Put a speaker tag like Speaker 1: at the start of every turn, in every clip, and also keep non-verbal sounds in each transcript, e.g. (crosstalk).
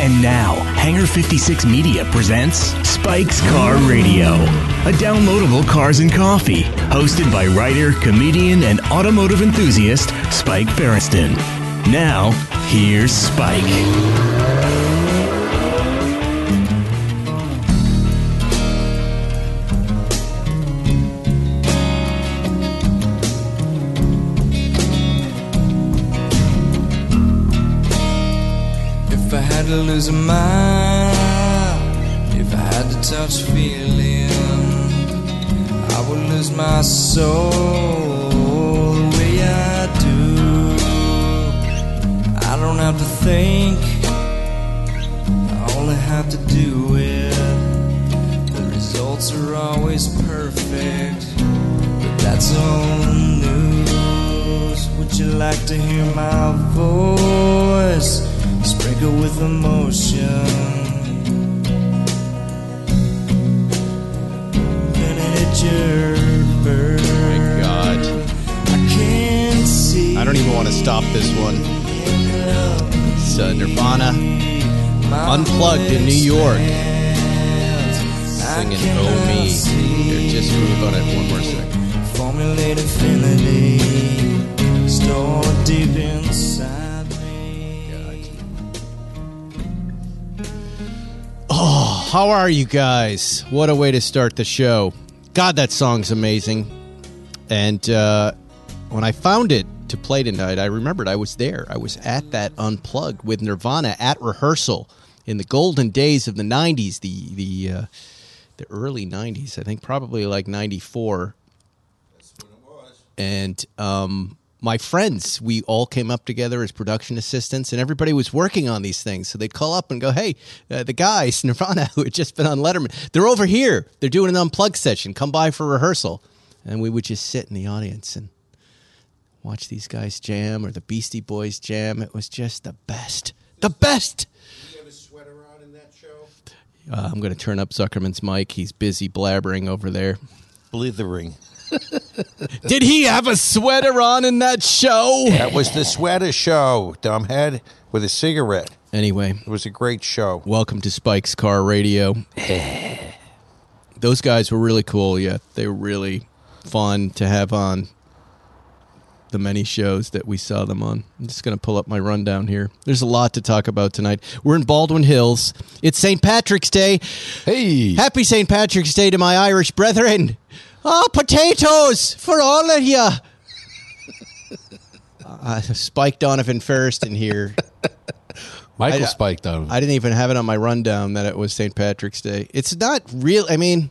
Speaker 1: And now, Hanger 56 Media presents Spike's Car Radio, a downloadable cars and coffee, hosted by writer, comedian, and automotive enthusiast Spike Ferriston. Now, here's Spike.
Speaker 2: If I had to lose a mind, if I had to touch feeling, I would lose my soul the way I do. I don't have to think, I only have to do it. The results are always perfect, but that's all news. Would you like to hear my voice? Sprinkled with emotion. Miniature bird.
Speaker 3: My God.
Speaker 2: I can't see.
Speaker 3: I don't even want to stop this one. It's uh, Nirvana Unplugged in New York. singing Oh Me. Here, just move on it one more second.
Speaker 2: Formulate infinity. Stored deep inside me.
Speaker 3: Oh, how are you guys? What a way to start the show. God, that song's amazing. And uh, when I found it to play tonight, I remembered I was there. I was at that Unplugged with Nirvana at rehearsal in the golden days of the 90s, the, the, uh, the early 90s, I think probably like 94. and um, my friends, we all came up together as production assistants, and everybody was working on these things. So they'd call up and go, "Hey, uh, the guys, (laughs) Nirvana, who had just been on Letterman, they're over here. They're doing an unplugged session. Come by for rehearsal." And we would just sit in the audience and watch these guys jam or the Beastie Boys jam. It was just the best, the best. Uh, I'm going to turn up Zuckerman's mic. He's busy blabbering over there.
Speaker 4: blithering.
Speaker 3: Did he have a sweater on in that show?
Speaker 4: That was the sweater show, dumbhead, with a cigarette.
Speaker 3: Anyway,
Speaker 4: It was a great show.
Speaker 3: welcome to Spike's Car Radio. Those guys were really cool. Yeah, they were really fun to have on the many shows that we saw them on. I'm just going to pull up my rundown here. There's a lot to talk about tonight. We're in Baldwin Hills. It's St. Patrick's Day.
Speaker 4: Hey,
Speaker 3: Happy St. Patrick's Day to my Irish brethren. Ah, potatoes for all of you. (laughs) Uh, Spike Donovan Ferriston here.
Speaker 5: Michael
Speaker 4: uh,
Speaker 3: I-
Speaker 5: spiked on him.
Speaker 3: I didn't even have it on my rundown that it was St. Patrick's Day. It's not real. I mean,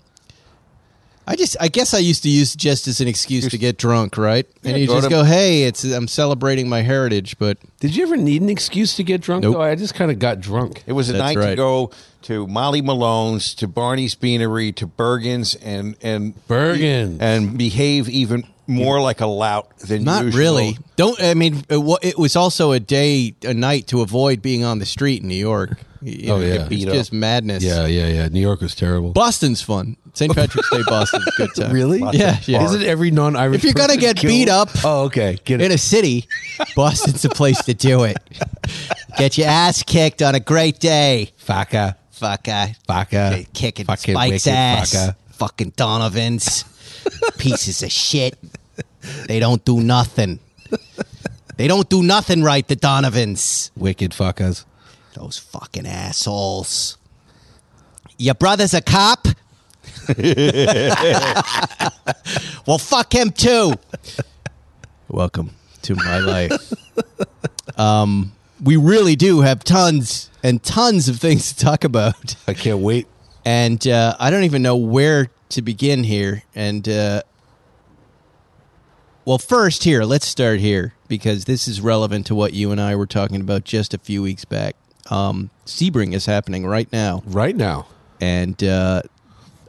Speaker 3: I just, I guess I used to use just as an excuse to get drunk, right? And you
Speaker 4: go
Speaker 3: just
Speaker 4: to-
Speaker 3: go, hey, it's I'm celebrating my heritage, but
Speaker 5: Did you ever need an excuse to get drunk?
Speaker 3: Nope.
Speaker 5: Though I just kind of got drunk.
Speaker 4: it was a
Speaker 3: That's
Speaker 4: night
Speaker 3: right.
Speaker 4: to go to Molly Malone's, to Barney's Beanery, to Bergen's, and and
Speaker 5: Bergen's.
Speaker 4: and behave even more like a lout than
Speaker 3: not
Speaker 4: usual. (laughs)
Speaker 3: really. Don't. I mean, it, wa- it was also a day, a night to avoid being on the street in New York. You
Speaker 5: Oh,
Speaker 3: know,
Speaker 5: yeah.
Speaker 3: it's
Speaker 4: Beat up.
Speaker 3: just madness.
Speaker 5: Yeah, yeah, yeah. New York was terrible.
Speaker 3: Boston's fun. St. Patrick's Day, Boston's a
Speaker 4: (laughs)
Speaker 3: good time. Yeah, yeah.
Speaker 5: Isn't every non-Irish?
Speaker 3: If you're gonna
Speaker 5: person
Speaker 3: get
Speaker 5: killed?
Speaker 3: beat up-
Speaker 5: oh, okay. Get
Speaker 3: in
Speaker 5: it.
Speaker 3: a city, (laughs) Boston's a place to do it. Get your ass kicked on a great day.
Speaker 5: Faka,
Speaker 3: Fucker.
Speaker 5: faka,
Speaker 3: Get Kicking
Speaker 5: fucking
Speaker 3: Spike's
Speaker 5: wicked
Speaker 3: ass.
Speaker 5: fucker.
Speaker 3: Fucking Donovans. (laughs) Pieces of shit. They don't do nothing. They don't do nothing right, the Donovans.
Speaker 5: wicked fuckers.
Speaker 3: Those fucking assholes. Your brother's a cop? (laughs) well, fuck him too. Welcome to my life. (laughs) um, we really do have tons and tons of things to talk about.
Speaker 5: I can't wait.
Speaker 3: And uh, I don't even know where to begin here. And, uh, well, first, here, let's start here because this is relevant to what you and I were talking about just a few weeks back. Um, Sebring is happening right now,
Speaker 5: Right now.
Speaker 3: and uh,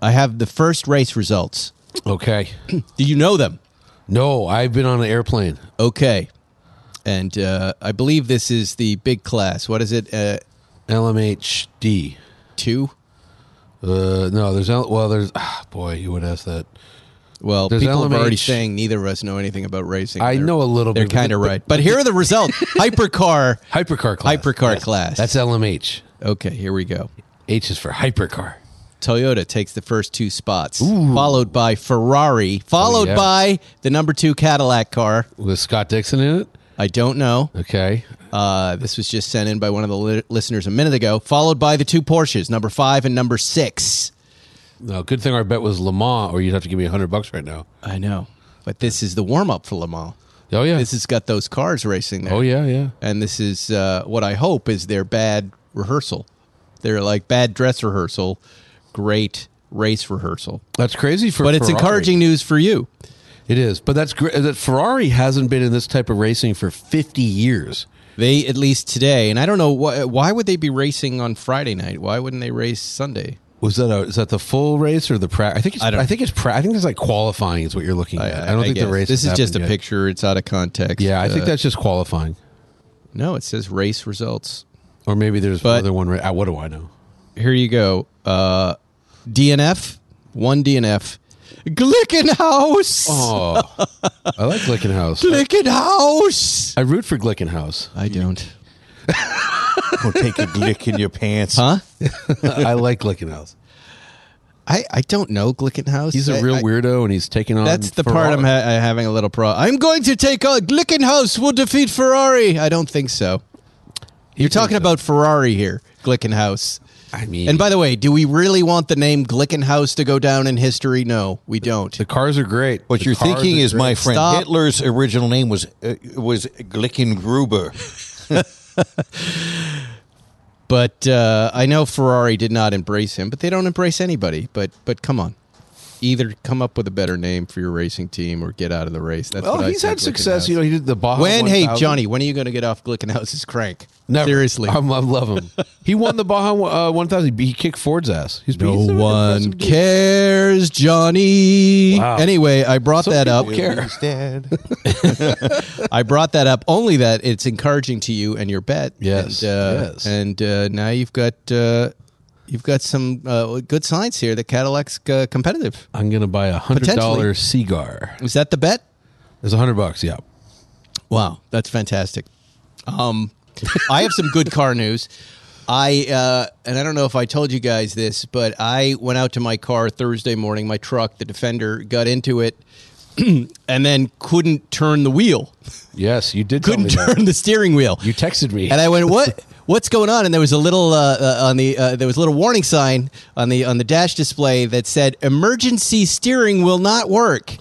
Speaker 3: I have the first race results.
Speaker 5: Okay.
Speaker 3: Do you know them?
Speaker 5: No, I've been on an airplane.
Speaker 3: Okay, and uh, I believe this is the big class. What is it? Uh,
Speaker 5: LMHD.
Speaker 3: two?
Speaker 5: Uh, no, there's L- well, there's ah, boy, you would ask that.
Speaker 3: Well,
Speaker 5: There's
Speaker 3: people are already
Speaker 5: LMH.
Speaker 3: saying neither of us know anything about racing.
Speaker 5: I know a little
Speaker 3: They're
Speaker 5: bit, but-
Speaker 3: kind of
Speaker 5: but-
Speaker 3: right. But here are the
Speaker 5: (laughs)
Speaker 3: results: hypercar,
Speaker 5: Hypercar class.
Speaker 3: hypercar class.
Speaker 5: That's LMH.
Speaker 3: okay. Here we go.
Speaker 5: H is for hypercar.
Speaker 3: Toyota takes the first two spots, followed by Ferrari, followed
Speaker 5: Oh, yeah.
Speaker 3: by the number two Cadillac car.
Speaker 5: With Scott Dixon in it.
Speaker 3: I don't know.
Speaker 5: Okay.
Speaker 3: Uh, this was just sent in by one of the li- listeners a minute ago, followed by the two Porsches, number five and number six.
Speaker 5: No, good thing our bet was Le Mans, or you'd have to give me a hundred bucks right now.
Speaker 3: I know. But this is the warm up for Le Mans.
Speaker 5: Oh yeah.
Speaker 3: This has got those cars racing there.
Speaker 5: oh yeah, yeah.
Speaker 3: And this is uh, what I hope is their bad rehearsal. They're like bad dress rehearsal, great race rehearsal.
Speaker 5: That's crazy for.
Speaker 3: But it's
Speaker 5: Ferrari.
Speaker 3: encouraging news for you.
Speaker 5: It is, but that's great. That Ferrari hasn't been in this type of racing for fifty years.
Speaker 3: They at least today, and I don't know why. Why would they be racing on Friday night? Why wouldn't they race Sunday?
Speaker 5: Was that a, is that the full race or the practice? I think it's,
Speaker 3: I
Speaker 5: I,
Speaker 3: don't-
Speaker 5: think it's pra- I think it's like qualifying is what you're looking at. I, don't think
Speaker 3: guess.
Speaker 5: the race.
Speaker 3: This
Speaker 5: has
Speaker 3: is just a
Speaker 5: happened yet.
Speaker 3: picture. It's out of context.
Speaker 5: Yeah, I think
Speaker 3: Uh,
Speaker 5: that's just qualifying,
Speaker 3: no. It says race results.
Speaker 5: or maybe there's
Speaker 3: But-
Speaker 5: other one. Ra- ah, what do I (laughs) know?
Speaker 3: Here you go. Uh, DNF one DNF. Glickenhaus.
Speaker 5: Oh, I like Glickenhaus. I,
Speaker 3: Glickenhaus.
Speaker 5: I root for Glickenhaus. (laughs)
Speaker 3: I don't.
Speaker 4: Go take a lick in your pants.
Speaker 3: Huh?
Speaker 5: I like Glickenhaus.
Speaker 3: I I don't know Glickenhaus.
Speaker 5: He's a
Speaker 3: I-
Speaker 5: real
Speaker 3: I-
Speaker 5: weirdo, and he's taking on.
Speaker 3: That's the
Speaker 5: Ferrari.
Speaker 3: part I'm ha- I'm having a little problem. I'm going to take on Glickenhaus. Will defeat Ferrari. I don't think so. You're talking about Ferrari here, Glickenhaus.
Speaker 5: I mean,
Speaker 3: And by the way, do we really want the name Glickenhaus to go down in history? No, we don't.
Speaker 5: the cars are great.
Speaker 4: What
Speaker 5: The
Speaker 4: you're
Speaker 5: cars
Speaker 4: thinking
Speaker 5: are
Speaker 4: is,
Speaker 5: great.
Speaker 4: my friend,
Speaker 3: Stop.
Speaker 4: Hitler's original name was uh, was Glicken Gruber.
Speaker 3: But uh, I know Ferrari did not embrace him, but they don't embrace anybody. But but come on, either come up with a better name for your racing team or get out of the race. That's
Speaker 5: Well,
Speaker 3: what I
Speaker 5: he's
Speaker 3: think
Speaker 5: had success.
Speaker 3: Glickenhaus-
Speaker 5: You know, he did the Baja.
Speaker 3: when hey
Speaker 5: 1000.
Speaker 3: Johnny, when are you going to get off Glickenhaus's crank?
Speaker 5: Never.
Speaker 3: Seriously,
Speaker 5: I'm, I love him. (laughs) He won the Baja uh, 1000. He kicked Ford's ass. He's
Speaker 3: no
Speaker 5: he's an
Speaker 3: one
Speaker 5: impressive dude.
Speaker 3: cares, Johnny.
Speaker 5: Wow.
Speaker 3: Anyway, I brought
Speaker 5: Some
Speaker 3: that
Speaker 5: people
Speaker 3: up.
Speaker 5: (laughs) care.
Speaker 4: He's dead.
Speaker 3: I brought that up only that it's encouraging to you and your bet.
Speaker 5: Yes,
Speaker 3: and, uh,
Speaker 5: yes.
Speaker 3: and uh, now you've got uh, you've got some uh, good signs here that Cadillac's uh, competitive.
Speaker 5: (laughs) I'm gonna buy a hundred dollar cigar.
Speaker 3: Is that the bet?
Speaker 5: It's a hundred bucks. Yeah.
Speaker 3: Wow, that's fantastic. Um, (laughs) I have some good car news. I uh, and I don't know if I told you guys this, but I went out to my car Thursday morning. My truck, the Defender, got into it (clears throat) and then couldn't turn the wheel.
Speaker 5: Yes, you did. tell
Speaker 3: Couldn't
Speaker 5: me that.
Speaker 3: turn the steering wheel.
Speaker 5: (laughs) You texted me.
Speaker 3: and I went, "What? What's going on?" And there was a little uh, uh, on the uh, there was a little warning sign on the on the dash display that said "Emergency steering will not work."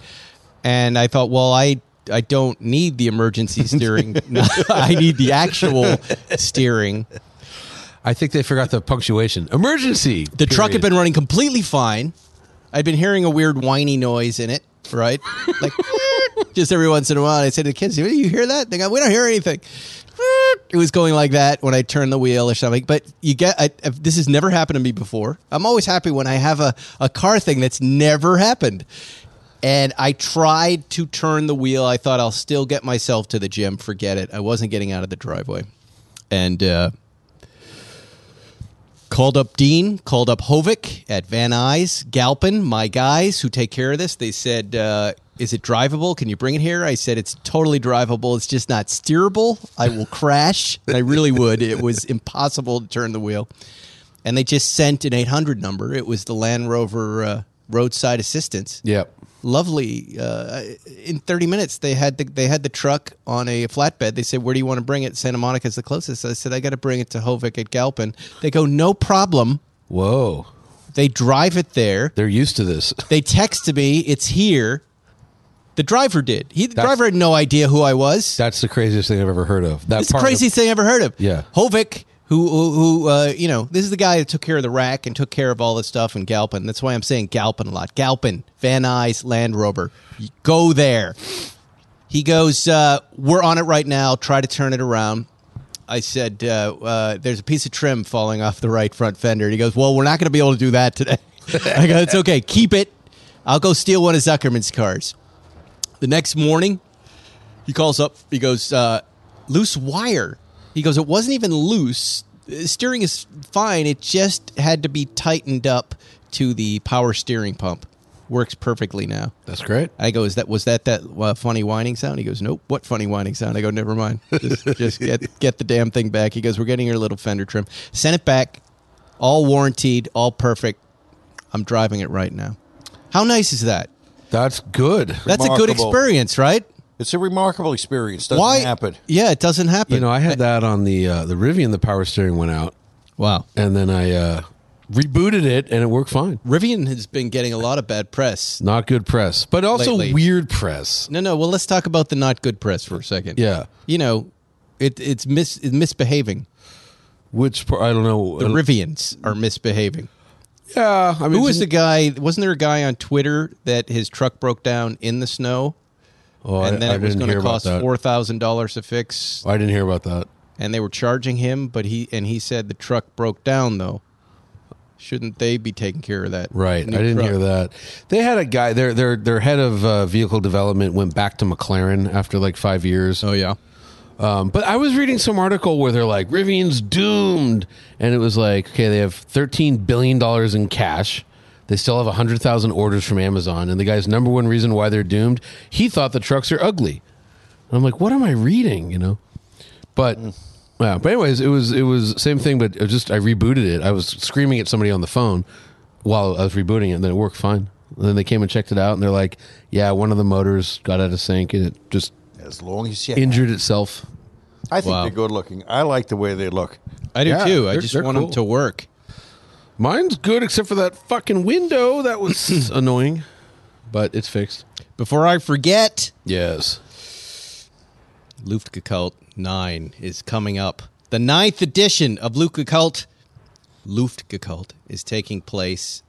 Speaker 3: And I thought, well, I I don't need the emergency steering. (laughs) I need the actual steering.
Speaker 5: I think they forgot the punctuation. Emergency.
Speaker 3: The truck had been running completely fine. I'd been hearing a weird whiny noise in it, right? Like (laughs) just every once in a while, I say to the kids, "Do you hear that?" They go, "We don't hear anything." It was going like that when I turned the wheel or something. But you get I, I- this has never happened to me before. I'm always happy when I have a, a car thing that's never happened. And I tried to turn the wheel. I thought I'll still get myself to the gym. Forget it. I wasn't getting out of the driveway. And uh, Called up Dean, called up Hovick at Van Nuys, Galpin, my guys who take care of this. They said, uh, Is it drivable? Can you bring it here? I said, It's totally drivable. It's just not steerable. I will crash. I really would. It was impossible to turn the wheel. And they just sent an 800 number. It was the Land Rover uh, roadside assistance.
Speaker 5: Yep.
Speaker 3: Lovely. Uh, in 30 minutes, they had the, they had the truck on a flatbed. They said, "Where do you want to bring it?" Santa Monica's the closest. I said, "I got to bring it to Hovick at Galpin." They go, "No problem."
Speaker 5: Whoa.
Speaker 3: They drive it there.
Speaker 5: They're used to this.
Speaker 3: They text to me, "It's here." The driver did. He, the
Speaker 5: That's-
Speaker 3: driver had no idea who I was.
Speaker 5: That's the craziest thing I've ever heard of. That
Speaker 3: It's the
Speaker 5: part of-
Speaker 3: craziest thing I ever heard of.
Speaker 5: Yeah.
Speaker 3: Hovick, who who, who uh, you know, this is the guy that took care of the rack and took care of all this stuff in Galpin. That's why I'm saying Galpin a lot. Galpin, Van Nuys, Land Rover, You go there. He goes, uh, we're on it right now. Try to turn it around. I said, uh, uh, "There's a piece of trim falling off the right front fender." And he goes, "Well, we're not going to be able to do that today." (laughs) I go, "It's okay. Keep it. I'll go steal one of Zuckerman's cars." The next morning, he calls up. He goes, uh, "Loose wire." He goes, "It wasn't even loose. Uh, Steering is fine. It just had to be tightened up to the power steering pump. Works perfectly now."
Speaker 5: That's great.
Speaker 3: I go, is that was that that uh, funny whining sound? He goes, nope. What funny whining sound? I go, never mind. Just, (laughs) just get get the damn thing back. He goes, we're getting your little fender trim. Send it back, all warranted, all perfect. I'm driving it right now. How nice is that?
Speaker 5: That's good.
Speaker 3: That's a good
Speaker 4: Remarkable.
Speaker 3: experience, right?
Speaker 4: It's a remarkable experience. Doesn't
Speaker 3: Why
Speaker 4: happen.
Speaker 3: Yeah, it doesn't happen.
Speaker 5: You know, I had that on the uh, the Rivian. The power steering went out,
Speaker 3: wow.
Speaker 5: and then I uh, rebooted it, and it worked fine.
Speaker 3: Rivian has been getting a lot of bad press.
Speaker 5: Not good press, but also
Speaker 3: Lately.
Speaker 5: weird press.
Speaker 3: No, no. Well, let's talk about the not good press for a second.
Speaker 5: Yeah,
Speaker 3: You know, it it's mis it's misbehaving.
Speaker 5: which part, I don't know.
Speaker 3: The Rivians are misbehaving.
Speaker 5: yeah, I mean,
Speaker 3: Who was the guy? Wasn't there a guy on Twitter that his truck broke down in the snow,
Speaker 5: Oh, I,
Speaker 3: and then
Speaker 5: I
Speaker 3: it was
Speaker 5: didn't
Speaker 3: going
Speaker 5: hear
Speaker 3: to
Speaker 5: about
Speaker 3: cost
Speaker 5: that.
Speaker 3: four thousand dollars to fix,
Speaker 5: I didn't hear about that.
Speaker 3: and they were charging him, but he and he said the truck broke down though. Shouldn't they be taking care of that?
Speaker 5: Right,
Speaker 3: new
Speaker 5: I didn't
Speaker 3: truck?
Speaker 5: hear that. They had a guy. Their their their head of uh, vehicle development went back to McLaren after like five years.
Speaker 3: Oh yeah,
Speaker 5: Um, but I was reading some article where they're like Rivian's doomed, and it was like okay, they have thirteen billion dollars in cash. They still have hundred thousand orders from Amazon, and the guy's number one reason why they're doomed, he thought the trucks are ugly. And I'm like, what am I reading? You know, but. Yeah, but anyways, it was it was same thing, but it just I rebooted it. I was screaming at somebody on the phone while I was rebooting it, and then it worked fine. And then they came and checked it out, and they're like, "Yeah, one of the motors got out of sync, and it just
Speaker 4: As long as you
Speaker 5: injured itself."
Speaker 4: I think
Speaker 3: Wow.
Speaker 4: they're good looking. I like the way they look.
Speaker 3: I do
Speaker 5: Yeah,
Speaker 3: too. I
Speaker 5: they're-
Speaker 3: just
Speaker 5: they're
Speaker 3: want
Speaker 5: cool.
Speaker 3: them to work.
Speaker 5: Mine's good except for that fucking window. That was annoying, but it's fixed.
Speaker 3: Before I forget,
Speaker 5: Yes.
Speaker 3: Luftgekalt 9 is coming up. The ninth edition of Luftgekalt. Luftgekalt is taking place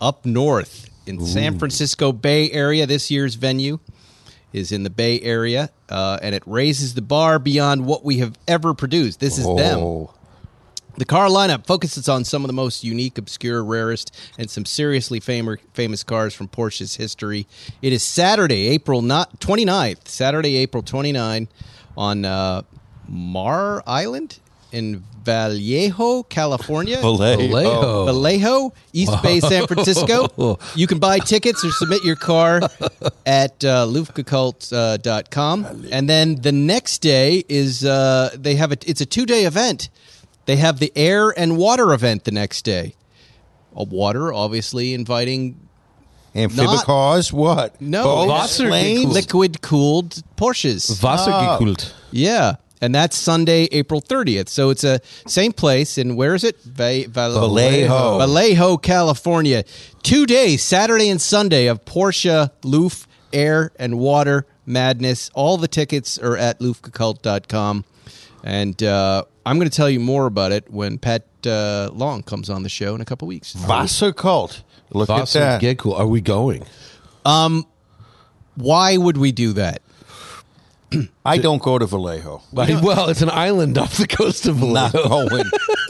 Speaker 3: up north in San Francisco Bay Area. This year's venue is in the Bay Area, uh, and it raises the bar beyond what we have ever produced. This is
Speaker 4: Oh.
Speaker 3: them. The car lineup focuses on some of the most unique, obscure, rarest, and some seriously famer, famous cars from Porsche's history. It is Saturday, April not 29th, Saturday, April 29, on uh, Mar Island in Vallejo, California.
Speaker 5: Vallejo.
Speaker 3: Oh. Vallejo, East Bay, San Francisco. You can buy tickets or submit your car at uh, lufkacult, uh, dot com. And then the next day is uh, they have a it's a two day event. They have the air and water event the next day. Uh, water, obviously, inviting
Speaker 4: Amphibicars, what?
Speaker 3: No.
Speaker 4: Boats,
Speaker 5: Lots are
Speaker 4: planes?
Speaker 5: cool.
Speaker 3: liquid cooled Porsches.
Speaker 5: Wassergekühlt.
Speaker 3: yeah. And that's Sunday, April 30th. So it's a same place. And where is it? Va- Val-
Speaker 4: Vallejo.
Speaker 3: Vallejo, California. Two days, Saturday and Sunday, of Porsche, Loof, Air, and Water Madness. All the tickets are at loofcacult.com. And uh, I'm going to tell you more about it when Pat uh, Long comes on the show in a couple weeks.
Speaker 4: Wasser cult. Look at that.
Speaker 5: Wassergekühlt. Are we going?
Speaker 3: Why would we do that?
Speaker 4: I don't go to
Speaker 3: (laughs)
Speaker 4: Vallejo.
Speaker 5: (laughs) well, it's an island off the coast of
Speaker 4: Not
Speaker 5: Vallejo.
Speaker 3: Oh,
Speaker 4: going.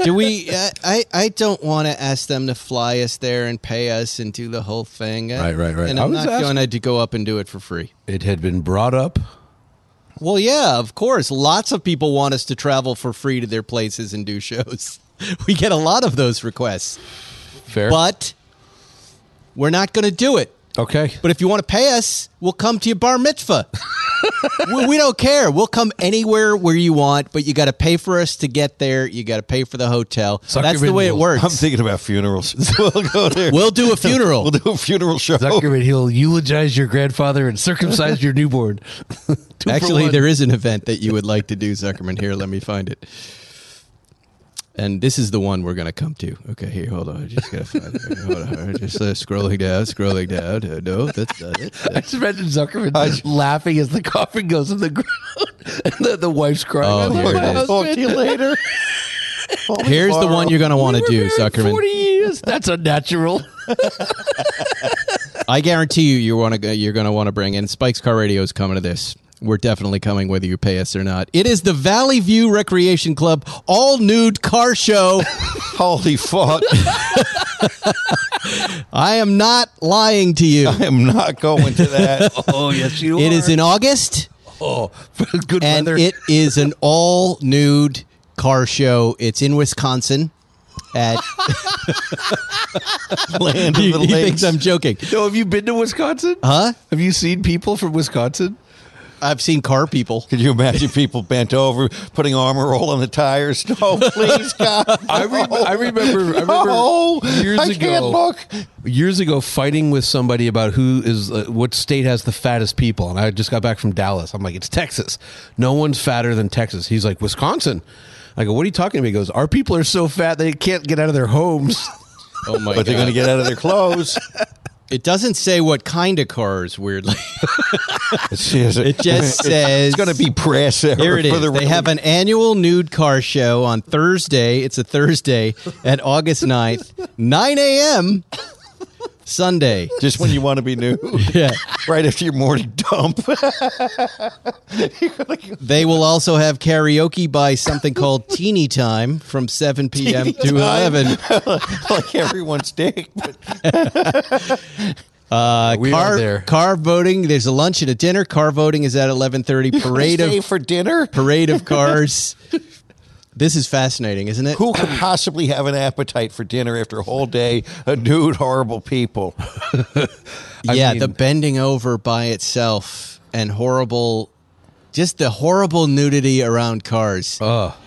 Speaker 3: do we? Uh, I I don't want to ask them to fly us there and pay us and do the whole thing. I-
Speaker 5: Right, right, right.
Speaker 3: And
Speaker 5: I
Speaker 3: I'm
Speaker 5: was
Speaker 3: not
Speaker 5: ask-
Speaker 3: going to go up and do it for free.
Speaker 5: It had been brought up.
Speaker 3: Well, yeah, of course. Lots of people want us to travel for free to their places and do shows. (laughs) We get a lot of those requests,
Speaker 5: Fair.
Speaker 3: but we're not going to do it.
Speaker 5: okay.
Speaker 3: But if you want to pay us, we'll come to your bar mitzvah. (laughs) we, we don't care. We'll come anywhere where you want, but you got to pay for us to get there. You got to pay for the hotel.
Speaker 5: Suck
Speaker 3: That's
Speaker 5: your
Speaker 3: the way it
Speaker 5: window.
Speaker 3: works.
Speaker 4: (laughs)
Speaker 5: (laughs)
Speaker 4: I'm thinking about funerals. (laughs) we'll go there.
Speaker 3: We'll do a funeral.
Speaker 4: We'll do a funeral show.
Speaker 5: Zuckerman, he'll eulogize your grandfather and circumcise your newborn. (laughs) Two for
Speaker 3: Actually,
Speaker 5: one.
Speaker 3: there is an event that you would like to do, Zuckerman. Here, let me find it. And this is the one we're going to come to. Okay, here, hold on. I just got to find it. Hold on. Just uh, scrolling down, scrolling down. Uh, no, that's not
Speaker 5: (laughs)
Speaker 3: it.
Speaker 5: I just imagine Zuckerman just laughing as the coffin goes in the ground, (laughs) and the, the wife's crying.
Speaker 3: Oh,
Speaker 5: I love
Speaker 3: there
Speaker 5: my
Speaker 3: it is.
Speaker 4: Talk to
Speaker 5: husband.
Speaker 4: you later.
Speaker 3: Here's the one you're going to want to
Speaker 5: We were
Speaker 3: do,
Speaker 5: married
Speaker 3: Zuckerman.
Speaker 5: 40 years. That's unnatural.
Speaker 3: I guarantee you, you want to. You're going to want to bring in Spike's Car Radio is coming to this. We're definitely coming whether you pay us or not. It is the Valley View Recreation Club all nude car
Speaker 5: (laughs)
Speaker 3: show. (laughs)
Speaker 4: Holy fuck. (laughs)
Speaker 3: I am not lying to you.
Speaker 4: I am not going to that.
Speaker 3: (laughs)
Speaker 4: Oh, yes,
Speaker 5: (laughs)
Speaker 4: you
Speaker 3: It is in August
Speaker 4: Oh, good
Speaker 3: and
Speaker 4: weather.
Speaker 3: it is an all nude car show. It's in Wisconsin
Speaker 4: (laughs)
Speaker 3: at
Speaker 4: land
Speaker 3: he,
Speaker 4: of the
Speaker 3: he
Speaker 4: lakes.
Speaker 3: thinks I'm joking.
Speaker 4: No, have you been to Wisconsin?
Speaker 3: Huh?
Speaker 4: Have you seen people from Wisconsin?
Speaker 3: I've seen car people.
Speaker 4: Could you imagine people bent over, putting armor all on the tires? (laughs) No,
Speaker 3: (laughs)
Speaker 4: please, God.
Speaker 3: Oh,
Speaker 4: (laughs)
Speaker 5: I, re- I remember, I remember
Speaker 4: No,
Speaker 5: years
Speaker 4: I
Speaker 5: ago,
Speaker 4: can't look.
Speaker 5: years ago, fighting with somebody about who is uh, what state has the fattest people, and I just got back from Dallas. I'm like, it's Texas. No one's fatter than Texas. He's like, Wisconsin. I go, what are you talking about? He goes, our people are so fat they can't get out of their homes. (laughs)
Speaker 3: Oh my
Speaker 4: But they're going to get out of
Speaker 3: (laughs)
Speaker 4: their clothes.
Speaker 3: It doesn't say what kind of cars, weirdly. (laughs)
Speaker 4: It's, it's-
Speaker 3: It just says
Speaker 4: it's going to be press error
Speaker 3: Here it is.
Speaker 4: for the
Speaker 3: they
Speaker 4: rally.
Speaker 3: have an annual nude car show on Thursday. It's a Thursday at August 9th, 9 a.m. Sunday.
Speaker 4: just when you want to be new,
Speaker 3: (laughs) Yeah.
Speaker 4: right after your morning dump. (laughs)
Speaker 3: They will also have karaoke by something called Teeny Time from 7 p.m. to 11.
Speaker 4: like everyone's dick. But
Speaker 3: Uh,
Speaker 5: We
Speaker 3: car,
Speaker 5: are there.
Speaker 3: car voting. There's a lunch and a dinner. Car voting is at
Speaker 5: (laughs)
Speaker 3: 11:30. Parade
Speaker 4: Stay
Speaker 3: of
Speaker 4: for dinner.
Speaker 3: parade of cars. This is fascinating, isn't it?
Speaker 4: Who could possibly have an appetite for dinner after a whole day of nude, horrible people?
Speaker 3: yeah, the
Speaker 5: mean-
Speaker 3: bending over by itself and horrible, just the horrible nudity around cars.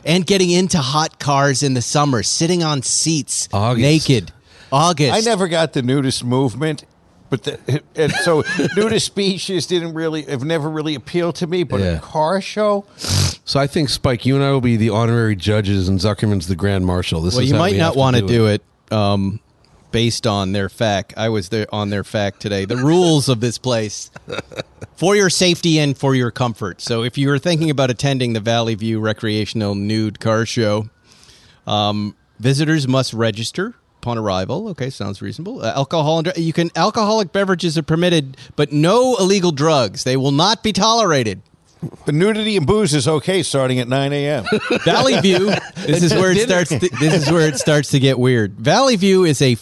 Speaker 3: and getting into hot cars in the summer, sitting on seats
Speaker 5: August.
Speaker 3: naked. August.
Speaker 4: I never got the nudist movement, but the, (laughs) and so nudist speeches didn't really have never really appealed to me. But
Speaker 5: Yeah.
Speaker 4: a car show,
Speaker 5: So I think Spike, you and I will be the honorary judges, and Zuckerman's the grand marshal. This
Speaker 3: Well,
Speaker 5: is
Speaker 3: you
Speaker 5: how
Speaker 3: might
Speaker 5: we
Speaker 3: not
Speaker 5: have
Speaker 3: want to
Speaker 5: it.
Speaker 3: do it. um, based on their fact. I was there on their fact today. The rules of this place
Speaker 5: (laughs)
Speaker 3: for your safety and for your comfort. So if you were thinking about attending the Valley View Recreational Nude Car Show, um, visitors must register upon arrival. Okay, sounds reasonable. Uh, alcohol and you can alcoholic beverages are permitted, but no illegal drugs. They will not be tolerated.
Speaker 4: but nudity and booze is okay starting at nine
Speaker 3: (laughs)
Speaker 4: a.m.
Speaker 3: Valley View. This is where it starts. To, this is where it starts to get weird. Valley View is a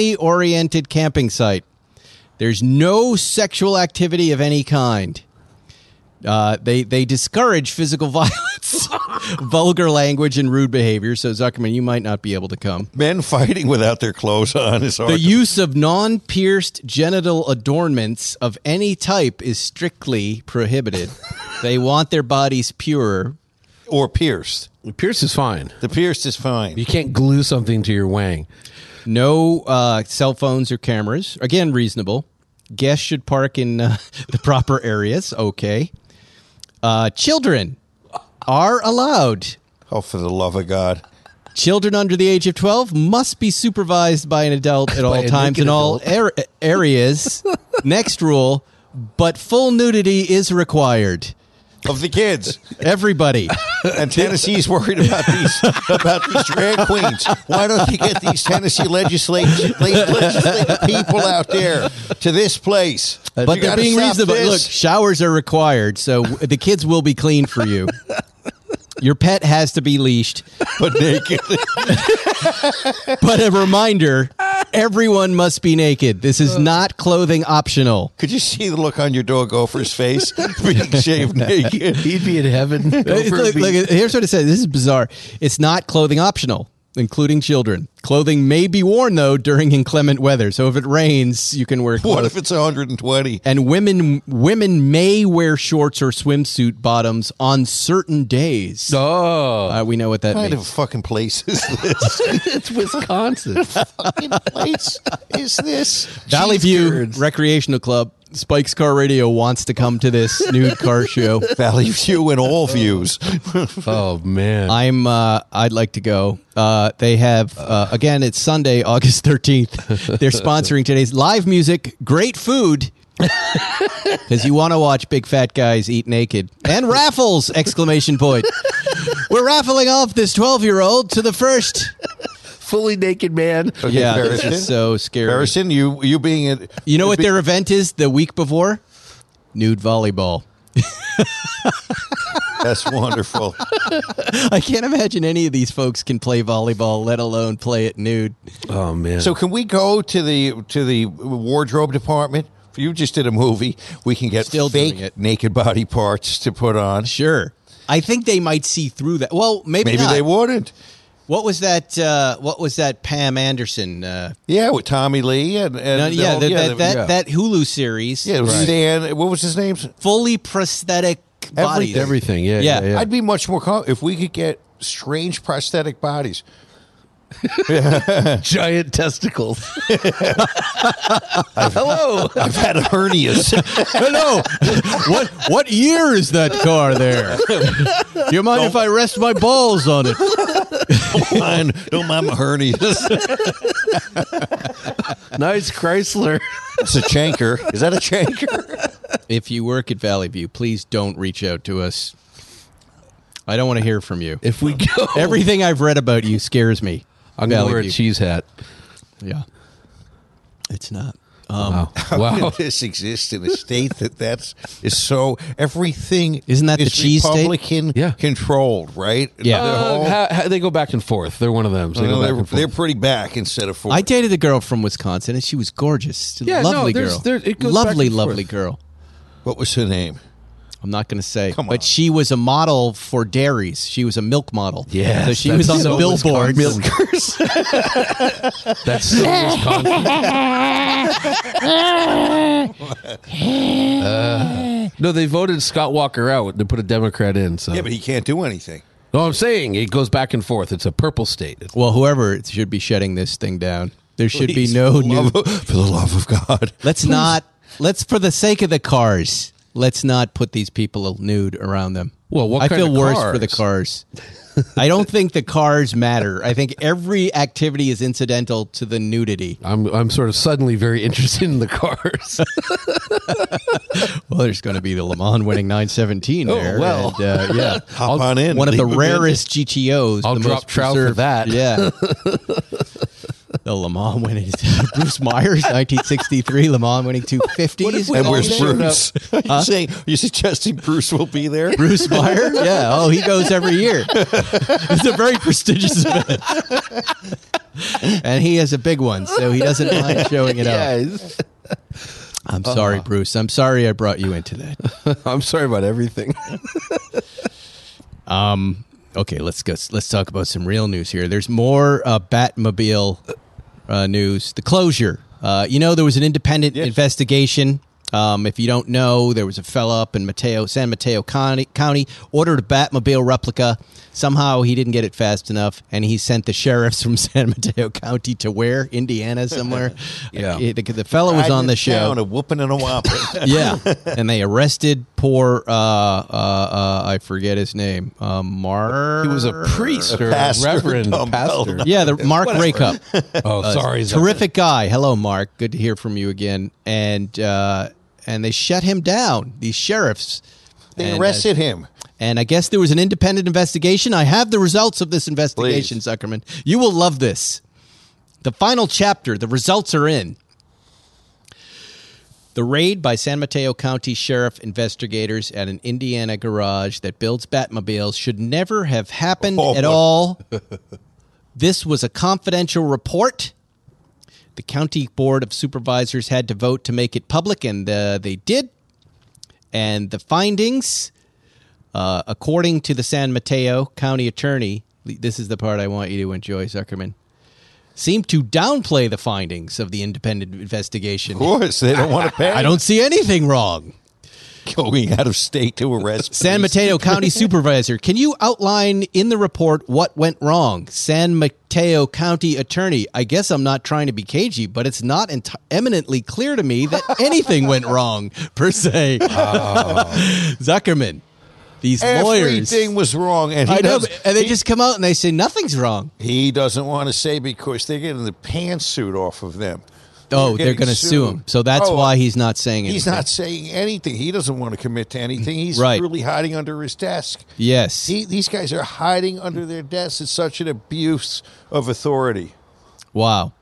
Speaker 3: family-oriented camping site. There's no sexual activity of any kind. Uh, they they discourage physical (laughs) violence, vulgar language, and rude behavior. So Zuckerman, you might not be able to come.
Speaker 4: Men fighting without their clothes on is hard.
Speaker 3: The
Speaker 4: to-
Speaker 3: use of non-pierced genital adornments of any type is strictly prohibited. they want their bodies pure.
Speaker 4: or pierced.
Speaker 5: Pierce is fine.
Speaker 4: The pierced is
Speaker 5: You
Speaker 4: fine.
Speaker 5: can't glue something to your wang.
Speaker 3: No uh, cell phones or cameras. Again, reasonable. Guests should park in uh, (laughs) the proper areas. Okay. Uh, children are allowed.
Speaker 4: Oh, for the love of God!
Speaker 3: Children under the age of 12 must be supervised by an
Speaker 5: (laughs)
Speaker 3: adult at all
Speaker 5: a
Speaker 3: times
Speaker 5: naked
Speaker 3: in all
Speaker 5: adult.
Speaker 3: ar-
Speaker 5: (laughs)
Speaker 3: areas. Next rule, but full nudity is required.
Speaker 4: Of the kids,
Speaker 3: Everybody.
Speaker 4: and Tennessee's worried about these about these drag queens. Why don't they get these Tennessee legislative legislative people out there to this place?
Speaker 3: But
Speaker 4: You
Speaker 3: they're
Speaker 4: gotta
Speaker 3: being
Speaker 4: stop
Speaker 3: reasonable.
Speaker 4: this.
Speaker 3: Look, showers are required, so w- the kids will be clean for you. Your pet has to be leashed.
Speaker 4: but naked.
Speaker 3: (laughs) But a reminder everyone must be naked. This is not clothing optional.
Speaker 4: Could you see the look on your dog Gopher's (laughs) face being shaved naked?
Speaker 5: He'd be in
Speaker 3: (laughs)
Speaker 5: heaven.
Speaker 3: It's like- like, here's what it says. This is bizarre. It's not clothing optional, including children. Clothing may be worn, though, during inclement weather. So if it rains, you can wear
Speaker 4: What
Speaker 3: clothes.
Speaker 4: if it's 120?
Speaker 3: and women women may wear shorts or swimsuit bottoms on certain days.
Speaker 5: oh,
Speaker 3: Uh, we know what that
Speaker 4: What kind
Speaker 3: means.
Speaker 4: of fucking place is this?
Speaker 5: it's Wisconsin.
Speaker 4: fucking place is this?
Speaker 3: Valley
Speaker 4: Jeez,
Speaker 3: View
Speaker 4: Gerds.
Speaker 3: Recreational Club. Spike's Car Radio wants to come to this nude car show.
Speaker 4: Valley View and all (laughs) views.
Speaker 5: oh man.
Speaker 3: I'm. Uh, I'd like to go. Uh, they have uh, again. It's Sunday, (laughs) August thirteenth. They're sponsoring today's live music, great food, because you want to watch big fat guys eat naked and raffles! Exclamation point. We're raffling off this twelve-year-old to the first.
Speaker 5: fully naked man.
Speaker 3: Yeah, this
Speaker 4: Harrison.
Speaker 3: is so scary.
Speaker 4: Harrison, you you being it,
Speaker 3: You know what their event is the week before? Nude volleyball.
Speaker 4: That's wonderful.
Speaker 3: I can't imagine any of these folks can play volleyball, let alone play it nude.
Speaker 5: Oh man.
Speaker 4: So can we go to the to the wardrobe department? You just did a movie. We can get
Speaker 3: Still doing
Speaker 4: fake
Speaker 3: it.
Speaker 4: naked body parts to put on.
Speaker 3: Sure. I think they might see through that. Well, maybe,
Speaker 4: Maybe
Speaker 3: not.
Speaker 4: they wouldn't.
Speaker 3: What was that? Uh, what was that? Pam Anderson. Uh,
Speaker 4: Yeah, with Tommy Lee and, and
Speaker 3: no, yeah,
Speaker 4: oh,
Speaker 3: that,
Speaker 4: yeah,
Speaker 3: that, that,
Speaker 4: yeah.
Speaker 3: that Hulu series.
Speaker 4: Yeah, it was Stan. What was his name?
Speaker 3: fully prosthetic bodies.
Speaker 5: everything. Yeah.
Speaker 3: Yeah.
Speaker 5: Yeah. yeah.
Speaker 4: I'd be much more calm if we could get strange prosthetic bodies.
Speaker 5: giant testicles.
Speaker 4: Hello, I've
Speaker 3: (laughs)
Speaker 4: had hernias.
Speaker 3: Hello. what what year is that car there? Do you mind if I rest my balls on it?
Speaker 4: don't mind, don't mind my hernias.
Speaker 5: nice Chrysler.
Speaker 4: It's a chanker. Is that a chanker?
Speaker 3: If you work at Valley View, please don't reach out to us. I don't want to hear from you.
Speaker 5: If we (laughs) go,
Speaker 3: Everything I've read about you scares me.
Speaker 5: I'm gonna
Speaker 3: Valley
Speaker 5: wear a
Speaker 3: View.
Speaker 5: cheese hat.
Speaker 3: Yeah. It's not.
Speaker 5: Wow. Um, (laughs)
Speaker 3: Oh.
Speaker 5: wow.
Speaker 4: this exists in a state that that's is so everything.
Speaker 3: Isn't that the
Speaker 4: is
Speaker 3: cheese state?
Speaker 4: Republican
Speaker 5: Yeah.
Speaker 4: controlled, right?
Speaker 3: Yeah. Oh,
Speaker 4: The
Speaker 5: Uh,
Speaker 4: whole-
Speaker 5: ha- ha- they go back and forth. They're one of them. So they go
Speaker 4: no, Uh,
Speaker 5: back
Speaker 4: they're,
Speaker 5: and forth.
Speaker 4: they're pretty back instead of forward.
Speaker 3: I dated a girl from Wisconsin and she was gorgeous.
Speaker 5: Yeah, no,
Speaker 3: lovely
Speaker 5: there's-
Speaker 3: girl.
Speaker 5: there- it goes back
Speaker 3: lovely,
Speaker 5: and forth.
Speaker 3: lovely girl.
Speaker 4: what was her name?
Speaker 3: I'm not going to say,
Speaker 4: Come on.
Speaker 3: but she was a model for dairies. She was a milk model.
Speaker 5: Yes,
Speaker 3: so she
Speaker 5: that's
Speaker 3: was on the
Speaker 5: so
Speaker 3: billboards.
Speaker 5: (laughs) That's so Wisconsin. (laughs) Uh, no, they voted Scott Walker out to put a Democrat in. So,
Speaker 4: Yeah, but he can't do anything.
Speaker 5: no, I'm saying it goes back and forth. It's a purple state. It's-
Speaker 3: Well, whoever should be shutting this thing down. There should
Speaker 4: Please,
Speaker 3: be no
Speaker 4: for the
Speaker 3: new.
Speaker 4: love of- for the love of God.
Speaker 3: Let's not. Let's, for the sake of the cars, let's not put these people nude around them.
Speaker 5: Well, what
Speaker 3: I
Speaker 5: kind
Speaker 3: feel
Speaker 5: of
Speaker 3: worse for the cars. I don't think the cars matter. I think every activity is incidental to the nudity.
Speaker 5: I'm I'm sort of suddenly very interested in the cars. (laughs)
Speaker 3: Well, there's going to be the Le Mans winning 917 there.
Speaker 5: well.
Speaker 3: and, uh, (laughs) yeah.
Speaker 4: Hop on in.
Speaker 3: one of Oh, the
Speaker 4: Leave him in.
Speaker 3: rarest GTOs.
Speaker 5: I'll
Speaker 3: the
Speaker 5: drop
Speaker 3: most
Speaker 5: trout for
Speaker 3: preserved- (laughs)
Speaker 5: that.
Speaker 3: Yeah. the Le Mans winning (laughs) Bruce Myers, 1963 Le Mans winning 250s.
Speaker 4: And where's
Speaker 5: showed
Speaker 4: Bruce? (laughs) you say you suggesting Bruce will be there?
Speaker 3: Bruce Meyer? Yeah. Oh, he goes every year. It's a very prestigious (laughs) event. and he has a big one, so he doesn't mind showing it up. I'm sorry, Bruce. I'm sorry I brought you into that.
Speaker 5: I'm sorry about everything.
Speaker 3: Okay, let's go. Let's talk about some real news here. There's more uh, Batmobile uh, news. The closure. Uh, you know, there was an independent investigation. Um, if you don't know, there was a fella up in Mateo, San Mateo County, County ordered a Batmobile replica. Somehow he didn't get it fast enough, and he sent the sheriffs from (laughs) San Mateo County to where Indiana somewhere.
Speaker 5: (laughs) Yeah.
Speaker 3: Uh, the, the fellow was
Speaker 4: Riding
Speaker 3: on the
Speaker 4: his
Speaker 3: show
Speaker 4: down, a whooping and a whopping.
Speaker 3: (laughs) yeah, and they arrested poor uh, uh, uh, I forget his name, uh, Mark.
Speaker 5: He was a priest or a
Speaker 4: pastor, (laughs) Oh,
Speaker 5: reverend a
Speaker 4: dumb
Speaker 5: pastor.
Speaker 4: hell.
Speaker 3: (laughs) yeah, the Mark Rakup.
Speaker 5: Oh, sorry. Zach.
Speaker 3: Terrific guy. Hello, Mark. Good to hear from you again. And uh, and they shut him down. These sheriffs.
Speaker 4: They
Speaker 3: And, uh,
Speaker 4: arrested him.
Speaker 3: And I guess there was an independent investigation. I have the results of this investigation,
Speaker 4: Please.
Speaker 3: Zuckerman. You will love this. The final chapter, the results are in. The raid by San Mateo County Sheriff investigators at an Indiana garage that builds Batmobiles should never have happened
Speaker 4: Oh,
Speaker 3: at
Speaker 4: boy.
Speaker 3: all.
Speaker 4: (laughs)
Speaker 3: this was a confidential report. The county board of supervisors had to vote to make it public, and uh, they did. And the findings, uh, according to the San Mateo County attorney, this is the part I want you to enjoy, Zuckerman. Seem to downplay the findings of the independent investigation.
Speaker 4: Of course, they don't want to
Speaker 3: (laughs)
Speaker 4: pay.
Speaker 3: I don't see anything wrong.
Speaker 4: (laughs) going out of state to arrest
Speaker 3: San
Speaker 4: police.
Speaker 3: Mateo County Supervisor, can you outline in the report what went wrong? San Mateo County Attorney, I guess I'm not trying to be cagey, but it's not enti- eminently clear to me that anything went wrong, per se. (laughs) Zuckerman, these lawyers.
Speaker 4: Everything was wrong, and he
Speaker 3: I know,
Speaker 4: doesn't.
Speaker 3: but- and they
Speaker 4: he,
Speaker 3: just come out and they say nothing's wrong.
Speaker 4: he doesn't want to say because they're getting the pantsuit off of them.
Speaker 3: Oh, they're
Speaker 4: getting
Speaker 3: going to sue him.
Speaker 4: sued.
Speaker 3: So that's
Speaker 4: Oh,
Speaker 3: why he's not saying anything.
Speaker 4: He's not saying anything. He doesn't want to commit to anything. He's
Speaker 3: Right.
Speaker 4: really hiding under his desk.
Speaker 3: Yes.
Speaker 4: He, these guys are hiding under their desks. It's such an abuse of authority.
Speaker 3: wow.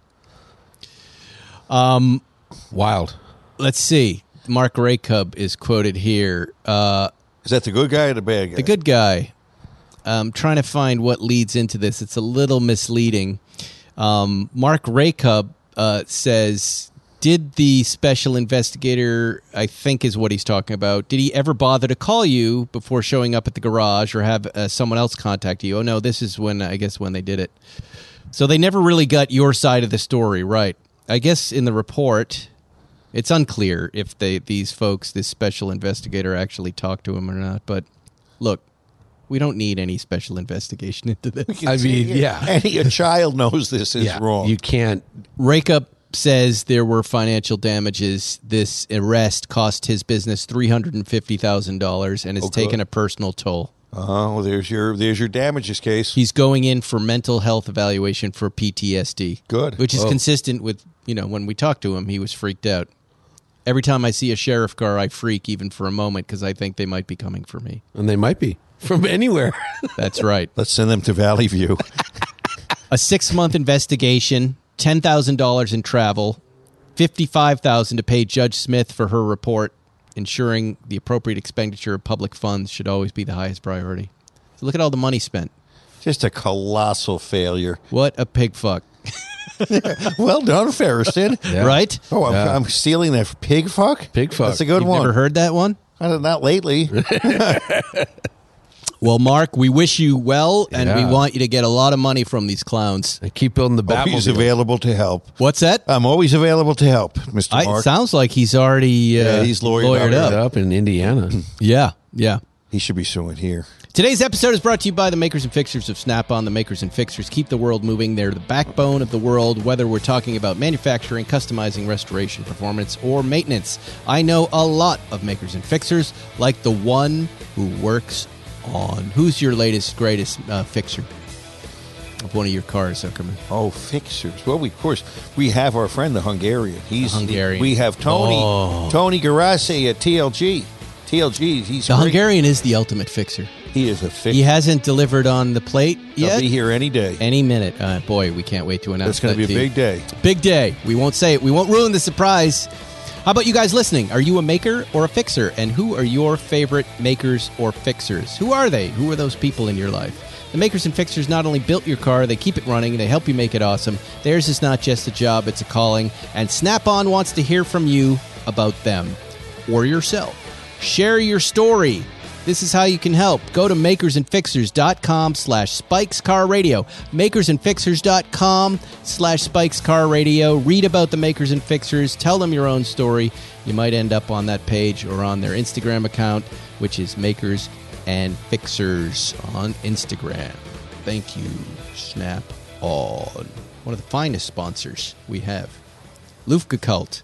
Speaker 5: Wild.
Speaker 3: Let's see. Mark Raycub is quoted here. Uh,
Speaker 4: Is that the good guy or the bad guy?
Speaker 3: the good guy. I'm trying to find what leads into this. It's a little misleading. Um, Mark Raycub uh, says, "Did the special investigator? I think is what he's talking about. Did he ever bother to call you before showing up at the garage, or have uh, someone else contact you? Oh no, this is when I guess when they did it. So they never really got your side of the story, right? I guess in the report." It's unclear if they these folks, this special investigator, actually talked to him or not. But look, we don't need any special investigation into this.
Speaker 5: I mean, yeah.
Speaker 4: Any a child knows this is
Speaker 5: yeah.
Speaker 4: wrong.
Speaker 5: You can't.
Speaker 3: Rakeup says there were financial damages. This arrest cost his business three hundred and fifty thousand dollars, and has taken a personal toll.
Speaker 4: uh well, there's your there's your damages case.
Speaker 3: He's going in for mental health evaluation for PTSD.
Speaker 4: Good. Oh.
Speaker 3: which is
Speaker 4: Whoa.
Speaker 3: consistent with you know when we talked to him, he was freaked out. Every time I see a sheriff car, I freak even for a moment because I think they might be coming for me.
Speaker 5: And they might be from (laughs) anywhere.
Speaker 4: (laughs)
Speaker 3: That's right.
Speaker 4: Let's send them to Valley View. (laughs)
Speaker 3: a six month investigation, ten thousand dollars in travel, fifty five thousand to pay Judge Smith for her report. Ensuring the appropriate expenditure of public funds should always be the highest priority. So look at all the money spent.
Speaker 4: Just a colossal failure.
Speaker 3: What a pig fuck,
Speaker 4: Well
Speaker 3: (laughs)
Speaker 4: done, Ferriston.
Speaker 3: right?
Speaker 4: Oh, I'm, I'm stealing that pig fuck.
Speaker 5: Pig fuck.
Speaker 4: That's a good
Speaker 3: You've
Speaker 4: one.
Speaker 3: never heard that one?
Speaker 4: Uh,
Speaker 3: (laughs)
Speaker 4: Not lately.
Speaker 3: Well, Mark, we wish you well, and
Speaker 5: Yeah.
Speaker 3: we want you to get a lot of money from these clowns.
Speaker 5: I keep building the Batmobile.
Speaker 4: Always available to help.
Speaker 3: What's that?
Speaker 4: I'm always available to help, Mr.
Speaker 3: I, it
Speaker 4: Uh, Mark.
Speaker 3: sounds like he's already uh,
Speaker 4: Yeah, he's lawyered
Speaker 3: lawyered
Speaker 4: up.
Speaker 3: up.
Speaker 5: Put up
Speaker 4: (clears throat)
Speaker 5: in Indiana.
Speaker 3: Yeah, yeah.
Speaker 4: he should be suing here.
Speaker 3: Today's episode is brought to you by the makers and fixers of Snap On. The makers and fixers keep the world moving. They're the backbone of the world, whether we're talking about manufacturing, customizing, restoration, performance, or maintenance. I know a lot of makers and fixers, like the one who works on. Who's your latest, greatest uh, fixer of one of your cars, Zuckerman?
Speaker 4: Oh, fixers. Well, we, of course, we have our friend the Hungarian. He's
Speaker 3: Hungarian. Oh.
Speaker 4: We have Tony Tony Garassi at TLG. TLG. He's
Speaker 3: The
Speaker 4: great.
Speaker 3: Hungarian is the ultimate fixer.
Speaker 4: He is a fixer.
Speaker 3: He hasn't delivered on the plate
Speaker 4: He'll
Speaker 3: yet.
Speaker 4: be here any day.
Speaker 3: Any minute. Uh, boy, we can't wait to announce
Speaker 4: That's going
Speaker 3: that
Speaker 4: to be
Speaker 3: to
Speaker 4: a
Speaker 3: you.
Speaker 4: big day.
Speaker 3: Big day. We won't say it. We won't ruin the surprise. How about you guys listening? Are you a maker or a fixer? And who are your favorite makers or fixers? Who are they? Who are those people in your life? The makers and fixers not only built your car, they keep it running, they help you make it awesome. Theirs is not just a job, it's a calling. And Snap On wants to hear from you about them or yourself. Share your story. This is how you can help. Go to makersandfixers.com slash spikes car radio. Makersandfixers.com slash spikes car radio. Read about the makers and fixers. Tell them your own story. You might end up on that page or on their Instagram account, which is makers and fixers on Instagram. Thank you, Snap On. One of the finest sponsors we have. Lufka Cult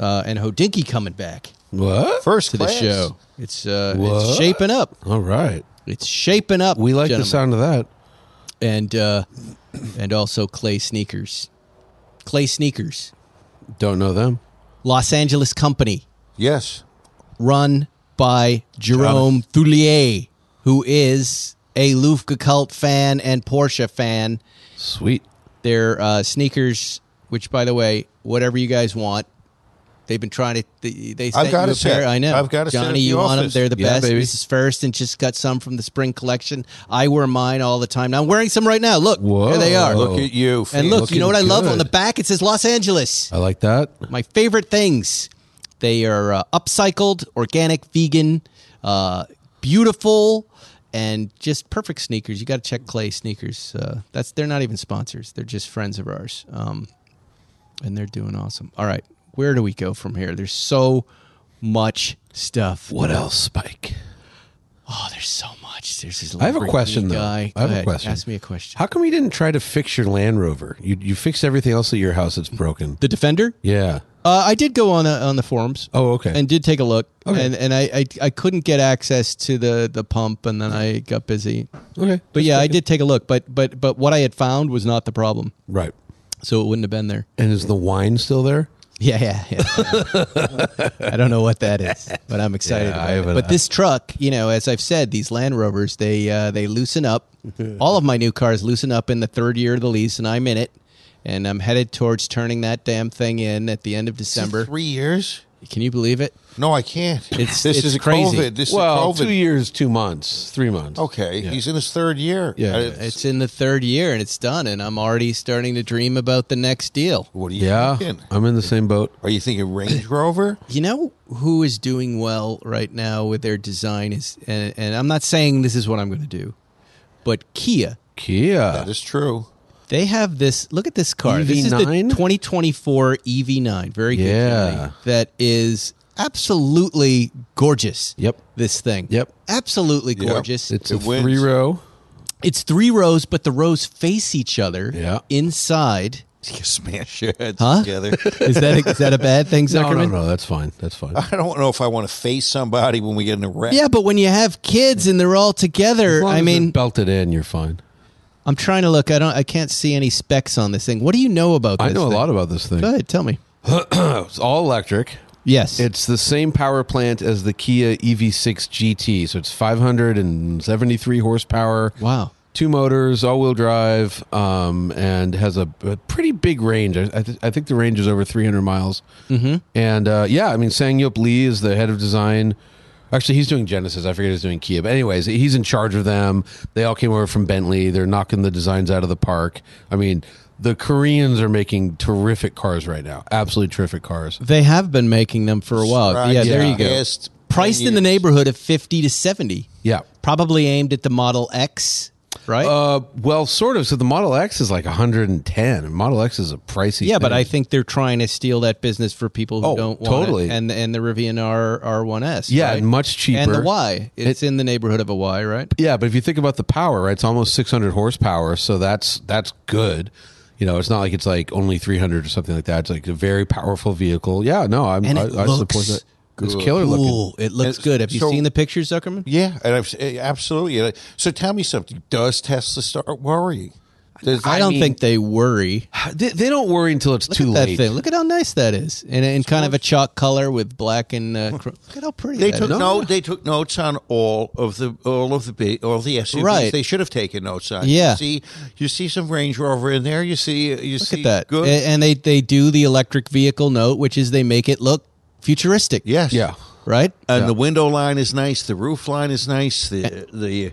Speaker 3: uh, and Hodinky coming back
Speaker 5: What?
Speaker 4: First
Speaker 3: to the
Speaker 4: class.
Speaker 3: show. It's uh, it's
Speaker 5: What?
Speaker 3: shaping up.
Speaker 5: All right.
Speaker 3: It's shaping up.
Speaker 5: We like the
Speaker 3: gentlemen.
Speaker 5: sound of that.
Speaker 3: and uh, and also Clay Sneakers, Clay Sneakers,
Speaker 5: Don't know them.
Speaker 3: Los Angeles company
Speaker 4: Yes.
Speaker 3: run by Jerome Thulier, who is a Lufka cult fan and Porsche fan.
Speaker 5: Sweet.
Speaker 3: Their uh, sneakers, which by the way, whatever you guys want. They've been trying to. They, they sent
Speaker 4: got
Speaker 3: you
Speaker 4: a
Speaker 3: a pair.
Speaker 4: set.
Speaker 3: I know.
Speaker 4: I've got a set
Speaker 3: Johnny,
Speaker 4: at the
Speaker 3: you want them?
Speaker 4: office.
Speaker 3: They're the
Speaker 5: Yeah,
Speaker 3: best.
Speaker 5: baby.
Speaker 3: Mrs. First and just got some from the spring collection. I wear mine all the time. Now I'm wearing some right now. Look,
Speaker 5: Whoa.
Speaker 3: there they are.
Speaker 4: Look at you.
Speaker 3: And
Speaker 4: Phoenix.
Speaker 3: look, you know what I
Speaker 5: Looking
Speaker 3: love
Speaker 5: good.
Speaker 3: on the back? It says Los Angeles.
Speaker 5: I like that.
Speaker 3: My favorite things. They are uh, upcycled, organic, vegan, uh, beautiful, and just perfect sneakers. You got to check Clay sneakers. Uh, that's they're not even sponsors. They're just friends of ours, um, and they're doing awesome. All right, where do we go from here? There's so much stuff.
Speaker 5: What else, Spike?
Speaker 3: Oh, there's so much. There's this.
Speaker 5: I have a
Speaker 3: Lamborghini
Speaker 5: question, though.
Speaker 3: Guy.
Speaker 5: I
Speaker 3: Go
Speaker 5: have a
Speaker 3: ahead.
Speaker 5: question.
Speaker 3: Ask me a question.
Speaker 5: How come you didn't try to fix your Land Rover? You you fixed everything else at your house that's broken.
Speaker 3: the defender.
Speaker 5: Yeah.
Speaker 3: Uh, I did go on uh, on the forums.
Speaker 5: Oh, okay.
Speaker 3: And did take a look,
Speaker 5: Okay.
Speaker 3: and and I, I I couldn't get access to the the pump, and then I got busy.
Speaker 5: Okay.
Speaker 3: But yeah, I did take a look, but but but what I had found was not the problem,
Speaker 5: Right.
Speaker 3: so it wouldn't have been
Speaker 5: (laughs)
Speaker 3: there.
Speaker 5: And is the wine still there?
Speaker 3: Yeah, yeah. yeah. (laughs) I don't know what that is, but I'm excited.
Speaker 5: Yeah,
Speaker 3: about
Speaker 5: I
Speaker 3: it.
Speaker 5: haven't-
Speaker 3: But this truck, you know, as I've said, these Land Rovers they uh, they loosen
Speaker 5: (laughs)
Speaker 3: up. All of my new cars loosen up in the third year of the lease, and I'm in it, and I'm headed towards turning that damn thing in at the end of December.
Speaker 4: Three years.
Speaker 3: Can you believe it?
Speaker 4: No, I can't.
Speaker 3: It's-
Speaker 4: this
Speaker 3: it's
Speaker 4: is a
Speaker 3: crazy.
Speaker 4: COVID. This
Speaker 5: well,
Speaker 4: is a COVID.
Speaker 5: two years, two months, three months.
Speaker 4: Okay,
Speaker 5: Yeah.
Speaker 4: he's in his third year.
Speaker 5: Yeah.
Speaker 4: Uh,
Speaker 3: It's in the third year and it's done, and I'm already starting to dream about the next deal.
Speaker 4: what are you
Speaker 5: Yeah,
Speaker 4: thinking?
Speaker 5: I'm in the same boat.
Speaker 4: Are you thinking
Speaker 3: (laughs)
Speaker 4: Range Rover?
Speaker 3: You know who is doing well right now with their design is, and, and I'm not saying this is what I'm going to do, but Kia.
Speaker 4: that
Speaker 5: Kia.
Speaker 4: is true.
Speaker 3: They have this. Look at this car. This is the
Speaker 5: EV9?
Speaker 3: 2024 EV9. Very good.
Speaker 5: E Yeah.
Speaker 3: Kelly. That is absolutely gorgeous.
Speaker 5: Yep.
Speaker 3: This thing.
Speaker 5: Yep.
Speaker 3: Absolutely gorgeous.
Speaker 5: It's
Speaker 4: It
Speaker 5: a
Speaker 4: wins.
Speaker 5: three row.
Speaker 3: It's three rows, but the rows face each other.
Speaker 5: Yeah. (laughs)
Speaker 3: Inside.
Speaker 4: You smash your heads
Speaker 3: Huh?
Speaker 4: together.
Speaker 3: (laughs) Is that a, is that a bad thing,
Speaker 5: No, no,
Speaker 3: Zuckerman?
Speaker 5: no, that's fine. That's
Speaker 4: (laughs)
Speaker 5: fine.
Speaker 4: I don't know if I want to face somebody when we get in a wreck.
Speaker 3: Yeah, but when you have kids and they're all
Speaker 5: As
Speaker 3: together,
Speaker 5: long
Speaker 3: I
Speaker 5: as they're
Speaker 3: mean,
Speaker 5: belted in, you're fine.
Speaker 3: I'm trying to look. I don't. I can't see any specs on this thing. What do you know about? This
Speaker 5: I know a
Speaker 3: thing?
Speaker 5: lot about this thing.
Speaker 3: Go ahead, tell me.
Speaker 5: It's all electric.
Speaker 3: Yes.
Speaker 5: It's the same power plant as the Kia E EV6 GT, so it's 573 horsepower.
Speaker 3: wow.
Speaker 5: Two motors, all-wheel drive, um, and has a, a pretty big range. I, I, th- I think the range is over 300 miles. Mm-hmm. And uh, yeah, I mean, Sangyup Lee is the head of design. Actually, he's doing Genesis. I forget he's doing Kia, but anyways, he's in charge of them. They all came over from Bentley. They're knocking the designs out of the park. I mean, the Koreans are making terrific cars right now. Absolutely terrific cars.
Speaker 3: They have been making them for a while.
Speaker 4: Right,
Speaker 3: yeah, there
Speaker 4: yeah.
Speaker 3: you go.
Speaker 4: Yes,
Speaker 3: Priced
Speaker 4: ten
Speaker 3: in the
Speaker 4: years.
Speaker 3: neighborhood of 50 to 70.
Speaker 5: Yeah.
Speaker 3: Probably aimed at the Model X, right?
Speaker 5: Uh, well, sort of. So the Model X is like 110, and Model X is a pricey.
Speaker 3: yeah, but
Speaker 5: thing.
Speaker 3: I think they're trying to steal that business for people who
Speaker 5: Oh,
Speaker 3: don't want it.
Speaker 5: totally.
Speaker 3: And and the Rivian R R1S.
Speaker 5: yeah,
Speaker 3: right?
Speaker 5: and much cheaper.
Speaker 3: And the Y. It's in the neighborhood of a Y, right?
Speaker 5: Yeah, but if you think about the power, right? It's almost 600 horsepower, so that's that's good. You know, it's not like it's like only 300 or something like that. It's like a very powerful vehicle. Yeah, no, I'm,
Speaker 3: And
Speaker 5: I,
Speaker 3: it
Speaker 5: I support
Speaker 3: looks
Speaker 5: that. It's killer
Speaker 3: Ooh,
Speaker 5: looking.
Speaker 3: it looks
Speaker 4: It's-
Speaker 3: good. Have you
Speaker 4: so-
Speaker 3: seen the pictures, Zuckerman?
Speaker 4: Yeah, and I've, eh, absolutely. And I- So tell me something. Does Tesla start worrying? Does,
Speaker 3: I don't
Speaker 5: mean-
Speaker 3: think they worry.
Speaker 5: They, they don't worry until it's
Speaker 3: Look
Speaker 5: too
Speaker 3: at that
Speaker 5: late.
Speaker 3: thing. Look at how nice that is, and in kind of a chalk color with black and uh, cr- look at how pretty
Speaker 4: They
Speaker 3: that
Speaker 4: took
Speaker 3: is.
Speaker 4: no, They took notes on all of the all of the big all the SUVs.
Speaker 3: Right.
Speaker 4: They should have taken notes on.
Speaker 3: Yeah.
Speaker 4: You see, you see some Range Rover in there. You see, you see
Speaker 3: Look at that.
Speaker 4: good.
Speaker 3: A- And they, they do the electric vehicle note, which is they make it look futuristic.
Speaker 4: yes.
Speaker 5: Yeah. Uh,
Speaker 3: Right?
Speaker 4: And the window line is nice. The roof line is nice.
Speaker 3: Eh.
Speaker 4: The the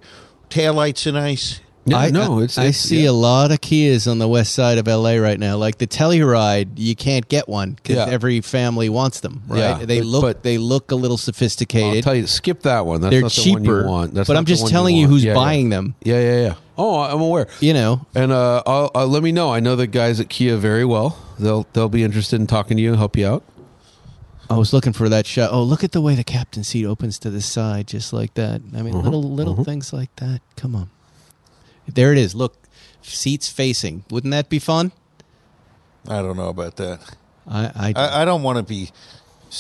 Speaker 4: taillights are nice.
Speaker 5: Yeah,
Speaker 3: I,
Speaker 5: no,
Speaker 3: I-
Speaker 5: it's,
Speaker 3: I
Speaker 5: it's-
Speaker 3: see
Speaker 5: yeah.
Speaker 3: a lot of Kias on the west side of LA right now. Like the Telluride, you can't get one because
Speaker 5: Yeah.
Speaker 3: every family wants them. Right?
Speaker 5: Yeah.
Speaker 3: They
Speaker 5: But-
Speaker 3: look
Speaker 5: but-
Speaker 3: they look a little
Speaker 5: I'll
Speaker 3: sophisticated.
Speaker 5: tell you, skip that one. That's
Speaker 3: They're
Speaker 5: not the
Speaker 3: cheaper.
Speaker 5: one you want. That's
Speaker 3: but
Speaker 5: not
Speaker 3: I'm
Speaker 5: the
Speaker 3: just
Speaker 5: one
Speaker 3: telling you
Speaker 5: want.
Speaker 3: who's
Speaker 5: Yeah, yeah.
Speaker 3: buying them.
Speaker 5: Yeah, yeah, yeah. Oh, I'm aware.
Speaker 3: You know,
Speaker 5: And uh, I'll, uh, let me know. I know the guys at Kia very well. They'll they'll be interested in talking to you, help you out.
Speaker 3: I was looking for that shot. Oh, look at the way the captain seat opens to the side, just like that. I
Speaker 5: Uh-huh,
Speaker 3: mean, little little things like that. Come on, there it is. Look, seats facing. Wouldn't that be fun?
Speaker 4: I don't know about that.
Speaker 3: I, I,
Speaker 4: I, I don't want to be.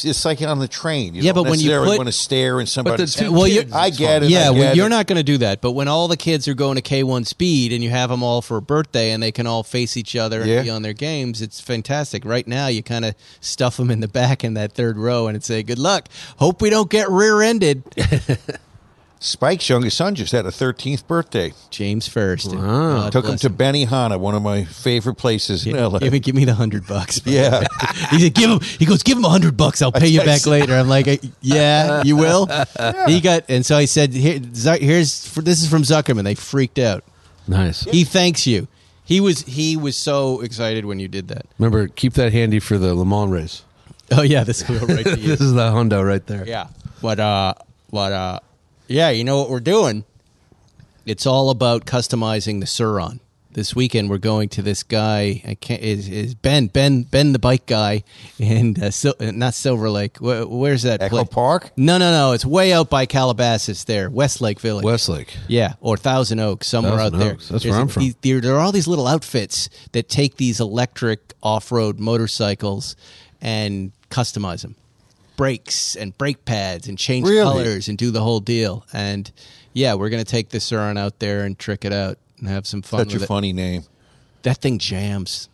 Speaker 4: It's like on the train. You
Speaker 3: Yeah,
Speaker 4: don't
Speaker 3: but when you
Speaker 4: necessarily
Speaker 3: put-
Speaker 4: want to stare in somebody's
Speaker 5: two
Speaker 3: Well,
Speaker 4: you
Speaker 3: kids,
Speaker 4: I
Speaker 5: it's
Speaker 4: get it.
Speaker 3: yeah.
Speaker 4: I
Speaker 3: Well,
Speaker 4: get
Speaker 3: you're
Speaker 4: it.
Speaker 3: not going to do that, but when all the kids are going to K1 speed and you have them all for a birthday and they can all face each other
Speaker 4: Yeah.
Speaker 3: and be on their games, it's fantastic. Right now, you kind of stuff them in the back in that third row and say, "Good luck. Hope we don't get rear-ended."
Speaker 4: Spike's youngest son just had a 13th birthday.
Speaker 3: James first.
Speaker 4: Took him to Benihana, one of my favorite places
Speaker 3: (laughs)
Speaker 4: in LA.
Speaker 3: Give me, give me the hundred bucks.
Speaker 4: Yeah.
Speaker 3: (laughs) he said, "Give him." He goes, "Give him a hundred bucks. I'll pay you back later." I'm like, "Yeah, you will." He got, and so I said, Here, Zuck- "Here's for, this is from Zuckerman." They freaked out.
Speaker 5: Nice.
Speaker 3: He thanks you. He was he was so excited when you did that.
Speaker 5: Remember, keep that handy for the Le Mans race.
Speaker 3: Oh yeah, this will right to (laughs) you.
Speaker 5: (laughs) This is the Honda right there.
Speaker 3: yeah, but uh, but uh, yeah, you know what we're doing? It's all about customizing the Suron. This weekend we're going to this guy. I can't is, is Ben Ben Ben the bike guy and uh, Sil- uh, not Silver Lake. Where, where's that?
Speaker 4: Echo
Speaker 3: place?
Speaker 4: Park?
Speaker 3: No, no, no. It's way out by Calabasas. There, Westlake Village.
Speaker 5: Westlake.
Speaker 3: Yeah, or Thousand Oaks, somewhere
Speaker 5: Thousand
Speaker 3: out there.
Speaker 5: Oaks, that's
Speaker 3: There's
Speaker 5: where I'm
Speaker 3: a-
Speaker 5: from.
Speaker 3: these- there, there are all these little outfits that take these electric off-road motorcycles and customize them, brakes and brake pads, and change
Speaker 4: Really?
Speaker 3: colors and do the whole deal. And yeah, we're gonna take the Suron out there and trick it out and have some fun
Speaker 4: Such a
Speaker 3: with it.
Speaker 4: funny name.
Speaker 3: That thing jams.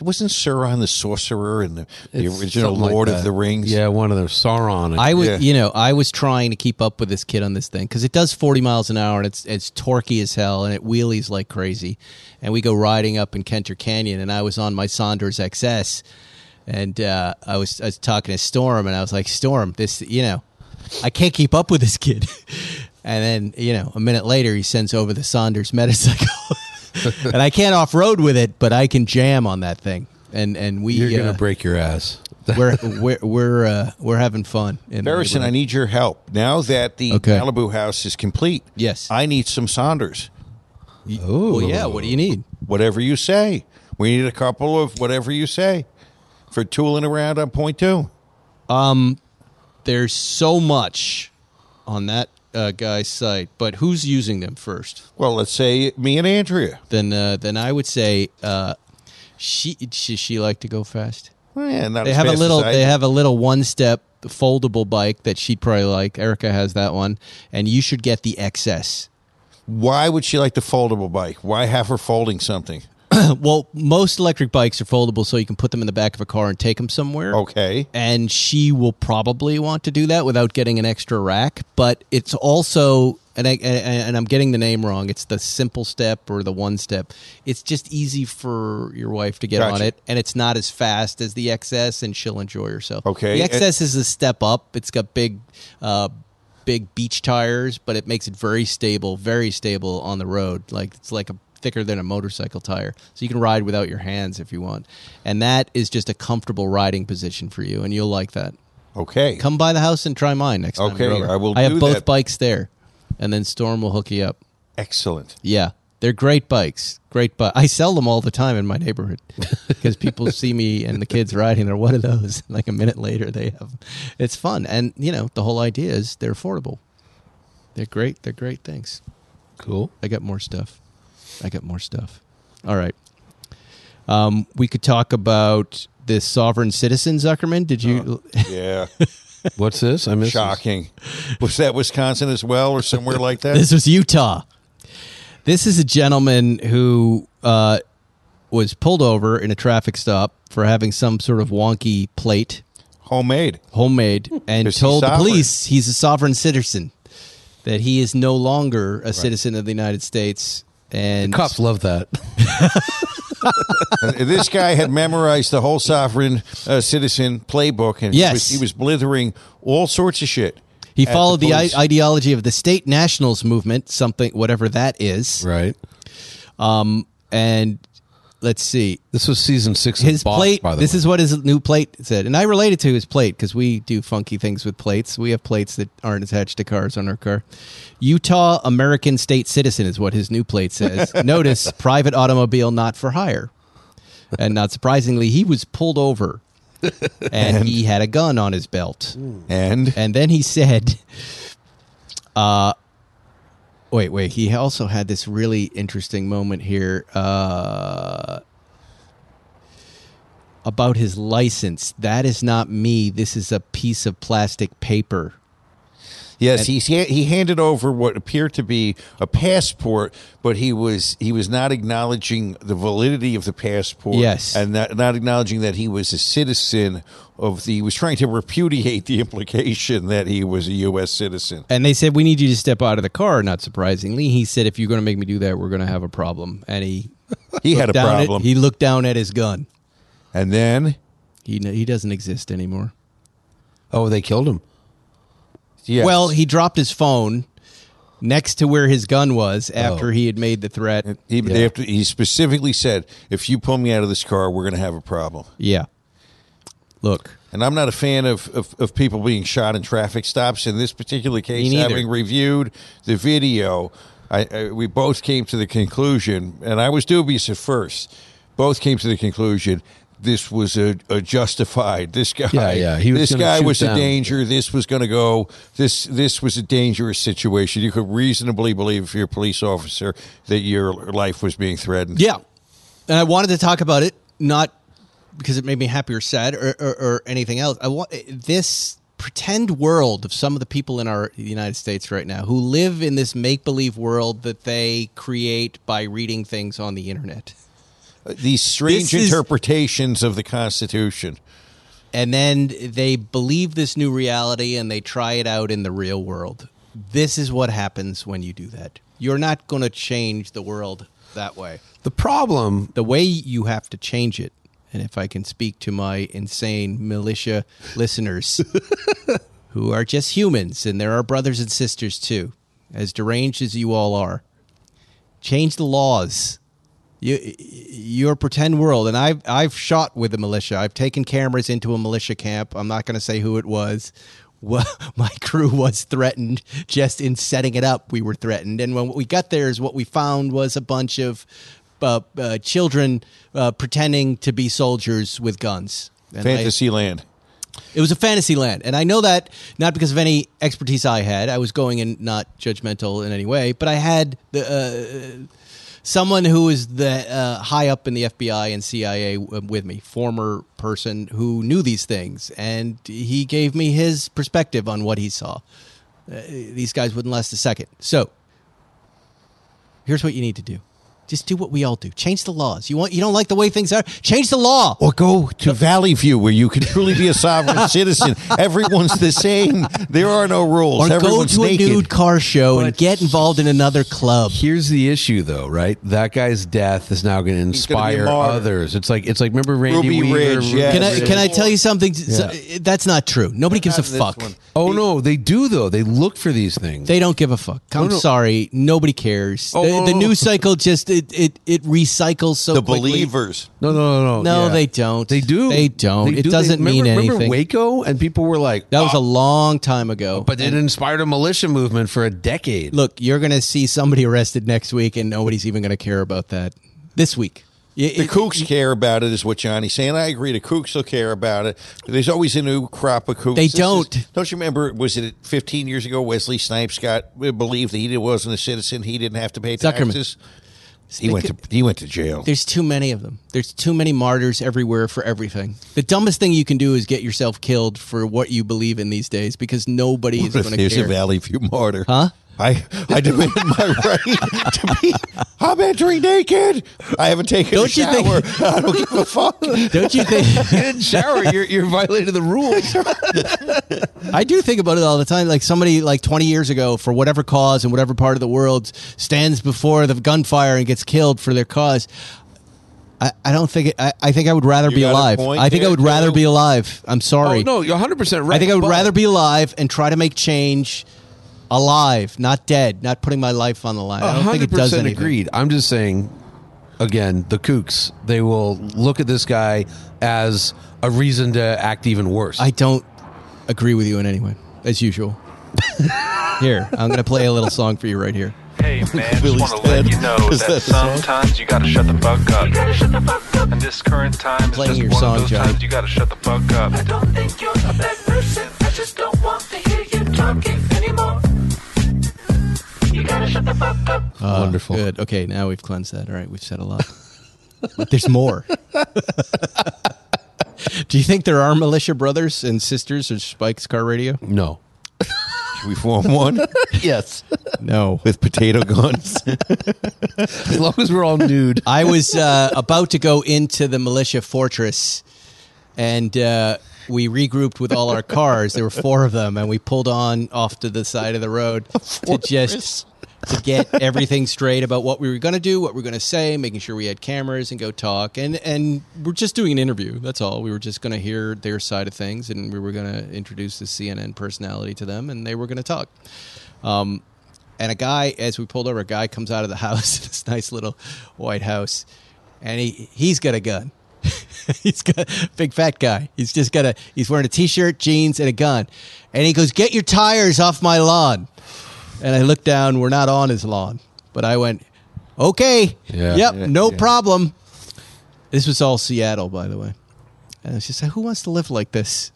Speaker 4: Wasn't Sauron the sorcerer and the, the
Speaker 5: It's
Speaker 4: original
Speaker 5: something like
Speaker 4: Lord
Speaker 5: that.
Speaker 4: of the Rings?
Speaker 5: Yeah, one of those Sauron.
Speaker 3: I was,
Speaker 4: Yeah.
Speaker 3: you know, I was trying to keep up with this kid on this thing because it does forty miles an hour and it's it's torquey as hell and it wheelies like crazy, and we go riding up in Kenter Canyon and I was on my Saunders XS, And uh, I was I was talking to Storm, and I was like, Storm, this you know, I can't keep up with this kid. (laughs) and then you know, a minute later, he sends over the Saunders Metacycle, (laughs) and I can't off road with it, but I can jam on that thing. And and we
Speaker 5: You're
Speaker 3: uh,
Speaker 5: gonna break your ass.
Speaker 3: we're we're we're uh, we're having fun. In the
Speaker 4: Barrison, I
Speaker 3: neighborhood.
Speaker 4: need your help. Now that the
Speaker 3: Okay.
Speaker 4: Malibu house is complete,
Speaker 3: Yes.
Speaker 4: I need some Saunders.
Speaker 3: Well, yeah. What do you need?
Speaker 4: Whatever you say. We need a couple of whatever you say for tooling around on point two.
Speaker 3: There's so much on that uh, guy's site, but who's using them first?
Speaker 4: Well, let's say me and Andrea.
Speaker 3: Then uh, then I would say uh, she she she like to go fast.
Speaker 4: Well, yeah, Eh, not
Speaker 3: They
Speaker 4: as
Speaker 3: have a
Speaker 4: fast
Speaker 3: little
Speaker 4: as I
Speaker 3: they
Speaker 4: do.
Speaker 3: have a little one step foldable bike that she'd probably like. Erica has that one, and you should get the XS.
Speaker 4: Why would she like the foldable bike? Why have her folding something?
Speaker 3: well, most electric bikes are foldable, so you can put them in the back of a car and take them somewhere.
Speaker 4: Oh, Okay.
Speaker 3: and she will probably want to do that without getting an extra rack. But it's also, and I and, and I'm getting the name wrong. It's the simple step or the one step. It's just easy for your wife to get on
Speaker 4: Gotcha.
Speaker 3: it, and it's not as fast as the XS, and she'll enjoy herself.
Speaker 4: Okay.
Speaker 3: the XS is a step up. It's got big. Uh, Big beach tires, but it makes it very stable, very stable on the road. Like it's like a thicker than a motorcycle tire. So you can ride without your hands if you want. And that is just a comfortable riding position for you, and you'll like that.
Speaker 4: Okay.
Speaker 3: Come by the house and try mine next time. you're
Speaker 4: Okay,
Speaker 3: over.
Speaker 4: I will
Speaker 3: I have
Speaker 4: do
Speaker 3: both
Speaker 4: that.
Speaker 3: bikes there, and then Storm will hook you up. (laughs)
Speaker 4: Excellent.
Speaker 3: Yeah, they're great bikes. Great bike. I sell them all the time in my neighborhood because people see me and the kids riding. They're one of those. (laughs) Like a minute later, they have. It's fun, and you know the whole idea is they're affordable. They're great. They're great things.
Speaker 5: Cool.
Speaker 3: I got more stuff. I got more stuff. All right. Um, we could talk about this sovereign citizen Zuckerman. Did you?
Speaker 4: Yeah.
Speaker 5: What's this? I missed. this.
Speaker 4: Shocking. Was that Wisconsin as well or somewhere like that?
Speaker 3: This was Utah. This is a gentleman who uh, was pulled over in a traffic stop for having some sort of wonky plate,
Speaker 4: Homemade.
Speaker 3: homemade, and
Speaker 4: Hmm. Is he
Speaker 3: told the
Speaker 4: sovereign?
Speaker 3: police he's a sovereign citizen, that he is no longer a citizen of the United States. And
Speaker 5: Cops love (laughs) that.
Speaker 4: Uh, this guy had memorized the whole sovereign uh, citizen playbook, and
Speaker 3: Yes.
Speaker 4: he, was, he was blithering all sorts of shit.
Speaker 3: He
Speaker 4: at
Speaker 3: followed the,
Speaker 4: police.
Speaker 3: I- ideology of the state nationals movement, something whatever that is.
Speaker 5: right.
Speaker 3: And let's see.
Speaker 5: This was season six. Of
Speaker 3: His
Speaker 5: Boss,
Speaker 3: plate.
Speaker 5: By the
Speaker 3: This
Speaker 5: way.
Speaker 3: is what his new plate said, and I related to his plate because we do funky things with plates. We have plates that aren't attached to cars on our car. Utah American state citizen is what his new plate
Speaker 5: (laughs)
Speaker 3: says. Notice private automobile not for hire, and not surprisingly, he was pulled
Speaker 5: (laughs)
Speaker 3: over, and, he had a gun on his belt.
Speaker 4: and
Speaker 3: And then he said, (laughs) uh, wait, wait. He also had this really interesting moment here uh, about his license. That is not me. This is a piece of plastic paper.
Speaker 4: yes, he he handed over what appeared to be a passport, but he was he was not acknowledging the validity of the passport.
Speaker 3: Yes.
Speaker 4: and not, not acknowledging that he was a citizen of the. He was trying to repudiate the implication that he was a U.S. citizen.
Speaker 3: And they said, We need you to step out of the car. Not surprisingly, he said, If you're going to make me do that, we're going to have a problem. And he,
Speaker 4: He had a
Speaker 3: down at-
Speaker 4: problem,
Speaker 3: he looked down at his gun.
Speaker 4: and then
Speaker 3: He, he doesn't exist anymore.
Speaker 5: Oh, they killed him.
Speaker 4: yes.
Speaker 3: Well, he dropped his phone next to where his gun was after he had made the threat.
Speaker 4: Oh. He, they have to, he specifically said, "If you pull me out of this car, we're going to have a problem."
Speaker 3: Yeah. Look,
Speaker 4: And I'm not a fan of, of, of people being shot in traffic stops. In this particular case,
Speaker 3: neither.
Speaker 4: having reviewed the video, I, I, we both came to the conclusion, and I was dubious at first. Both came to the conclusion this was a, a justified. This guy,
Speaker 5: Yeah, yeah, he was
Speaker 4: this
Speaker 5: gonna
Speaker 4: guy
Speaker 5: shoot
Speaker 4: was a
Speaker 5: down.
Speaker 4: danger. This was going to go. This this was a dangerous situation. You could reasonably believe, if you're a police officer, that your life was being threatened.
Speaker 3: yeah. And I wanted to talk about it, not because it made me happy or sad or, or, or anything else. I want this pretend world of some of the people in our United States right now who live in this make believe world that they create by reading things on the internet.
Speaker 4: these strange
Speaker 3: This is-
Speaker 4: interpretations of the Constitution.
Speaker 3: and then they believe this new reality and they try it out in the real world. This is what happens when you do that. You're not going to change the world that way.
Speaker 5: The problem
Speaker 3: The way you have to change it and if I can speak to my insane militia listeners who are just humans and there are brothers and sisters too, as deranged as you all are, change the laws. You, your pretend world, and I've I've shot with the militia. I've taken cameras into a militia camp. I'm not going to say who it was. Well, (laughs) my crew was threatened just in setting it up. We were threatened, and when we got there, is what we found was a bunch of uh, uh, children uh, pretending to be soldiers with guns. And I-
Speaker 4: Fantasyland.
Speaker 3: it was a fantasy land. And I know that not because of any expertise I had. I was going in not judgmental in any way, but I had the, uh, someone who was the uh, high up in the FBI and CIA w- uh, with me, former person who knew these things. And he gave me his perspective on what he saw. Uh, these guys wouldn't last a second. So here's what you need to do. Just do what we all do. Change the laws. You want you don't like the way things are? Change the law.
Speaker 4: Or go to Valley View where you can truly be
Speaker 3: (laughs)
Speaker 4: a sovereign citizen. Everyone's the same. There are no rules.
Speaker 3: Or go
Speaker 4: Everyone's
Speaker 3: to a
Speaker 4: naked.
Speaker 3: nude car show and
Speaker 5: But-
Speaker 3: get involved in another club.
Speaker 5: Here's the issue, though, right? That guy's death is now going to
Speaker 4: gonna be a
Speaker 5: inspire
Speaker 4: martyr.
Speaker 5: others. It's like it's like remember Randy
Speaker 4: Ruby
Speaker 5: Weaver?
Speaker 4: Ridge, yeah.
Speaker 3: Can I
Speaker 4: Really?
Speaker 3: can I tell you something? So- that's not true. Nobody gives a
Speaker 4: Not this
Speaker 3: fuck.
Speaker 4: one.
Speaker 5: Oh no, they do though. They look for these things.
Speaker 3: They don't give a fuck. I'm
Speaker 5: no.
Speaker 3: sorry. Nobody cares.
Speaker 5: Oh,
Speaker 3: the,
Speaker 5: no,
Speaker 3: the
Speaker 5: no.
Speaker 3: news cycle just it it, it recycles so
Speaker 4: The
Speaker 3: quickly.
Speaker 4: believers.
Speaker 5: no, no, no, no.
Speaker 3: No,
Speaker 5: yeah.
Speaker 3: they don't.
Speaker 5: They do.
Speaker 3: They don't.
Speaker 5: They
Speaker 3: it
Speaker 5: do. They-
Speaker 3: doesn't mean
Speaker 5: remember-
Speaker 3: anything.
Speaker 5: Remember Waco, and people were like,
Speaker 3: that was
Speaker 5: "Oh,
Speaker 3: a long time ago.
Speaker 5: But it inspired a militia movement for a decade.
Speaker 3: look, you're gonna see somebody arrested next week, and nobody's even gonna care about that this week. It-
Speaker 4: The
Speaker 3: it-
Speaker 4: kooks care about it, is what Johnny's saying. I agree. The kooks will care about it. There's always a new crop of kooks.
Speaker 3: They
Speaker 4: This is-
Speaker 3: don't.
Speaker 4: don't you remember? Was it 15 years ago? Wesley Snipes got believed that he wasn't a citizen. He didn't have to pay
Speaker 3: Zuckerman.
Speaker 4: taxes. He went to he went to jail.
Speaker 3: There's too many of them. There's too many martyrs everywhere for everything. The dumbest thing you can do is get yourself killed for what you believe in these days because nobody is
Speaker 4: What if
Speaker 3: going to
Speaker 4: there's a
Speaker 3: care.
Speaker 4: Valley View martyr?
Speaker 3: Huh?
Speaker 4: I I demand my right to be. I'm entering naked. I haven't taken a
Speaker 3: Don't you think-
Speaker 4: shower. I don't give a fuck.
Speaker 3: Don't (laughs) you think? (laughs)
Speaker 5: You didn't shower. You're, you're violating the rules.
Speaker 3: I do think about it all the time. Like somebody like 20 years ago for whatever cause in whatever part of the world stands before the gunfire and gets killed for their cause. I, I don't think it, I, I think I would rather be
Speaker 4: got a
Speaker 3: alive.
Speaker 4: point
Speaker 3: I think I
Speaker 4: there,
Speaker 3: would rather
Speaker 4: Joe.
Speaker 3: be alive. I'm sorry.
Speaker 5: Oh no, you're 100 percent right.
Speaker 3: I think I would
Speaker 5: but-
Speaker 3: rather be alive and try to make change alive, not dead, not putting my life on the line. I don't think it does
Speaker 5: 100%
Speaker 3: anything.
Speaker 5: agreed. I'm just saying, again, the kooks, they will look at this guy as a reason to act even worse.
Speaker 3: I don't agree with you in any way, as usual. here, I'm going to play a little song for you right here.
Speaker 6: Hey man, just
Speaker 4: Billy
Speaker 6: want to
Speaker 4: Stead.
Speaker 6: let you know
Speaker 4: Is
Speaker 6: that
Speaker 4: that the song?
Speaker 6: sometimes you gotta shut the fuck up. And this current time is
Speaker 3: Playing
Speaker 6: just
Speaker 3: your
Speaker 6: one
Speaker 3: song,
Speaker 6: of those
Speaker 3: Johnny.
Speaker 6: times you gotta shut the fuck up.
Speaker 7: I don't think you're the best person. I just don't want to hear you talking anymore. You gotta shut the fuck up.
Speaker 5: Wonderful.
Speaker 3: Uh, Good. Okay, now we've cleansed that. All right, we've said a lot. but there's more. Do you think there are militia brothers and sisters at Spike's Car Radio?
Speaker 5: No.
Speaker 4: Should we form one
Speaker 5: Yes.
Speaker 3: No.
Speaker 4: with potato
Speaker 3: (laughs)
Speaker 4: guns?
Speaker 5: as long as we're all nude.
Speaker 3: I was uh, about to go into the militia fortress, and uh, we regrouped with all our cars. There were four of them, and we pulled on off to the side of the road to just to get everything straight about what we were going to do, what we were going to say, making sure we had cameras and go talk, and and we're just doing an interview. That's all. We were just going to hear their side of things, and we were going to introduce the CNN personality to them, and they were going to talk. Um, and a guy, as we pulled over, a guy comes out of the (laughs) house, this nice little white house, and he he's got a gun. (laughs) he's got big fat guy. He's just got a he's wearing a t-shirt, jeans, and a gun, and he goes, "Get your tires off my lawn." And I looked down. We're not on his lawn, but I went, "Okay,
Speaker 5: Yeah.
Speaker 3: yep,
Speaker 5: Yeah,
Speaker 3: no
Speaker 5: yeah.
Speaker 3: problem." This was all Seattle, by the way, and I was just like, "Who wants to live like this?"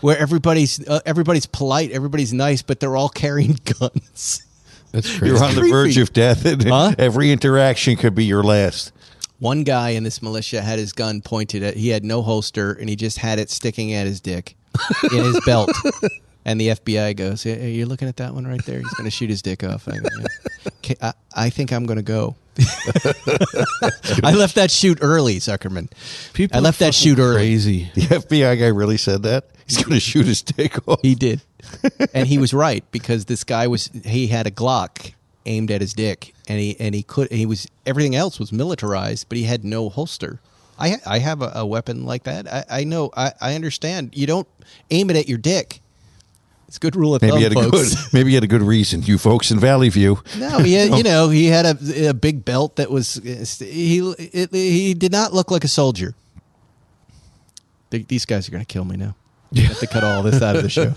Speaker 3: Where everybody's uh, everybody's polite, everybody's nice, but they're all carrying (laughs) guns.
Speaker 5: That's crazy.
Speaker 4: You're on the
Speaker 3: creepy.
Speaker 4: verge of death, and
Speaker 3: Huh?
Speaker 4: every interaction could be your last.
Speaker 3: One guy in this militia had his gun pointed at. He had no holster, and he just had it sticking at his dick in his belt. And the FBI goes, "Hey, "You're looking at that one right there. He's going to shoot his dick off." I, go, "Yeah." 'Kay, I, I think I'm going to go. I left that shoot early, Zuckerman. I left that shoot early.
Speaker 5: Crazy.
Speaker 4: The FBI guy really said that. He's going to shoot his dick off.
Speaker 3: He did, and he was right because this guy was he had a Glock aimed at his dick, and he and he could he was everything else was militarized, but he had no holster. I I have a, a weapon like that. I, I know. I, I understand. You don't aim it at your dick. It's a good rule of
Speaker 4: Maybe
Speaker 3: thumb,
Speaker 4: you had a
Speaker 3: folks.
Speaker 4: (laughs)
Speaker 3: (laughs)
Speaker 4: good. Maybe you had a good reason, you folks in Valley View.
Speaker 3: No, he had, you know he had a, a big belt that was he it, he did not look like a soldier. Th- These guys are going to kill me now. You have to cut all this out of the show,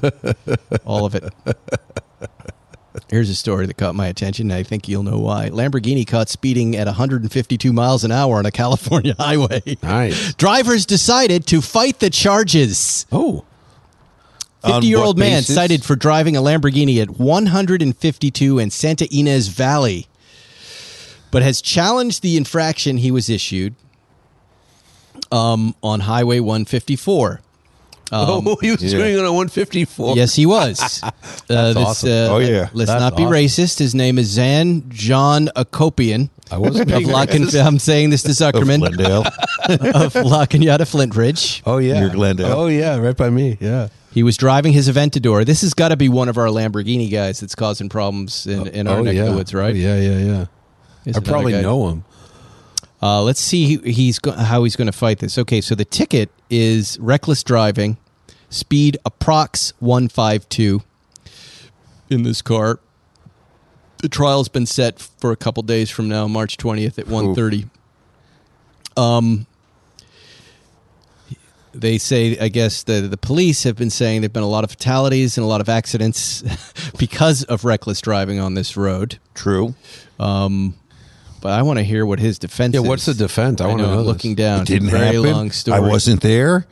Speaker 3: all of it. Here's a story that caught my attention. and I think you'll know why. Lamborghini caught speeding at 152 miles an hour on a California (laughs) highway.
Speaker 5: Nice.
Speaker 3: Drivers decided to fight the charges.
Speaker 5: Oh,
Speaker 3: 50 year old
Speaker 4: On what
Speaker 3: man
Speaker 4: basis?
Speaker 3: cited for driving a Lamborghini at 152 in Santa Ynez Valley, but has challenged the infraction he was issued um, on Highway 154.
Speaker 5: oh, (laughs) he was
Speaker 4: yeah.
Speaker 5: doing it on 154.
Speaker 3: Um, Yes, he was.
Speaker 5: (laughs)
Speaker 3: Uh, this, uh,
Speaker 5: awesome.
Speaker 4: Oh, yeah.
Speaker 3: Let's
Speaker 5: That's
Speaker 3: not be
Speaker 5: awesome.
Speaker 3: racist. His name is Zan John Akopian.
Speaker 5: I wasn't
Speaker 3: Of
Speaker 5: being
Speaker 3: La Can-
Speaker 5: racist.
Speaker 3: I'm saying
Speaker 5: (laughs)
Speaker 3: this to
Speaker 4: Of
Speaker 3: Zuckerman
Speaker 4: Glendale.
Speaker 3: (laughs) of La Canyada Flint Ridge.
Speaker 5: Oh yeah,
Speaker 4: Near Glendale.
Speaker 5: Oh yeah, right by me. Yeah.
Speaker 3: He was driving his Aventador. This has got to be one of our Lamborghini guys that's causing problems in, in our
Speaker 5: oh,
Speaker 3: neck
Speaker 5: yeah.
Speaker 3: of the woods, right?
Speaker 5: Oh, yeah, yeah, yeah.
Speaker 3: It's
Speaker 5: I
Speaker 3: another
Speaker 5: probably
Speaker 3: guy.
Speaker 5: know him.
Speaker 3: Uh, let's see who- he's go- how he's going to fight this. Okay, so the ticket is reckless driving, speed approx 152 in this car. The trial's been set for a couple days from now, March 20th at 1:30. Um they say I guess the the police have been saying there've been a lot of fatalities and a lot of accidents (laughs) because of reckless driving on this road.
Speaker 4: True.
Speaker 3: But I want to hear what his defense
Speaker 5: Yeah,
Speaker 3: is.
Speaker 5: what's the defense? I wanna
Speaker 3: I'm
Speaker 5: know this.
Speaker 3: Looking down,
Speaker 4: It didn't
Speaker 3: it's a very
Speaker 4: happen.
Speaker 3: long story.
Speaker 4: I wasn't there.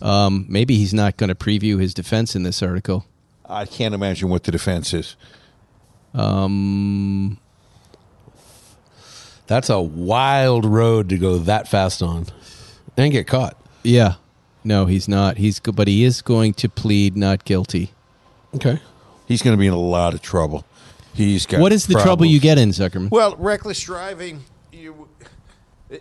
Speaker 3: Um, maybe he's not going to preview his defense in this article.
Speaker 4: I can't imagine what the defense is.
Speaker 5: That's a wild road to go that fast on, and get caught.
Speaker 3: Yeah, no, he's not. He's go- but he is going to plead not guilty.
Speaker 5: Okay.
Speaker 4: He's going to be in a lot of trouble. He's got.
Speaker 3: what is the trouble
Speaker 4: problems.
Speaker 3: you get in, Zuckerman?
Speaker 4: Well, reckless driving you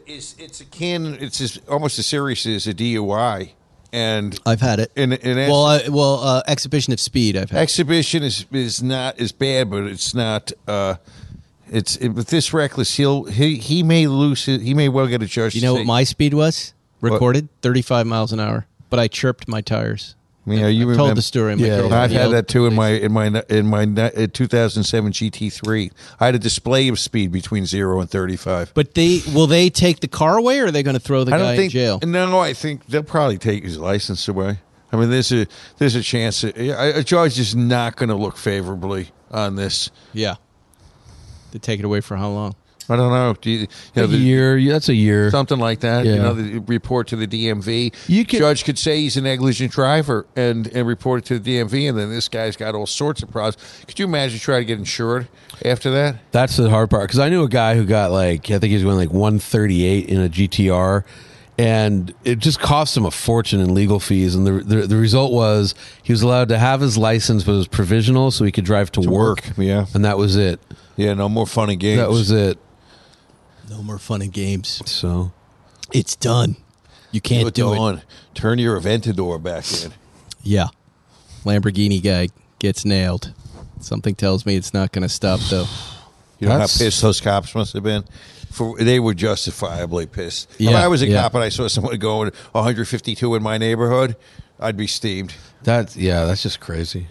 Speaker 4: is it's akin it's as, almost as serious as a DUI, and
Speaker 3: I've had it.
Speaker 4: In- in
Speaker 3: well, I, well, uh, exhibition of speed. I've had.
Speaker 4: exhibition is is not as bad, but it's not. Uh, it's it, with this reckless, he'll he he may lose. His, he may well get a judge.
Speaker 3: you
Speaker 4: to
Speaker 3: know
Speaker 4: say,
Speaker 3: what my speed was recorded? Thirty-five miles an hour. But I chirped my tires.
Speaker 4: I mean, are you
Speaker 3: I've
Speaker 4: remember,
Speaker 3: told the story. My
Speaker 5: Yeah,
Speaker 3: girlfriend
Speaker 4: I've had
Speaker 3: yelled,
Speaker 4: that too in
Speaker 3: "Please."
Speaker 4: my in my in my uh, 2007 GT3. I had a display of speed between zero and 35.
Speaker 3: But they will they take the car away, or are they going to throw the
Speaker 4: I
Speaker 3: guy
Speaker 4: don't
Speaker 3: in
Speaker 4: think
Speaker 3: jail?
Speaker 4: No, I think they'll probably take his license away. I mean, there's a there's a chance that, a a judge is not going to look favorably on this.
Speaker 3: Yeah. To take it away for how long?
Speaker 4: I don't know. Do you, you know
Speaker 5: A
Speaker 4: the-
Speaker 5: year. yeah, That's a year.
Speaker 4: something like that? You
Speaker 5: Yeah.
Speaker 4: know, the report to the DMV.
Speaker 5: You could-
Speaker 4: judge could say he's a negligent driver and and report it to the DMV, and then this guy's got all sorts of problems. Could you imagine trying to get insured after that?
Speaker 5: That's the hard part because I knew a guy who got like I think he was going like 138 in a GTR, and it just cost him a fortune in legal fees. And the the, the result was he was allowed to have his license, but it was provisional, so he could drive to, work.
Speaker 4: work, yeah.
Speaker 5: and that was it.
Speaker 4: Yeah, no more fun and games.
Speaker 5: That was it.
Speaker 3: No more fun and games.
Speaker 5: So
Speaker 3: It's done. You can't
Speaker 4: Put
Speaker 3: do it.
Speaker 4: on. Turn your Aventador back in.
Speaker 3: Yeah. Lamborghini guy gets nailed. Something tells me it's not going to stop, though.
Speaker 4: You know
Speaker 5: That's-
Speaker 4: how pissed those cops must have been. For they were justifiably pissed. If
Speaker 3: Yeah,
Speaker 4: I was a
Speaker 3: yeah.
Speaker 4: cop and I saw someone going 152 in my neighborhood, I'd be steamed.
Speaker 5: that yeah, that's just crazy.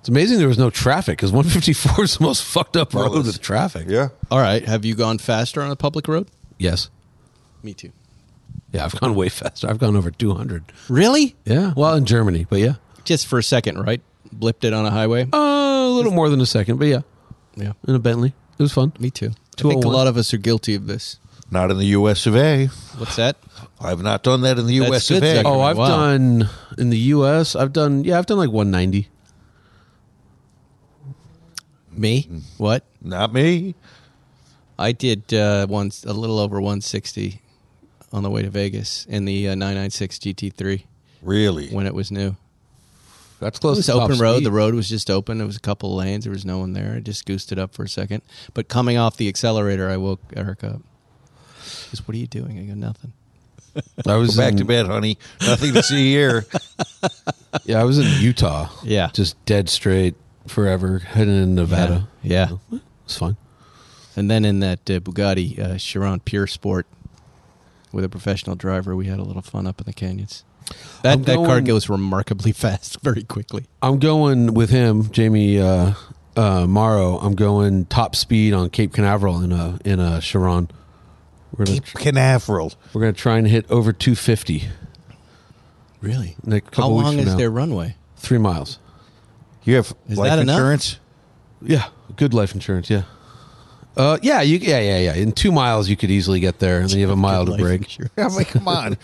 Speaker 5: It's amazing there was no traffic because 154 is the most fucked up road
Speaker 4: it's-
Speaker 5: with traffic.
Speaker 3: All right. Have you gone faster on a public road?
Speaker 5: Yes.
Speaker 3: Me too.
Speaker 5: Yeah, I've gone way (laughs) faster. I've gone over 200.
Speaker 3: Really?
Speaker 5: Yeah. Well, in Germany, but yeah.
Speaker 3: Just for a second, right? Blipped it on a highway?
Speaker 5: Uh, a little more than a second, but yeah.
Speaker 3: Yeah.
Speaker 5: In a Bentley. It was fun.
Speaker 3: Me too. oh I think a
Speaker 5: 201.
Speaker 3: lot of us are guilty of this.
Speaker 4: Not in the U.S. of A.
Speaker 3: What's that?
Speaker 4: I've not done that in the
Speaker 3: That's
Speaker 4: U.S. of
Speaker 3: good,
Speaker 4: A.
Speaker 3: Zucker.
Speaker 5: Oh, I've
Speaker 3: Wow.
Speaker 5: done in the US, I've done yeah, I've done like 190.
Speaker 3: Me? What?
Speaker 4: Not me.
Speaker 3: I did uh, once a little over 160 on the way to Vegas in the uh, 996 GT3
Speaker 4: Really?
Speaker 3: when it was new.
Speaker 5: That's close
Speaker 3: It was
Speaker 5: to top
Speaker 3: open road.
Speaker 5: speed.
Speaker 3: The road was just open. There was a couple of lanes. There was no one there. I just goosed it up for a second. But coming off the accelerator, I woke Eric up. He goes, what are you doing? I go, nothing.
Speaker 5: I was
Speaker 4: Back
Speaker 5: in,
Speaker 4: to bed, honey. Nothing to see
Speaker 3: (laughs)
Speaker 4: here.
Speaker 5: Yeah, I was in Utah.
Speaker 3: Yeah.
Speaker 5: Just dead straight forever heading in Nevada.
Speaker 3: Yeah.
Speaker 5: It's fine.
Speaker 3: And then in that uh, Bugatti uh, Chiron Pure Sport with a professional driver, we had a little fun up in the canyons. That
Speaker 5: I'm
Speaker 3: that car
Speaker 5: going-
Speaker 3: goes remarkably (laughs) fast, very quickly.
Speaker 5: I'm going with him, Jamie uh, uh, Morrow. I'm going top speed on Cape Canaveral in a in a Chiron. We're gonna,
Speaker 4: Canaveral.
Speaker 5: we're gonna try and hit over 250.
Speaker 3: Really?
Speaker 5: In a couple
Speaker 3: How
Speaker 5: weeks
Speaker 3: long
Speaker 5: from
Speaker 3: is
Speaker 5: now.
Speaker 3: their runway?
Speaker 5: Three miles.
Speaker 4: You have
Speaker 3: Is
Speaker 4: life
Speaker 3: that enough? (laughs)
Speaker 4: insurance?
Speaker 5: Yeah, good life insurance. Yeah. Uh, yeah, you, yeah, yeah, yeah. In two miles, you could easily get there, and then you have a mile to
Speaker 3: Life
Speaker 5: break.
Speaker 3: insurance.
Speaker 4: I'm like, come on,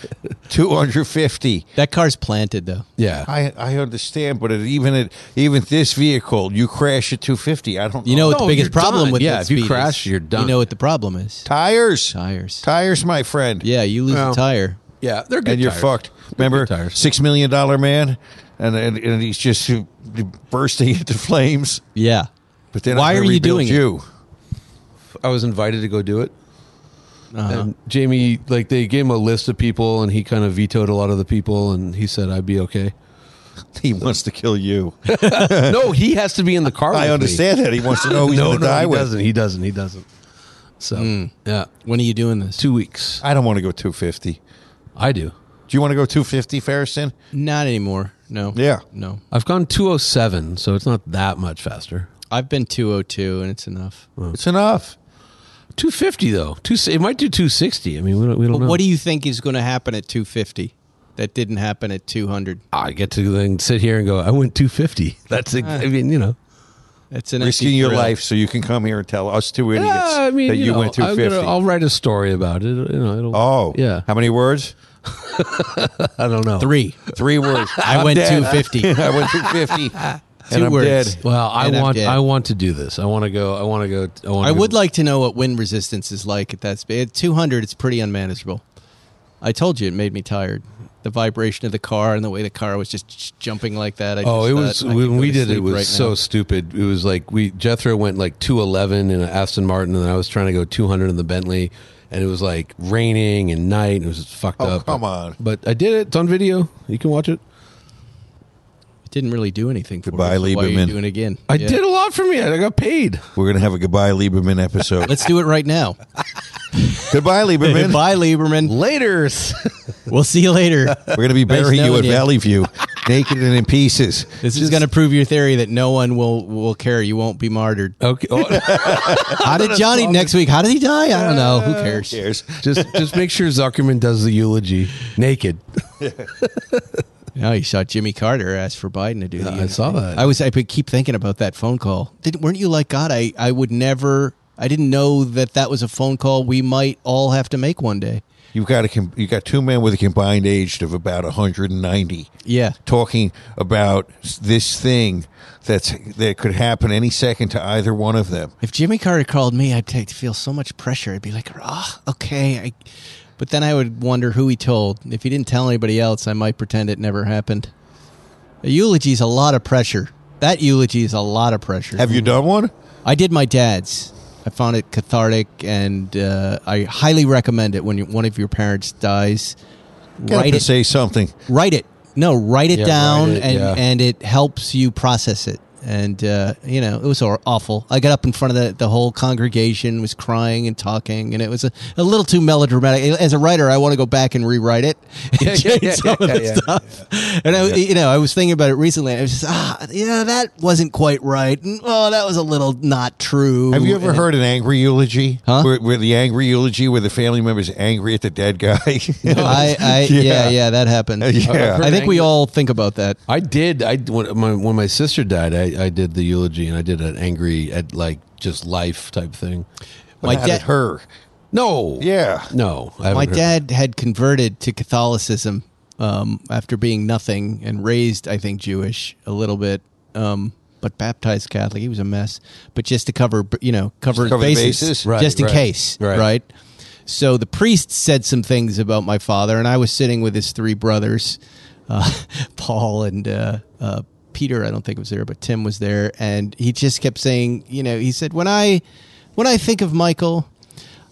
Speaker 4: two hundred fifty.
Speaker 3: That car's planted though.
Speaker 5: Yeah,
Speaker 4: I I understand, but it, even at even this vehicle, you crash at two fifty. I don't.
Speaker 3: You know
Speaker 4: know.
Speaker 3: what the
Speaker 5: Oh, No,
Speaker 3: biggest
Speaker 5: you're
Speaker 3: problem
Speaker 5: done.
Speaker 3: with
Speaker 5: Yeah,
Speaker 3: that
Speaker 5: if you
Speaker 3: speed
Speaker 5: crash,
Speaker 3: is-
Speaker 5: you're done.
Speaker 3: You know what the problem is?
Speaker 4: tires,
Speaker 3: Tires.
Speaker 4: tires, my friend.
Speaker 3: Yeah, you lose
Speaker 4: Well,
Speaker 3: a tire.
Speaker 5: yeah, they're good.
Speaker 4: and you're
Speaker 5: tires.
Speaker 4: fucked.
Speaker 5: good
Speaker 4: Remember,
Speaker 5: tires.
Speaker 4: six million dollar man, and, and and he's just bursting into flames.
Speaker 3: Yeah.
Speaker 4: But then
Speaker 3: Why
Speaker 4: I'm
Speaker 3: are
Speaker 4: gonna
Speaker 3: you
Speaker 4: rebuild
Speaker 3: doing it?
Speaker 4: you.
Speaker 5: I was invited to go do it.
Speaker 3: Uh-huh.
Speaker 5: And Jamie, like, they gave him a list of people, and he kind of vetoed a lot of the people, and he said I'd be (laughs) okay.
Speaker 4: He wants to kill you.
Speaker 5: no, he has to be in the car. with
Speaker 4: I
Speaker 5: me.
Speaker 4: understand that he wants to know who he's
Speaker 5: no,
Speaker 4: going to
Speaker 5: no,
Speaker 4: die
Speaker 5: he
Speaker 4: with.
Speaker 5: doesn't. He doesn't. He doesn't. So
Speaker 3: Hmm.
Speaker 5: yeah,
Speaker 3: When are you doing this?
Speaker 5: two weeks.
Speaker 4: I don't want to go two fifty.
Speaker 5: I do.
Speaker 4: Do you want to go two fifty, Ferrison?
Speaker 3: Not anymore. No.
Speaker 4: Yeah.
Speaker 3: No.
Speaker 5: I've gone 207, so it's not that much faster.
Speaker 3: I've been 202 and it's enough.
Speaker 4: It's enough.
Speaker 5: 250 though. Two. It might do 260. I mean, we don't. We don't
Speaker 3: But
Speaker 5: know.
Speaker 3: what do you think is going to happen at 250 that didn't happen at 200?
Speaker 5: Ah, I get to then sit here and go. I went 250. (laughs) That's. ex- I mean, you know.
Speaker 3: That's an
Speaker 4: Risking
Speaker 3: empty
Speaker 4: your
Speaker 3: thrill.
Speaker 4: life so you can come here and tell us two idiots
Speaker 5: Yeah, Ah, I mean,
Speaker 4: that you,
Speaker 5: know,
Speaker 4: went two
Speaker 5: I'm gonna-
Speaker 4: fifty.
Speaker 5: I'll write a story about it. You know, it'll,
Speaker 4: Oh,
Speaker 5: yeah.
Speaker 4: How many words?
Speaker 5: I don't know.
Speaker 3: Three.
Speaker 4: Three words.
Speaker 3: (laughs) I
Speaker 4: I'm
Speaker 3: went
Speaker 4: dead.
Speaker 3: 250.
Speaker 4: (laughs) I went two
Speaker 3: (laughs)
Speaker 4: fifty, and
Speaker 3: Two
Speaker 4: I'm
Speaker 3: words.
Speaker 4: dead.
Speaker 5: Well, I
Speaker 3: And I'm
Speaker 5: want.
Speaker 3: dead.
Speaker 5: I want to do this. I want to go. I want to go. I, want
Speaker 3: I
Speaker 5: to
Speaker 3: would like to know what wind resistance is like at that speed. At 200, it's pretty unmanageable. I told you it made me tired. The vibration of the car and the way the car was just j- jumping like that. I
Speaker 5: Oh,
Speaker 3: just
Speaker 5: it
Speaker 3: thought, I
Speaker 5: was
Speaker 3: could
Speaker 5: when
Speaker 3: go
Speaker 5: we
Speaker 3: to
Speaker 5: did it.
Speaker 3: sleep
Speaker 5: Was
Speaker 3: right
Speaker 5: so
Speaker 3: now.
Speaker 5: stupid. It was like we Jethro went like two eleven in an Aston Martin, and I was trying to go two hundred in the Bentley, and it was like raining and night, and it was just fucked
Speaker 4: Oh,
Speaker 5: up.
Speaker 4: come on.
Speaker 5: But I did it. It's on video. You can watch it.
Speaker 3: It didn't really do anything for
Speaker 4: Goodbye,
Speaker 3: me. so Why are you
Speaker 4: Lieberman.
Speaker 3: doing it again?
Speaker 5: I
Speaker 3: Yeah.
Speaker 5: did a lot for me. I got paid.
Speaker 4: We're gonna have a goodbye Lieberman episode.
Speaker 3: Let's do it right now.
Speaker 4: goodbye Lieberman.
Speaker 3: Goodbye, Lieberman.
Speaker 5: Later's.
Speaker 3: We'll see you later.
Speaker 4: We're gonna be
Speaker 3: Nice
Speaker 4: burying you
Speaker 3: knowing
Speaker 4: at
Speaker 3: you.
Speaker 4: Valley
Speaker 3: (laughs)
Speaker 4: View, naked and in pieces.
Speaker 3: This is going to prove your theory that no one will will care. You won't be martyred.
Speaker 5: (laughs) okay. Oh,
Speaker 3: How did Johnny next week? How did he die? I don't know. Who cares?
Speaker 4: Cheers.
Speaker 5: just just make sure Zuckerman does the eulogy naked.
Speaker 3: No, Oh, he saw Jimmy Carter ask for Biden to do that.
Speaker 5: I saw that.
Speaker 3: I was. I keep thinking about that phone call. Didn't, weren't you like God? I I would never. I didn't know that that was a phone call we might all have to make one day.
Speaker 4: You've got a com- you got two men with a combined age of about 190
Speaker 3: Yeah.
Speaker 4: talking about s- this thing that's that could happen any second to either one of them.
Speaker 3: If Jimmy Carter called me, I'd take, feel so much pressure. I'd be like, ah, okay. I, but then I would wonder who he told. If he didn't tell anybody else, I might pretend it never happened. A eulogy's a lot of pressure. That eulogy is a lot of pressure.
Speaker 4: Have you done one?
Speaker 3: I did my dad's. I found it cathartic, and uh, I highly recommend it when you, one of your parents dies.
Speaker 4: Get up
Speaker 3: Write
Speaker 4: and
Speaker 3: it.
Speaker 4: say something.
Speaker 3: Write it. No, write it
Speaker 5: Yeah,
Speaker 3: down,
Speaker 5: write it,
Speaker 3: and
Speaker 5: yeah.
Speaker 3: and it helps you process it. And uh, you know, it was aw- awful. I got up in front of the the whole congregation, was crying and talking, and it was a, a little too melodramatic. As a writer, I want to go back and rewrite it. (laughs) and
Speaker 5: Yeah, yeah,
Speaker 3: change
Speaker 5: yeah,
Speaker 3: some of
Speaker 5: yeah,
Speaker 3: the
Speaker 5: yeah.
Speaker 3: stuff. And I, you know, I was thinking about it recently. and I was just, ah, yeah, that wasn't quite right. And, oh, that was a little not true.
Speaker 4: Have you ever
Speaker 3: And-
Speaker 4: heard an angry eulogy?
Speaker 3: Huh?
Speaker 4: Where, where the angry eulogy, where the family member's angry at the dead guy. (laughs)
Speaker 3: I,
Speaker 5: (laughs)
Speaker 3: I yeah. yeah, that happened.
Speaker 4: Yeah.
Speaker 3: I think we all think about that.
Speaker 5: I did. I when my, when my sister died, I, I did the eulogy and I did an angry at like just life type thing.
Speaker 3: My
Speaker 4: Not at
Speaker 3: dad,
Speaker 4: her.
Speaker 5: No. (laughs)
Speaker 4: Yeah.
Speaker 5: No. I haven't
Speaker 3: my
Speaker 5: heard-
Speaker 3: dad had converted to Catholicism um, after being nothing and raised, I think, Jewish a little bit, um, but baptized Catholic. He was a mess, but just to cover, you know, cover, his
Speaker 4: cover the
Speaker 3: bases,
Speaker 4: bases?
Speaker 5: Right,
Speaker 3: just in
Speaker 5: right,
Speaker 3: case,
Speaker 5: right.
Speaker 3: right. So the priest said some things about my father, and I was sitting with his three brothers, uh, (laughs) Paul and uh, uh, Peter. I don't think was there, but Tim was there, and he just kept saying, you know, he said, when I when I think of Michael.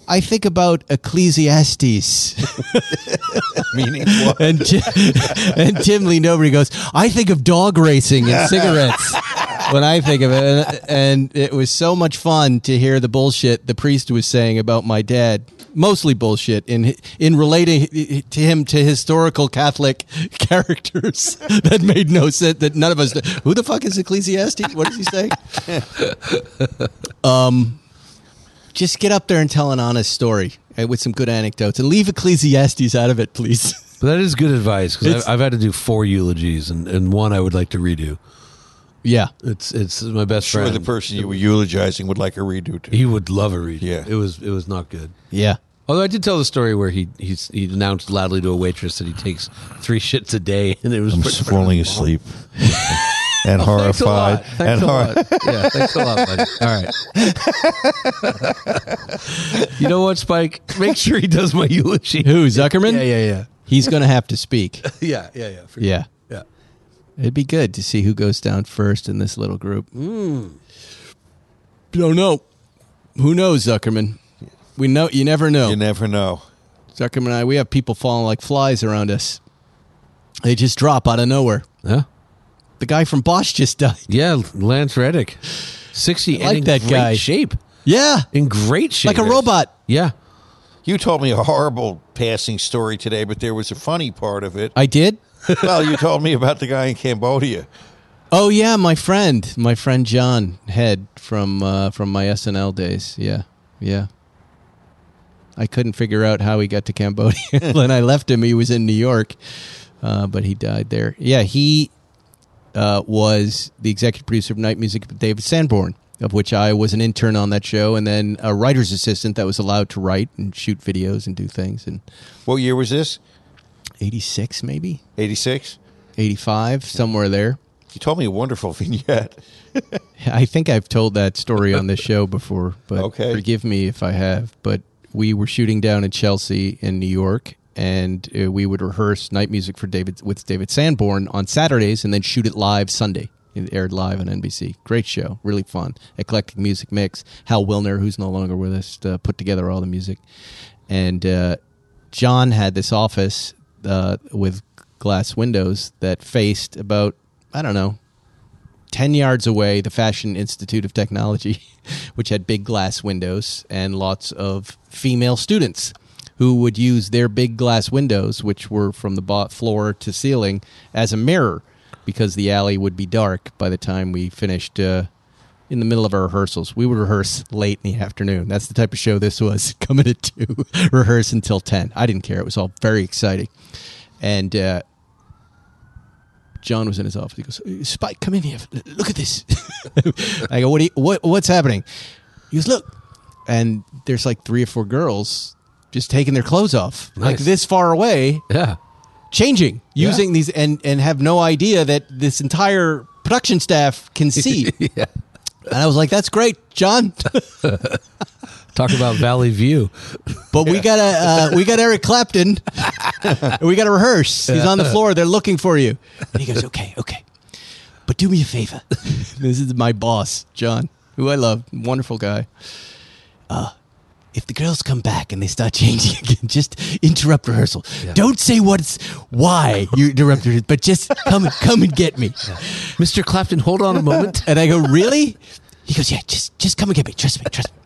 Speaker 3: I think about Ecclesiastes.
Speaker 4: Meaning
Speaker 3: (laughs)
Speaker 4: what?
Speaker 3: And, Ti- and Tim leaned over. He goes, I think of dog racing and cigarettes. when I think of it. And it was so much fun to hear the bullshit the priest was saying about my dad. Mostly bullshit in in relating to him to historical Catholic (laughs) characters (laughs) that made no sense. That none of us. Who the fuck is Ecclesiastes? What does he say? Just get up there and tell an honest story eh, with some good anecdotes, and leave Ecclesiastes out of it, please.
Speaker 5: But that is good advice because
Speaker 3: It's-
Speaker 5: I've, I've had to do four eulogies, and, and one I would like to redo.
Speaker 3: Yeah.
Speaker 5: It's it's my best
Speaker 4: Sure,
Speaker 5: friend.
Speaker 4: the person you were eulogizing would like a redo to.
Speaker 5: he would love a redo.
Speaker 4: Yeah.
Speaker 5: it was it was not good.
Speaker 3: Yeah.
Speaker 5: Although I did tell the story where he he's, he announced loudly to a waitress that he takes three shits a day, (laughs) and it was
Speaker 4: I'm (laughs)
Speaker 5: pretty-
Speaker 4: falling asleep and
Speaker 5: Thanks a
Speaker 4: horrified.
Speaker 5: lot. Thanks
Speaker 4: and
Speaker 5: a
Speaker 4: hor-
Speaker 5: lot. (laughs) Yeah, thanks a lot, buddy. All right. (laughs) you know what, Spike? Make sure he does my eulogy.
Speaker 3: Who, Zuckerman?
Speaker 5: Yeah, yeah, yeah.
Speaker 3: He's going to have to
Speaker 5: (laughs)
Speaker 3: speak.
Speaker 5: Yeah, yeah, yeah.
Speaker 3: (laughs)
Speaker 5: for-
Speaker 3: Yeah.
Speaker 5: Yeah.
Speaker 3: It'd be good to see who goes down first in this little group.
Speaker 5: Hmm.
Speaker 3: Don't know. Who knows, Zuckerman? We know you never know.
Speaker 4: You never know.
Speaker 3: Zuckerman and I, we have people falling like flies around us. They just drop out of nowhere.
Speaker 5: Huh?
Speaker 3: The guy from Bosch just died.
Speaker 5: Yeah, Lance Reddick. 60
Speaker 3: I like
Speaker 5: and in
Speaker 3: that
Speaker 5: great
Speaker 3: guy.
Speaker 5: shape.
Speaker 3: Yeah.
Speaker 5: In great shape.
Speaker 3: Like a robot.
Speaker 5: Yeah.
Speaker 4: You told me a horrible passing story today, but there was a funny part of
Speaker 5: (laughs)
Speaker 4: it.
Speaker 3: I did?
Speaker 4: well, you told me about the guy in Cambodia.
Speaker 3: Oh yeah, my friend, my friend John Head from uh, from my SNL days. Yeah, yeah. I couldn't figure out how he got to Cambodia (laughs) when I left him. He was in New York, uh, but he died there. Yeah, he uh, was the executive producer of Night Music with David Sanborn, of which I was an intern on that show, and then a writer's assistant that was allowed to write and shoot videos and do things. And
Speaker 4: What year was this?
Speaker 3: eighty six, maybe
Speaker 4: 86?
Speaker 3: eighty five, somewhere there.
Speaker 4: You told me a wonderful (laughs) vignette.
Speaker 3: (laughs) I think I've told that story on this show before, but
Speaker 4: Okay.
Speaker 3: forgive me if I have. But we were shooting down in Chelsea in New York, and uh, we would rehearse night music for David with David Sanborn on Saturdays, and then shoot it live Sunday. It aired live on NBC. Great show, really fun. Eclectic music mix. Hal Wilner, who's no longer with us, uh, put together all the music, and uh, John had this office uh, with glass windows that faced about I don't know 10 yards away, the Fashion Institute of Technology, (laughs) which had big glass windows and lots of female students who would use their big glass windows, which were from the bo- floor to ceiling, as a mirror because the alley would be dark by the time we finished uh, in the middle of our rehearsals. We would rehearse late in the afternoon. That's the type of show this was. (laughs) Coming at 2, rehearse until 10. I didn't care. It was all very exciting. And, uh, John was in his office. He goes, Spike, come in here. Look at this. (laughs) I go, what, do you, what? What's happening? He goes, look. And there's like three or four girls just taking their clothes off, like
Speaker 5: Nice.
Speaker 3: this far away,
Speaker 5: Yeah.
Speaker 3: changing, using these, and and have no idea that this entire production staff can see.
Speaker 5: (laughs) Yeah.
Speaker 3: And I was like, that's great, John.
Speaker 5: Talk about Valley View.
Speaker 3: But we got a uh, we got Eric
Speaker 5: (laughs)
Speaker 3: Clapton. we got to rehearse. He's on the floor. They're looking for you. And he goes, "Okay, okay, but do me a favor." (laughs) this is my boss, John, who I love, wonderful guy. Uh, if the girls come back and they start (laughs) changing again, just interrupt rehearsal. Don't say what's why you interrupted, but just come come and get me.
Speaker 5: Mr. Clapton, hold on a moment.
Speaker 3: (laughs) And I go, really? He goes, yeah, just just come and get me. Trust me, trust me.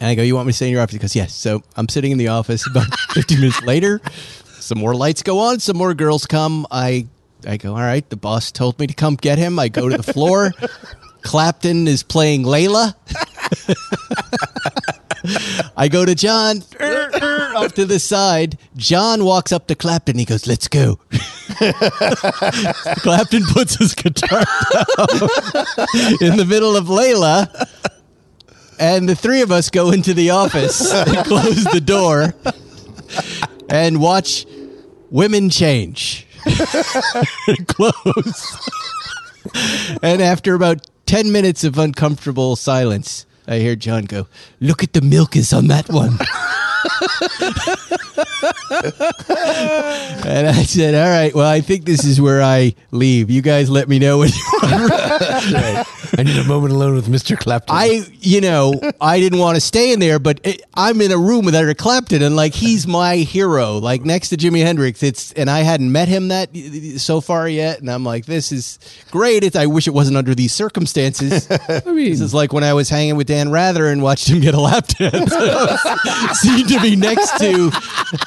Speaker 3: And I go, you want me to stay in your office? He goes, yes. So I'm sitting in the office about (laughs) 15 minutes later. Some more lights go on. Some more girls come. I I go, all right. The boss told me to come get him. I go to the floor. (laughs) Clapton is playing Layla. (laughs) I go to John (laughs) er, er, off to the side. John walks up to Clapton. He goes, let's go. (laughs) Clapton puts his guitar (laughs) down in the middle of Layla. And the three of us go into the office and close the door and watch women change. (laughs) close. and after about 10 minutes of uncomfortable silence, I hear John go, Look at the milk is on that one. (laughs) And I said, "All right, well, I think this is where I leave. You guys, let me know when you
Speaker 5: I need a moment alone with Mr. Clapton.
Speaker 3: I, you know, I didn't want to stay in there, but it, I'm in a room with Eric Clapton, and like he's my hero, like next to Jimi Hendrix. It's and I hadn't met him that so far yet, and I'm like, this is great. It's, I wish it wasn't under these circumstances.
Speaker 5: (laughs) I mean,
Speaker 3: This is like when I was hanging with Dan Rather and watched him get a lap dance. Seemed to be next to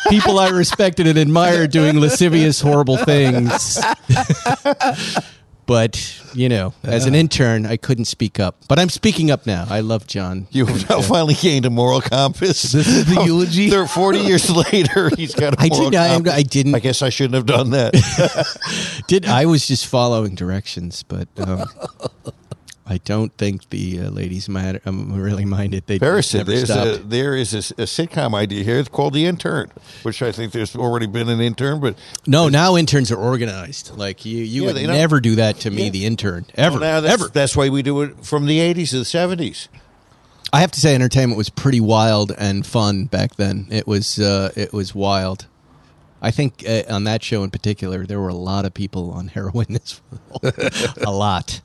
Speaker 3: people I respected and admired doing lascivious, horrible things. but, you know, as an intern, I couldn't speak up. But I'm speaking up now. I love John.
Speaker 4: You have now finally gained a moral compass. This (laughs)
Speaker 5: is the eulogy?
Speaker 3: (laughs)
Speaker 4: There, Forty years later, he's got a
Speaker 3: I
Speaker 4: moral
Speaker 3: did not-
Speaker 4: compass.
Speaker 3: I didn't-
Speaker 4: I guess I shouldn't have
Speaker 3: (laughs)
Speaker 4: done that.
Speaker 3: Did I was just following directions, but um, I don't think the uh, ladies matter. um really minded. They just
Speaker 4: Harrison,
Speaker 3: never
Speaker 4: there's
Speaker 3: stopped.
Speaker 4: a, there is a, s- a sitcom idea here. It's called The Intern, which I think there's already been an intern, but
Speaker 3: No, now interns are organized. Like you, you
Speaker 4: Yeah,
Speaker 3: would
Speaker 4: they don't-
Speaker 3: never do that to me, the intern, ever,
Speaker 4: now that's,
Speaker 3: Oh, ever.
Speaker 4: that's why we do it from the 80s to the 70s.
Speaker 3: I have to say, entertainment was pretty wild and fun back then. It was, uh, it was wild. I think uh, on that show in particular, there were a lot of people on heroin (laughs) as well, a lot.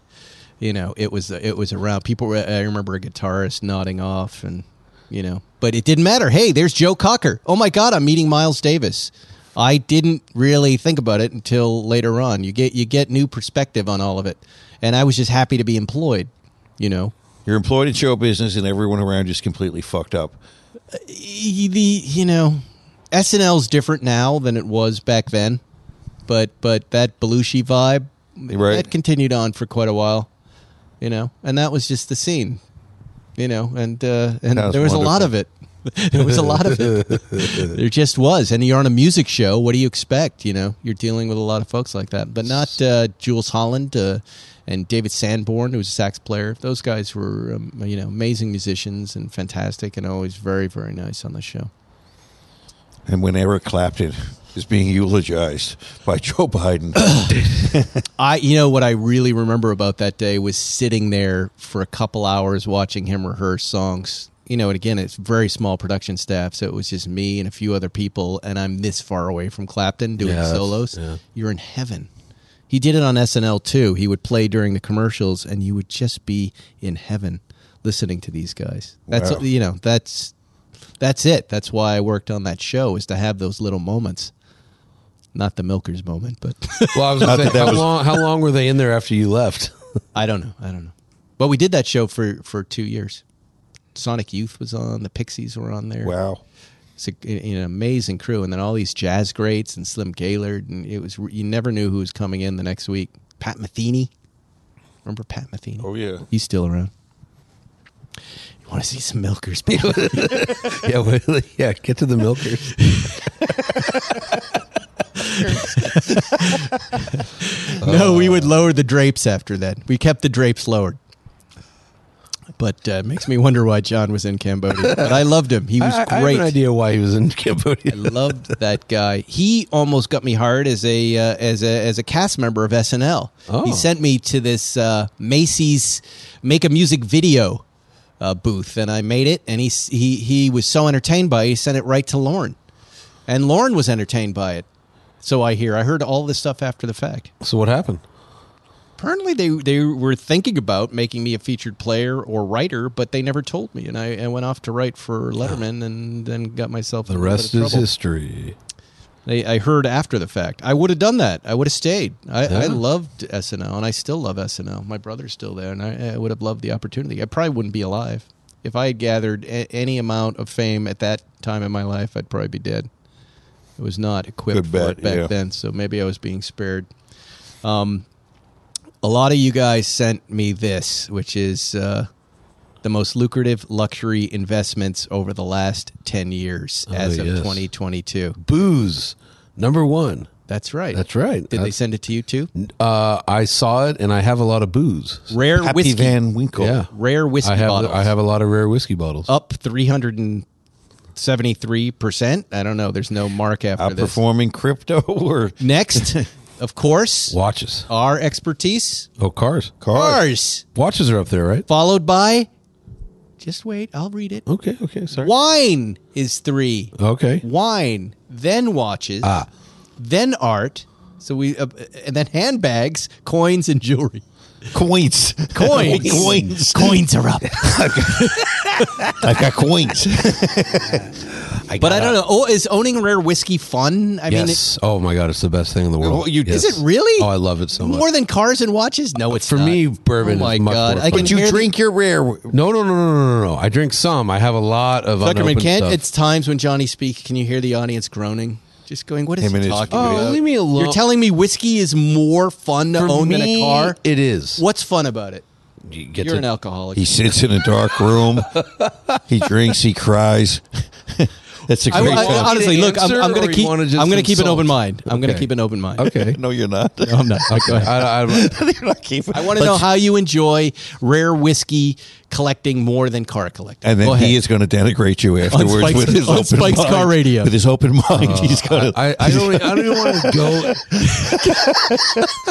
Speaker 3: You know, it was it was around. People, were, I remember a guitarist nodding off, and you know, but it didn't matter. Hey, there's Joe Cocker. Oh my God, I'm meeting Miles Davis. I didn't really think about it until later on. You get you get new perspective on all of it, and I was just happy to be employed. You know,
Speaker 4: You're employed in show business, and everyone around you is completely fucked up.
Speaker 3: y- the you know SNL's different now than it was back then, but but that Belushi vibe
Speaker 4: Right.
Speaker 3: that continued on for quite a while, you know, and that was just the scene, you know, and uh, and
Speaker 4: That was
Speaker 3: there was a lot
Speaker 4: wonderful.
Speaker 3: of it. (laughs) there was a lot of
Speaker 4: (laughs)
Speaker 3: it. there just was, and you're on a music show. What do you expect? You know, you're dealing with a lot of folks like that, but not uh, Jules Holland. Uh, and David Sanborn, who was a sax player, those guys were, um, you know, amazing musicians and fantastic, and always very, very nice on the show.
Speaker 4: And when Eric Clapton is being eulogized by
Speaker 3: (coughs)
Speaker 4: Joe Biden,
Speaker 3: I, you know, what I really remember about that day was sitting there for a couple hours watching him rehearse songs. You know, and again, it's very small production staff, so it was just me and a few other people, and I'm this far away from Clapton doing
Speaker 5: Yeah, that's-
Speaker 3: solos.
Speaker 5: yeah.
Speaker 3: You're in heaven. He did it on SNL too. He would play during the commercials, and you would just be in heaven listening to these guys. That's
Speaker 4: Wow.
Speaker 3: you know, that's that's it. That's why I worked on that show is to have those little moments, not the Milkers moment, but. (laughs)
Speaker 5: well, I was gonna say,
Speaker 4: that that
Speaker 5: how
Speaker 4: was-
Speaker 5: long? How long were they in there after you left?
Speaker 3: I don't know. I don't know. But we did that show for for two years. Sonic Youth was on. The Pixies were on there.
Speaker 4: wow.
Speaker 3: it's a, an an amazing crew. And then all these jazz greats and Slim Gaylord, and it was you never knew who was coming in the next week. Pat Metheny, remember Pat Metheny?
Speaker 4: Oh, yeah.
Speaker 3: he's still around. You want to see some
Speaker 5: (laughs)
Speaker 3: milkers? people?
Speaker 5: Uh, yeah, well, (laughs) yeah. Get to the milkers.
Speaker 3: no, we would lower the drapes after that. We kept the drapes lowered. But uh, it makes me wonder why John was in
Speaker 5: (laughs)
Speaker 3: Cambodia. But I loved him. He was
Speaker 5: I,
Speaker 3: great.
Speaker 5: I have an idea why he was in (laughs) Cambodia.
Speaker 3: I loved that guy. He almost got me hired as a uh, as a as a cast member of SNL.
Speaker 5: Oh.
Speaker 3: He sent me to this uh, Macy's make a music video uh, booth, and I made it. And he s- he he was so entertained by it, he sent it right to Lauren, and Lauren was entertained by it. So I hear. I heard all this stuff after the fact.
Speaker 5: So what happened?
Speaker 3: Apparently, they they were thinking about making me a featured player or writer, but they never told me. And I, I went off to write for Letterman, and then got myself in
Speaker 5: The
Speaker 3: a little bit
Speaker 5: rest
Speaker 3: of
Speaker 5: is
Speaker 3: trouble.
Speaker 5: history.
Speaker 3: They, I heard after the fact. I would have done that. I would have stayed. I, I
Speaker 5: Yeah.
Speaker 3: loved SNL, and I still love SNL. My brother's still there, and I, I would have loved the opportunity. I probably wouldn't be alive if I had gathered a, any amount of fame at that time in my life. I'd probably be dead. It was not equipped
Speaker 4: Good
Speaker 3: for
Speaker 4: bet,
Speaker 3: it back
Speaker 4: yeah.
Speaker 3: then, so maybe I was being spared. Um, a lot of you guys sent me this, which is uh, the most lucrative luxury investments over the last ten years
Speaker 4: Oh,
Speaker 3: as of
Speaker 5: yes.
Speaker 3: 2022.
Speaker 5: Booze, number one.
Speaker 3: That's right.
Speaker 5: That's right.
Speaker 3: Did they
Speaker 5: That's-
Speaker 3: send it to you too?
Speaker 5: Uh, I saw it, and I have a lot of booze.
Speaker 3: Rare
Speaker 4: Happy
Speaker 3: whiskey.
Speaker 4: Van Winkle.
Speaker 5: Yeah,
Speaker 3: Rare whiskey
Speaker 5: I have
Speaker 3: bottles. Oh.
Speaker 5: I have a lot of rare whiskey bottles.
Speaker 3: up three hundred and seventy-three percent. I don't know. There's no mark after this.
Speaker 4: Outperforming crypto (laughs) or
Speaker 5: (laughs)
Speaker 3: Next, of course,
Speaker 5: Watches.
Speaker 3: our expertise.
Speaker 5: Oh, cars.
Speaker 3: Ours.
Speaker 5: Watches are up there, right?
Speaker 3: Followed by. Just wait. I'll read it.
Speaker 5: Okay. Okay. Sorry.
Speaker 3: Wine is three.
Speaker 5: Okay.
Speaker 3: Wine, then watches,
Speaker 5: Ah.
Speaker 3: then art. So we uh, and then handbags, coins, and jewelry.
Speaker 4: Coins.
Speaker 5: (laughs)
Speaker 3: Coins.
Speaker 4: Coins.
Speaker 3: Coins are up.
Speaker 4: I've got coins.
Speaker 3: But (laughs) I don't know. Oh, is owning rare whiskey fun? I mean,
Speaker 5: yes. oh my god, it's the best thing in the world.
Speaker 4: Oh, you-
Speaker 5: Yes.
Speaker 3: Is it really?
Speaker 5: Oh, I love it so much.
Speaker 3: More than cars and watches? No, it's
Speaker 5: For
Speaker 3: not.
Speaker 5: me, bourbon
Speaker 3: Oh my
Speaker 5: is much
Speaker 3: god!
Speaker 5: more
Speaker 3: I
Speaker 5: fun.
Speaker 3: can
Speaker 4: But you
Speaker 3: hear
Speaker 4: drink your rare.
Speaker 5: no, no, no, no, no, no, no. I drink some. I have a lot of
Speaker 3: The, Zuckerman,
Speaker 5: unopened
Speaker 3: can't
Speaker 5: stuff.
Speaker 3: it's times when Johnny speaks? Can you hear the audience groaning? Just going, what is
Speaker 4: Him and
Speaker 3: he
Speaker 4: his-
Speaker 3: talking
Speaker 5: oh,
Speaker 3: about?
Speaker 5: leave me alone.
Speaker 3: You're telling me whiskey is more fun to
Speaker 5: For
Speaker 3: own than a
Speaker 5: me,
Speaker 3: car?
Speaker 5: It is.
Speaker 3: What's fun about it?
Speaker 5: You get
Speaker 3: You're
Speaker 5: to-
Speaker 3: an alcoholic.
Speaker 4: He sits in a dark room. he drinks. He cries. (laughs) That's a
Speaker 3: I,
Speaker 4: great
Speaker 3: I-
Speaker 4: time.
Speaker 3: honestly,
Speaker 5: You
Speaker 3: look, I'm,
Speaker 5: answer
Speaker 3: I'm going
Speaker 5: or
Speaker 3: to
Speaker 5: you
Speaker 3: keep.
Speaker 5: wanna
Speaker 3: I'm
Speaker 5: just
Speaker 3: going to keep an
Speaker 5: insult?
Speaker 3: open mind. I'm going to
Speaker 5: Okay.
Speaker 3: keep an open mind. (laughs)
Speaker 5: (laughs) Okay.
Speaker 4: no, you're not.
Speaker 3: I'm not. Okay.
Speaker 5: I,
Speaker 4: (laughs)
Speaker 5: I,
Speaker 4: You're not keeping-
Speaker 3: I want to
Speaker 4: But-
Speaker 3: know how you enjoy rare whiskey collecting more than car collecting.
Speaker 4: And
Speaker 3: Go
Speaker 4: then
Speaker 3: ahead.
Speaker 4: he is going to denigrate you afterwards
Speaker 3: Spike's-
Speaker 4: with his
Speaker 3: on
Speaker 4: open
Speaker 3: Spike's
Speaker 4: mind.
Speaker 3: Car Radio. Uh,
Speaker 4: With his open mind, he's going to
Speaker 5: I, I don't. I don't even want to
Speaker 3: (laughs)
Speaker 5: go.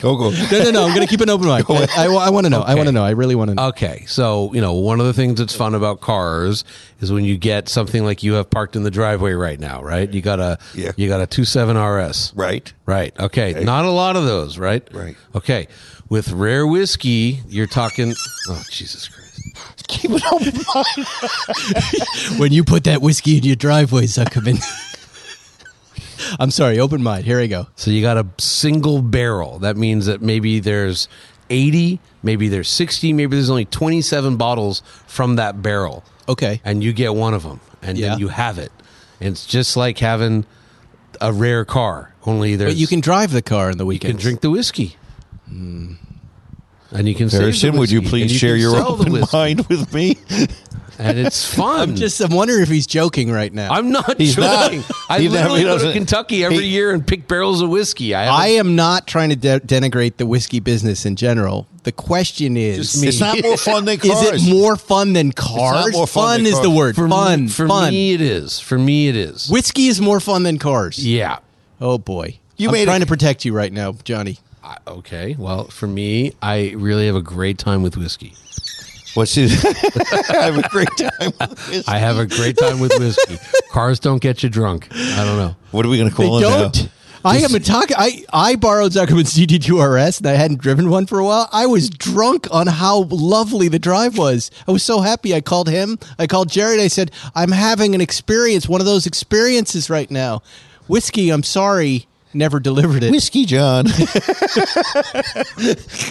Speaker 4: go go.
Speaker 3: No, no, no. I'm going to keep an open
Speaker 4: (laughs)
Speaker 3: mind. I, want to know. I want to know. I really
Speaker 4: Uh,
Speaker 3: want to know.
Speaker 5: Okay, so you know one of the things that's fun about cars is when you get something like you have parked in the driveway right now, right? You got a
Speaker 4: Yeah.
Speaker 5: you got a two seven RS,
Speaker 4: Right.
Speaker 5: Right. Okay. Not a lot of those, right?
Speaker 4: Right.
Speaker 5: Okay. With rare whiskey, you're talking. (laughs) Oh Jesus Christ!
Speaker 4: Keep an open mind.
Speaker 3: when you put that whiskey in your driveway, Zuckerman. (laughs) I'm sorry. Open mind. Here I go.
Speaker 5: So you got a single barrel. That means that maybe there's 80, maybe there's 60, maybe there's only 27 bottles from that barrel.
Speaker 3: Okay.
Speaker 5: And you get one of them and
Speaker 3: Yeah.
Speaker 5: then you have it. And it's just like having a rare car, only there's
Speaker 3: But you can Hmm. drive the car in the
Speaker 5: you can
Speaker 3: weekend.
Speaker 5: drink the whiskey. And you can save the
Speaker 4: Harrison, would you
Speaker 5: whiskey, and
Speaker 4: please
Speaker 5: you
Speaker 4: share
Speaker 5: can
Speaker 4: your
Speaker 5: sell the
Speaker 4: open
Speaker 5: whiskey.
Speaker 4: mind with me?
Speaker 5: And it's
Speaker 4: (laughs)
Speaker 5: fun.
Speaker 3: I'm (laughs) just. I'm wondering if he's joking right now.
Speaker 5: I'm not
Speaker 4: He's not.
Speaker 5: joking. I
Speaker 4: He never-
Speaker 5: literally
Speaker 4: he
Speaker 5: go to
Speaker 4: doesn't-
Speaker 5: Kentucky every
Speaker 4: he-
Speaker 5: year and pick barrels of whiskey. I,
Speaker 3: I
Speaker 5: haven't-
Speaker 3: am not trying to de- denigrate the whiskey business in general. The question is,
Speaker 5: Just me.
Speaker 4: It's not (laughs) more fun than
Speaker 3: (laughs) is
Speaker 4: cars.
Speaker 3: it more fun than cars?
Speaker 4: more fun than
Speaker 3: is the
Speaker 4: cars.
Speaker 3: word.
Speaker 5: for
Speaker 3: fun.
Speaker 5: Me, for
Speaker 3: fun.
Speaker 5: me, it is. For me, it is.
Speaker 3: whiskey is more fun than cars.
Speaker 5: yeah.
Speaker 3: Oh boy.
Speaker 4: You
Speaker 3: I'm
Speaker 4: made
Speaker 3: trying
Speaker 4: it-
Speaker 3: to protect you right now, Johnny.
Speaker 5: I, okay. Well, for me, I really have a great time with whiskey.
Speaker 4: What's his? (laughs) I have a great time. With this.
Speaker 5: I have a great time with whiskey. (laughs) Cars don't get you drunk. I don't know.
Speaker 4: What are we going to call
Speaker 3: they
Speaker 4: it
Speaker 3: don't.
Speaker 4: now?
Speaker 3: I am a talk. I, I borrowed Zuckerman's GT2RS and I hadn't driven one for a while. I was drunk on how lovely the drive was. I was so happy. I called him. I called Jerry and I said, I'm having an experience, one of those experiences right now. Whiskey, I'm sorry, never delivered it.
Speaker 4: Whiskey (laughs) John.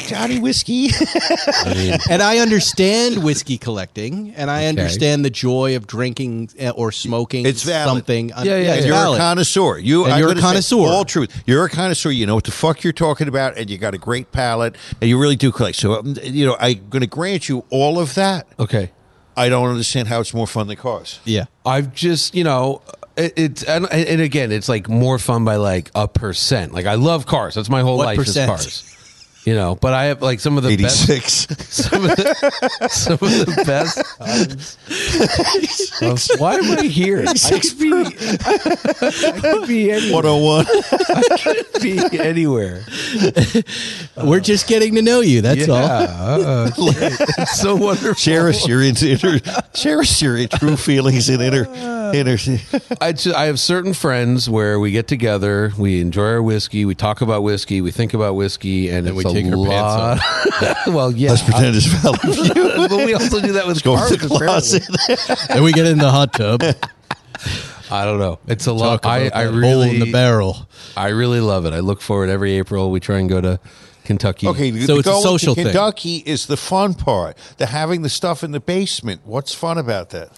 Speaker 4: Johnny Whiskey.
Speaker 5: I mean,
Speaker 3: And I understand whiskey collecting and I understand the joy of drinking eh, or smoking
Speaker 4: It's valid.
Speaker 3: something.
Speaker 5: Yeah, yeah,
Speaker 3: it's
Speaker 4: you're
Speaker 3: valid.
Speaker 4: a connoisseur. You
Speaker 3: And
Speaker 4: I'm
Speaker 3: you're a
Speaker 4: gonna say
Speaker 3: connoisseur.
Speaker 4: All truth. You're a connoisseur. You know what the fuck you're talking about, and you got a great palate, and you really do collect. So um, you know, I'm going to grant you all of that.
Speaker 5: okay.
Speaker 4: I don't understand how it's more fun than cars.
Speaker 3: yeah.
Speaker 5: I've just, you know, it- it's and, and again, it's like more fun by like a percent. Like I love cars. That's my whole
Speaker 3: What
Speaker 5: life
Speaker 3: percent?
Speaker 5: is cars. You know, but I have like some of the best
Speaker 4: Eighty-six.
Speaker 5: (laughs) some of the, some of the best times. Why am I here? I could be, I could be, any-
Speaker 4: One hundred one.
Speaker 5: be anywhere.
Speaker 3: We're just getting to know you. That's
Speaker 5: yeah.
Speaker 3: all.
Speaker 5: uh, (laughs) it's so wonderful.
Speaker 4: Cherish your inner. Cherish your true feelings and inner. Inner.
Speaker 5: I, ju- I have certain friends where we get together, we enjoy our whiskey, we talk about whiskey, we think about whiskey, and,
Speaker 3: we
Speaker 5: it's
Speaker 3: take
Speaker 5: a
Speaker 3: our
Speaker 5: lot.
Speaker 3: pants
Speaker 5: (laughs) well, yeah.
Speaker 4: Let's pretend it's Valley
Speaker 3: (laughs)
Speaker 4: View.
Speaker 5: but we also do that with
Speaker 4: Go
Speaker 5: cars.
Speaker 4: to the
Speaker 5: apparently.
Speaker 4: closet.
Speaker 3: and we get in the hot tub.
Speaker 5: I don't know. It's a lot.
Speaker 3: Talk
Speaker 5: I,
Speaker 3: about
Speaker 5: I
Speaker 3: that hole
Speaker 5: really,
Speaker 3: in the barrel.
Speaker 5: I really love it. I look forward every April. We try and go to Kentucky.
Speaker 4: Okay,
Speaker 3: So
Speaker 4: the
Speaker 3: it's a
Speaker 4: going to
Speaker 3: social thing.
Speaker 4: Kentucky is the fun part. The having the stuff in the basement. What's fun about that?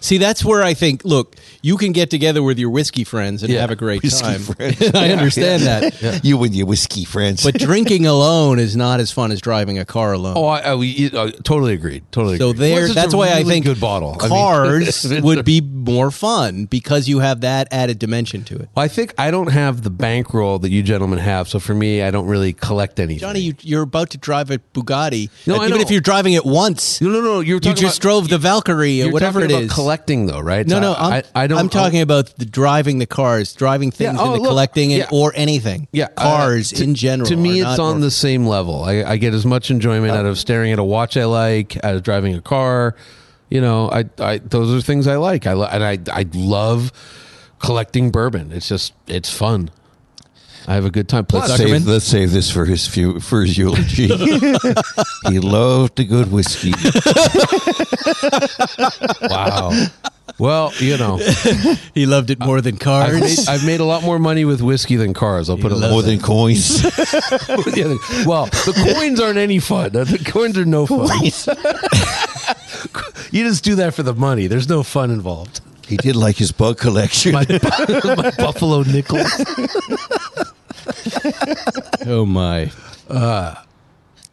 Speaker 3: See, that's where I think. Look, you can get together with your whiskey friends and
Speaker 5: Yeah,
Speaker 3: have a great
Speaker 4: whiskey
Speaker 3: time.
Speaker 4: friends.
Speaker 3: (laughs) I understand that,
Speaker 4: You and your whiskey friends.
Speaker 3: but drinking alone is not as fun as driving a car alone.
Speaker 5: Oh, I, I, we, uh, totally agreed. Totally.
Speaker 3: so
Speaker 5: agreed.
Speaker 3: there,
Speaker 5: Plus, it's
Speaker 3: that's
Speaker 5: a
Speaker 3: why I
Speaker 5: really
Speaker 3: think
Speaker 5: good bottle I mean,
Speaker 3: cars
Speaker 5: (laughs) it's a-
Speaker 3: would be more fun because you have that added dimension to it.
Speaker 5: Well, I think I don't have the bankroll that you gentlemen have, so for me, I don't really collect anything.
Speaker 3: Johnny, you, you're about to drive a Bugatti.
Speaker 5: No,
Speaker 3: and
Speaker 5: I
Speaker 3: even
Speaker 5: know.
Speaker 3: if you're driving it once,
Speaker 5: no, no, no. You're
Speaker 3: you
Speaker 5: talking
Speaker 3: just
Speaker 5: about,
Speaker 3: drove the Valkyrie
Speaker 5: you're
Speaker 3: or whatever it
Speaker 5: talking
Speaker 3: is.
Speaker 5: about Collecting though, right?
Speaker 3: no,
Speaker 5: So
Speaker 3: no, I'm,
Speaker 5: I, I don't.
Speaker 3: am talking about the driving the cars, driving things,
Speaker 5: oh,
Speaker 3: and the
Speaker 5: look,
Speaker 3: collecting, and,
Speaker 5: yeah.
Speaker 3: or anything.
Speaker 5: Yeah, uh,
Speaker 3: cars
Speaker 5: to-
Speaker 3: in general.
Speaker 5: To me,
Speaker 3: are
Speaker 5: it's
Speaker 3: not
Speaker 5: on
Speaker 3: more-
Speaker 5: the same level. I, I get as much enjoyment out of staring at a watch I like, out of driving a car. You know, I, I those are things I like. I li- and I I love collecting bourbon. It's just it's fun. I have a good time. Plus,
Speaker 4: Let's save, (laughs) let's save this for his few, for his
Speaker 3: (laughs)
Speaker 4: eulogy. he loved a good whiskey.
Speaker 5: wow. (laughs) Well, you know,
Speaker 3: He loved it more
Speaker 5: (laughs)
Speaker 3: than
Speaker 5: I've
Speaker 3: cars.
Speaker 5: made, I've made a lot more money with whiskey than cars. I'll put it
Speaker 4: More
Speaker 5: like
Speaker 3: (laughs)
Speaker 4: than coins.
Speaker 5: that. Well, the coins aren't any fun. Uh, The coins are no fun. (laughs) you just do that for the money. There's no fun involved.
Speaker 4: He did like his bug collection. (laughs)
Speaker 5: My, my buffalo nickels.
Speaker 3: oh my. Uh,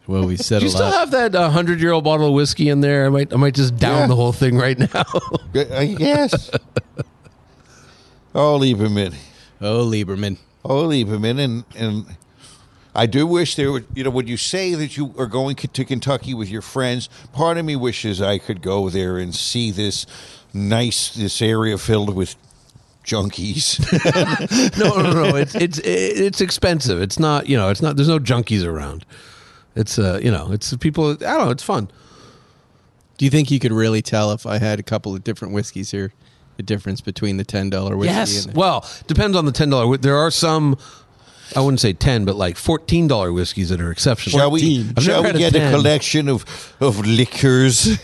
Speaker 3: well, we said
Speaker 5: Do
Speaker 3: a
Speaker 5: you still
Speaker 3: lot.
Speaker 5: have that uh, hundred year old bottle of whiskey in there? I might, I might just down
Speaker 4: Yeah.
Speaker 5: the whole thing right now.
Speaker 4: Uh,
Speaker 3: (laughs)
Speaker 4: yes. Oh, Lieberman.
Speaker 3: oh, Lieberman.
Speaker 4: Oh, Lieberman. And, and I do wish there would, you know, when you say that you are going to Kentucky with your friends, part of me wishes I could go there and see this nice, this area filled with
Speaker 5: (laughs)
Speaker 4: junkies.
Speaker 5: (laughs) no, no, no. It's it's it's expensive. It's not you know. It's not. There's no junkies around. It's uh you know. It's people. I don't know. It's fun.
Speaker 3: Do you think you could really tell if I had a couple of different whiskeys here, the difference between the ten dollar whiskey?
Speaker 5: Yes.
Speaker 3: And the,
Speaker 5: Well, depends on the ten dollar. There are some. I wouldn't say ten, but like fourteen dollar whiskeys that are exceptional.
Speaker 4: Shall we,
Speaker 5: I've
Speaker 4: shall
Speaker 5: never
Speaker 4: we
Speaker 5: had a
Speaker 4: get a,
Speaker 5: 10.
Speaker 4: collection of, of liquors?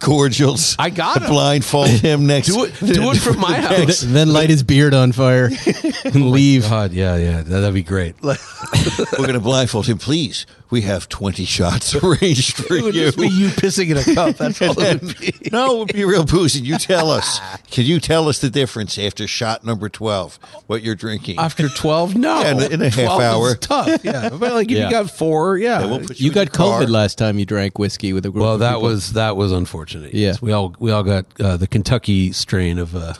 Speaker 4: Cordials.
Speaker 5: I got
Speaker 4: to
Speaker 5: 'em. (laughs)
Speaker 4: blindfold him next.
Speaker 5: Do it. Do it (laughs)
Speaker 3: (laughs)
Speaker 5: from my
Speaker 3: Th-
Speaker 5: house.
Speaker 3: then light his beard on
Speaker 5: (laughs)
Speaker 3: fire and leave.
Speaker 5: Oh, God, yeah, yeah, that, would be great.
Speaker 4: (laughs) We're going to blindfold him. Please, we have 20 shots (laughs) arranged for
Speaker 5: it would
Speaker 4: you.
Speaker 5: just be you pissing in a (laughs)
Speaker 4: (laughs)
Speaker 5: cup. That's all it would be.
Speaker 4: no, it would be real boozy. You
Speaker 3: (laughs)
Speaker 4: tell us. Can you tell us the difference after shot number 12, what you're drinking?
Speaker 5: After twelve, no,
Speaker 4: Yeah, in a- in a half
Speaker 5: 12 is
Speaker 4: hour.
Speaker 5: tough. Yeah, but like if
Speaker 3: Yeah.
Speaker 5: you got four, yeah.
Speaker 4: And we'll put
Speaker 3: You
Speaker 4: in
Speaker 3: got
Speaker 4: the car.
Speaker 3: COVID last time you drank whiskey with a group.
Speaker 5: well,
Speaker 3: of
Speaker 5: that
Speaker 3: people.
Speaker 5: was that was unfortunate.
Speaker 3: Yeah.
Speaker 5: we all we all got uh, the Kentucky strain of uh,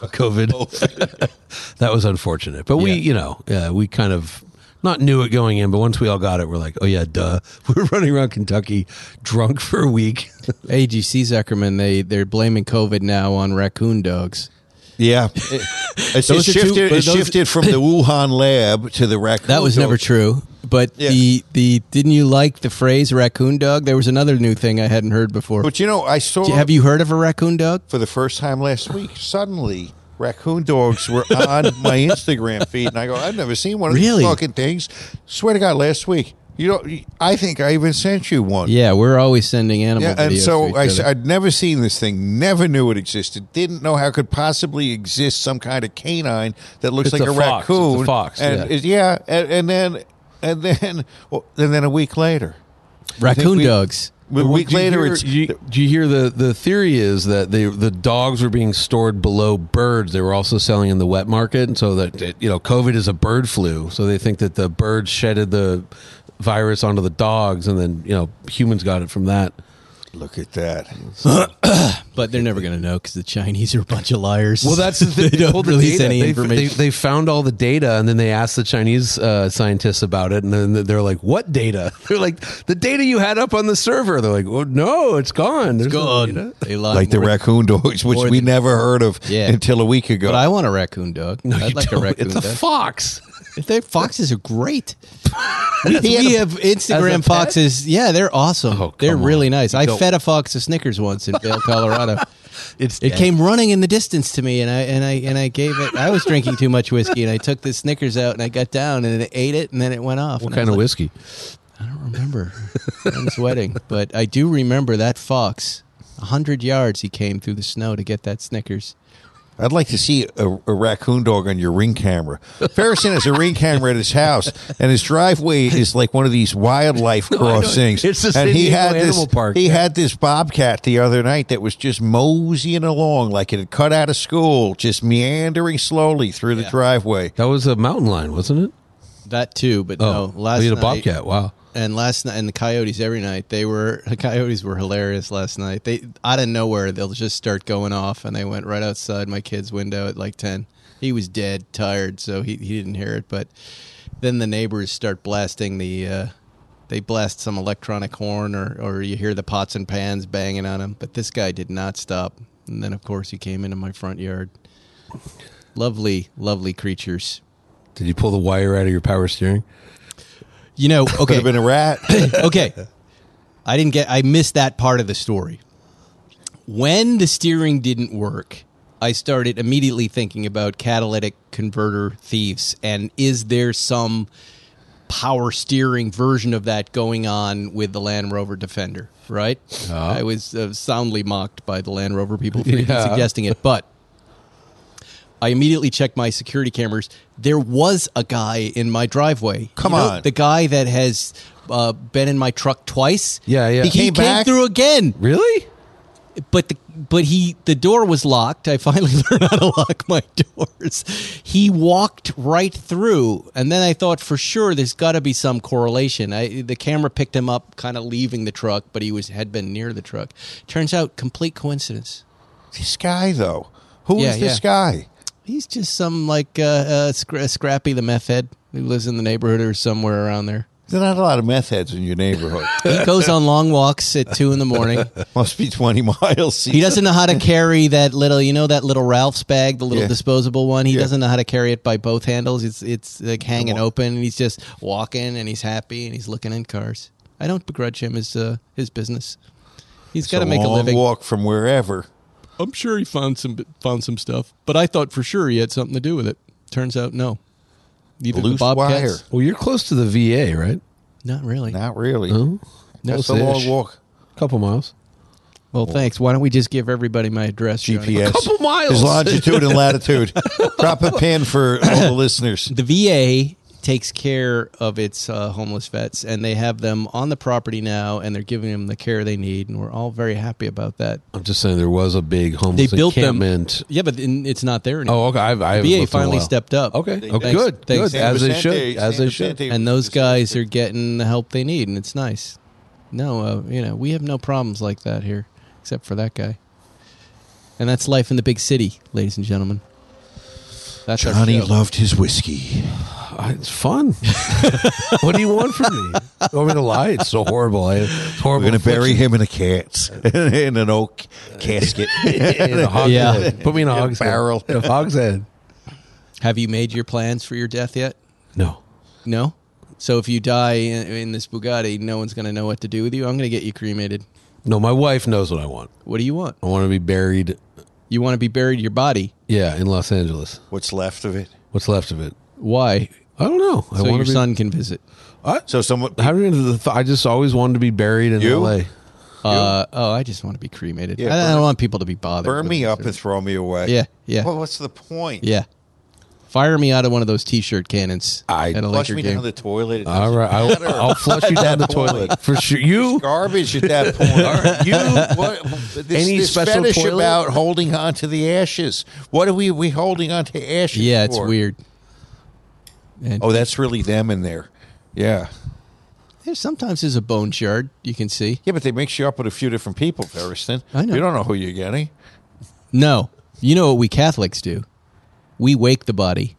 Speaker 5: COVID. (laughs) that was unfortunate, but we
Speaker 3: Yeah.
Speaker 5: you know uh, we kind of not knew it going in, but once we all got it, we're like, oh yeah, duh. (laughs) We're running around Kentucky drunk for a week.
Speaker 3: AGC Zuckerman. They they're blaming COVID now on raccoon dogs.
Speaker 4: Yeah.
Speaker 3: (laughs)
Speaker 4: It, it's,
Speaker 3: Those
Speaker 4: it
Speaker 3: are two-
Speaker 4: shifted, it
Speaker 3: those-
Speaker 4: shifted
Speaker 3: (laughs)
Speaker 4: from the Wuhan lab to the raccoon.
Speaker 3: That was never
Speaker 4: dog.
Speaker 3: true. But
Speaker 4: Yeah.
Speaker 3: the the didn't you like the phrase raccoon dog? There was another new thing I hadn't heard before.
Speaker 4: But you know, I saw
Speaker 3: Do- Have you heard of a raccoon dog?
Speaker 4: for the first time last week. Suddenly, raccoon dogs were on my Instagram feed, and I go, I've never seen one of
Speaker 3: Really?
Speaker 4: these fucking things. Swear to God, last week. You know, I think I even sent you one.
Speaker 3: Yeah, we're always
Speaker 5: (laughs)
Speaker 3: sending animal
Speaker 4: Yeah, and
Speaker 3: videos
Speaker 4: so
Speaker 3: to
Speaker 4: I,
Speaker 3: each other.
Speaker 4: would never seen this thing, never knew it existed, didn't know how it could possibly exist some kind of canine that looks
Speaker 5: It's
Speaker 4: like
Speaker 5: a
Speaker 4: a,
Speaker 5: fox. It's a
Speaker 4: raccoon.
Speaker 5: fox,
Speaker 4: and
Speaker 5: yeah.
Speaker 4: it- yeah, and, and then and then well, and then a week later,
Speaker 3: raccoon
Speaker 4: we-
Speaker 3: dogs.
Speaker 4: a week
Speaker 5: Do you
Speaker 4: later,
Speaker 5: hear-
Speaker 4: it's
Speaker 5: do you, do you hear the the theory is that they the dogs were being stored below birds. They were also selling in the wet market, and so that that, you know COVID is a bird flu. So they think that the birds shedded the virus onto the dogs, and then you know humans got it from that.
Speaker 4: look at that.
Speaker 3: But they're never going to know because the Chinese are a bunch of liars. (laughs)
Speaker 5: Well, (laughs) that's the thing.
Speaker 3: they don't
Speaker 5: pulled the
Speaker 3: release
Speaker 5: data.
Speaker 3: any
Speaker 5: They-
Speaker 3: information.
Speaker 5: They, they found all the data, and then they asked the Chinese uh, scientists about it, and then they're like, "What data?" (laughs) They're like, "The data you had up on the server." They're like, "Well, no, it's gone. There's no data."
Speaker 3: gone. They lie
Speaker 4: Like the
Speaker 3: more-
Speaker 4: raccoon dogs, which
Speaker 3: more
Speaker 4: we
Speaker 3: than-
Speaker 4: never heard of
Speaker 3: Yeah.
Speaker 4: until a week ago.
Speaker 3: But I want a raccoon dog.
Speaker 5: No,
Speaker 3: I'd
Speaker 5: (laughs) you
Speaker 3: like
Speaker 5: don't.
Speaker 3: a raccoon
Speaker 5: It's a
Speaker 3: dog.
Speaker 5: fox.
Speaker 3: They- foxes are
Speaker 5: (laughs)
Speaker 3: great. we we have
Speaker 5: as
Speaker 3: Instagram
Speaker 5: a pet?
Speaker 3: foxes. Yeah, they're awesome.
Speaker 5: Oh, come
Speaker 3: they're really
Speaker 5: on.
Speaker 3: nice.
Speaker 5: You
Speaker 3: I
Speaker 5: don't-
Speaker 3: fed a fox a Snickers once in
Speaker 5: (laughs)
Speaker 3: Vail, Colorado.
Speaker 5: It's
Speaker 3: It came running in the distance to me, and I and I and I gave it. I was drinking too much whiskey, and I took the Snickers out, and I got down, and it ate it, and then it went off.
Speaker 5: What
Speaker 3: And I
Speaker 5: kind of
Speaker 3: was
Speaker 5: whiskey?
Speaker 3: like, I don't remember. Friend's wedding,
Speaker 5: (laughs)
Speaker 3: but I do remember that fox. A hundred yards, he came through the snow to get that Snickers.
Speaker 4: I'd like to see a, a raccoon dog on your ring camera. Farrison has a ring camera at his house, and his driveway is like one of
Speaker 3: (laughs)
Speaker 4: these wildlife crossings.
Speaker 5: It's the
Speaker 4: and
Speaker 5: San Diego
Speaker 4: this,
Speaker 5: Animal Park.
Speaker 4: He had this bobcat the other night that was just moseying along like it had cut out of school, just meandering slowly through the driveway.
Speaker 5: That was a mountain lion, wasn't it?
Speaker 3: That too, but no. Last
Speaker 5: we Oh, had
Speaker 3: night-
Speaker 5: a bobcat. Wow.
Speaker 3: and last night and the coyotes every night they were (laughs) the coyotes were hilarious last night they out of nowhere they'll just start going off and they went right outside my kid's window at like 10 he was dead tired so he, he didn't hear it but then the neighbors start blasting the uh, they blast some electronic horn or, or you hear the pots and pans banging on him but this guy did not stop and then of course he came into my front yard lovely lovely creatures
Speaker 5: Did you pull the wire out of your power steering?
Speaker 3: you know
Speaker 4: Could
Speaker 3: okay
Speaker 4: have been
Speaker 3: (coughs)
Speaker 4: a rat.
Speaker 3: (laughs) okay. I didn't get I missed that part of the story. When the steering didn't work, I started immediately thinking about catalytic converter thieves, and is there some power steering version of that going on with the Land Rover Defender? Right, I was uh, soundly mocked by the Land Rover people for even
Speaker 5: Yeah.
Speaker 3: suggesting it, but. I immediately checked my security cameras. There was a guy in my driveway.
Speaker 4: Come
Speaker 3: You know,
Speaker 4: on.
Speaker 3: the guy that has uh, been in my truck twice.
Speaker 5: Yeah, yeah.
Speaker 3: He, he
Speaker 4: Came
Speaker 3: came,
Speaker 4: back?
Speaker 3: through again,
Speaker 5: Really?
Speaker 3: but the but he the door was locked. I finally (laughs) learned how to lock my (laughs) doors. He walked right through, and then I thought for sure there's got to be some correlation. I, the camera picked him up, kind of leaving the truck, but he was had been near the truck. Turns out, complete coincidence.
Speaker 4: This guy, though. who
Speaker 3: Yeah,
Speaker 4: is this
Speaker 3: yeah.
Speaker 4: guy?
Speaker 3: He's just some like uh, uh, scra- Scrappy the meth head who lives in the neighborhood or somewhere around there.
Speaker 4: There's not a lot of meth heads in
Speaker 3: (laughs)
Speaker 4: your neighborhood. (laughs)
Speaker 3: He goes on long walks at two in the morning.
Speaker 4: Must be 20 miles.
Speaker 3: He doesn't know how to carry that little, you know, that little Ralph's bag, the little
Speaker 4: Yeah.
Speaker 3: disposable one. He
Speaker 4: Yeah.
Speaker 3: doesn't know how to carry it by both handles. It's it's like hanging open, and he's just walking, and he's happy, and he's looking in cars. I don't begrudge him his uh, his business. He's got to make a
Speaker 4: long
Speaker 3: living.
Speaker 4: walk from wherever.
Speaker 3: I'm sure he found some found some stuff, but I thought for sure he had something to do with it. Turns out, no. Either
Speaker 4: Loose wire.
Speaker 5: Well, you're close to the VA, right?
Speaker 3: Not really.
Speaker 4: Not really. That's a long
Speaker 5: Close-ish.
Speaker 4: walk.
Speaker 5: Couple miles.
Speaker 3: Well, thanks. Why don't we just give everybody my address? Johnny?
Speaker 4: GPS.
Speaker 5: couple miles.
Speaker 4: There's longitude and (laughs) latitude. Drop a pin for all the listeners.
Speaker 3: The VA takes care of its uh, homeless vets, and they have them on the property now, and they're giving them the care they need, and we're all very happy about that.
Speaker 5: I'm just saying there was a big
Speaker 3: They
Speaker 5: homeless
Speaker 3: built them.
Speaker 5: encampment.
Speaker 3: Yeah, but in, it's not there anymore.
Speaker 5: Oh, okay. I've, I haven't
Speaker 3: VA
Speaker 5: looked in a
Speaker 3: finally
Speaker 5: while.
Speaker 3: stepped up.
Speaker 5: Okay.
Speaker 3: They-
Speaker 5: okay.
Speaker 3: thanks-
Speaker 5: Good.
Speaker 3: thanks.
Speaker 5: Good. As they should.
Speaker 4: Vicente,
Speaker 5: As they
Speaker 4: San
Speaker 5: should.
Speaker 4: Vicente.
Speaker 3: and those guys are getting the help they need, and it's nice. No, uh, you know, we have no problems like that here, except for that guy. And that's life in the big city, ladies and gentlemen. That's our
Speaker 4: Johnny
Speaker 3: show.
Speaker 4: loved his whiskey.
Speaker 5: I- It's fun. (laughs) what do you want from me? You want me to lie? It's so horrible. I, it's horrible.
Speaker 4: We're going to bury him in a (laughs) cat, in an oak casket. (laughs)
Speaker 5: in a (laughs) hog
Speaker 3: Yeah.
Speaker 5: head. Put me in a hog's barrel. In a hog's head.
Speaker 3: Have you made your plans for your death yet?
Speaker 5: No.
Speaker 3: No. So if you die in, in this Bugatti, no one's going to know what to do with you. I'm going to get you cremated.
Speaker 5: No, my wife knows what I want.
Speaker 3: What do you want?
Speaker 5: I want to be buried,
Speaker 3: You want to be buried your body?
Speaker 5: yeah, in Los Angeles.
Speaker 4: What's left of it?
Speaker 5: What's left of it.
Speaker 3: Why?
Speaker 5: I don't know. I
Speaker 3: So
Speaker 5: want
Speaker 3: your
Speaker 5: to be,
Speaker 3: son can visit.
Speaker 4: So someone.
Speaker 5: (laughs) How did the th- I just always wanted to be buried in
Speaker 4: You?
Speaker 5: LA.
Speaker 3: Uh, oh, I just want to be cremated.
Speaker 4: Yeah,
Speaker 3: I, I
Speaker 4: burn-
Speaker 3: don't want people to be bothered.
Speaker 4: Burn
Speaker 3: with
Speaker 4: me
Speaker 3: it.
Speaker 4: up and throw me away.
Speaker 3: Yeah, yeah.
Speaker 4: Well, what's the point?
Speaker 3: Yeah. Fire me out of one of those T-shirt cannons
Speaker 5: I-
Speaker 3: at a
Speaker 4: Flush
Speaker 3: Laker
Speaker 4: me
Speaker 3: game.
Speaker 4: down the toilet. It
Speaker 5: All
Speaker 4: doesn't
Speaker 5: right.
Speaker 4: matter.
Speaker 5: I'll, I'll flush
Speaker 4: (laughs)
Speaker 5: you down the toilet for sure. You
Speaker 4: Garbage at that point. you what, this,
Speaker 5: Any
Speaker 4: this
Speaker 5: special
Speaker 4: fetish
Speaker 5: toilet?
Speaker 4: about holding on to the ashes. What are we we holding on to ashes?
Speaker 3: yeah, it's
Speaker 4: for?
Speaker 3: weird. And
Speaker 4: Oh, that's really them in there. Yeah.
Speaker 3: there's sometimes there's a bone shard you can see.
Speaker 4: Yeah, but they mix you up with a few different people, Ferriston.
Speaker 3: I know.
Speaker 4: You don't know who you're getting.
Speaker 3: No, you know what we Catholics do? We wake the body.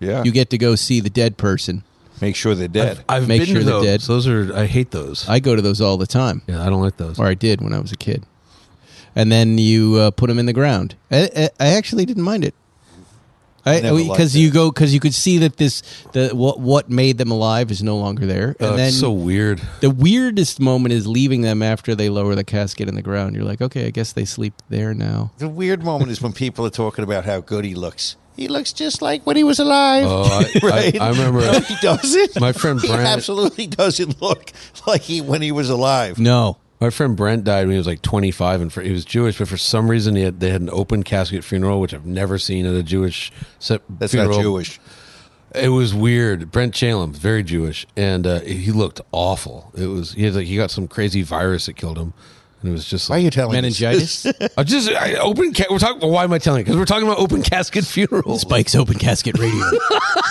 Speaker 4: Yeah.
Speaker 3: You get to go see the dead person.
Speaker 4: Make sure they're dead.
Speaker 5: I've
Speaker 3: Make
Speaker 5: been
Speaker 3: sure
Speaker 5: to
Speaker 3: they're
Speaker 5: those.
Speaker 3: dead.
Speaker 5: Those are I hate those.
Speaker 3: I go to those all the time.
Speaker 5: yeah, I don't like those.
Speaker 3: or I did when I was a kid. And then you uh, put them in the ground. I, I, I actually didn't mind it. I
Speaker 4: Never liked
Speaker 3: because you
Speaker 4: it.
Speaker 3: go because you could see that this the what what made them alive is no longer there. And
Speaker 5: Oh,
Speaker 3: then
Speaker 5: it's so
Speaker 3: (laughs)
Speaker 5: weird.
Speaker 3: the weirdest moment is leaving them after they lower the casket in the ground. You're like, okay, I guess they sleep there now.
Speaker 4: the weird moment is when people are talking about how good he looks. He looks just like when he was alive.
Speaker 5: Oh,
Speaker 4: (laughs)
Speaker 5: I, I-
Speaker 4: right?
Speaker 5: I,
Speaker 3: (laughs)
Speaker 5: remember.
Speaker 4: No, he doesn't.
Speaker 5: My friend
Speaker 4: he
Speaker 5: Brent-
Speaker 4: absolutely doesn't look like he when he was alive.
Speaker 3: No,
Speaker 5: My friend Brent died when he was like 25, and for, he was Jewish, but for some reason he had, they had an open casket funeral, which I've never seen at a Jewish se-
Speaker 4: That's
Speaker 5: funeral.
Speaker 4: not Jewish.
Speaker 5: It was weird. Brent Chalem, very Jewish, and uh, he looked awful. It was he had like he got some crazy virus that killed him, and it was just
Speaker 4: Why are
Speaker 5: like
Speaker 4: you telling us
Speaker 3: meningitis.
Speaker 4: this?
Speaker 5: (laughs) I just
Speaker 4: (laughs)
Speaker 5: I, open. Ca- we're talking. Well, why am I telling? Because we're talking about open casket funerals.
Speaker 3: Spike's open casket radio.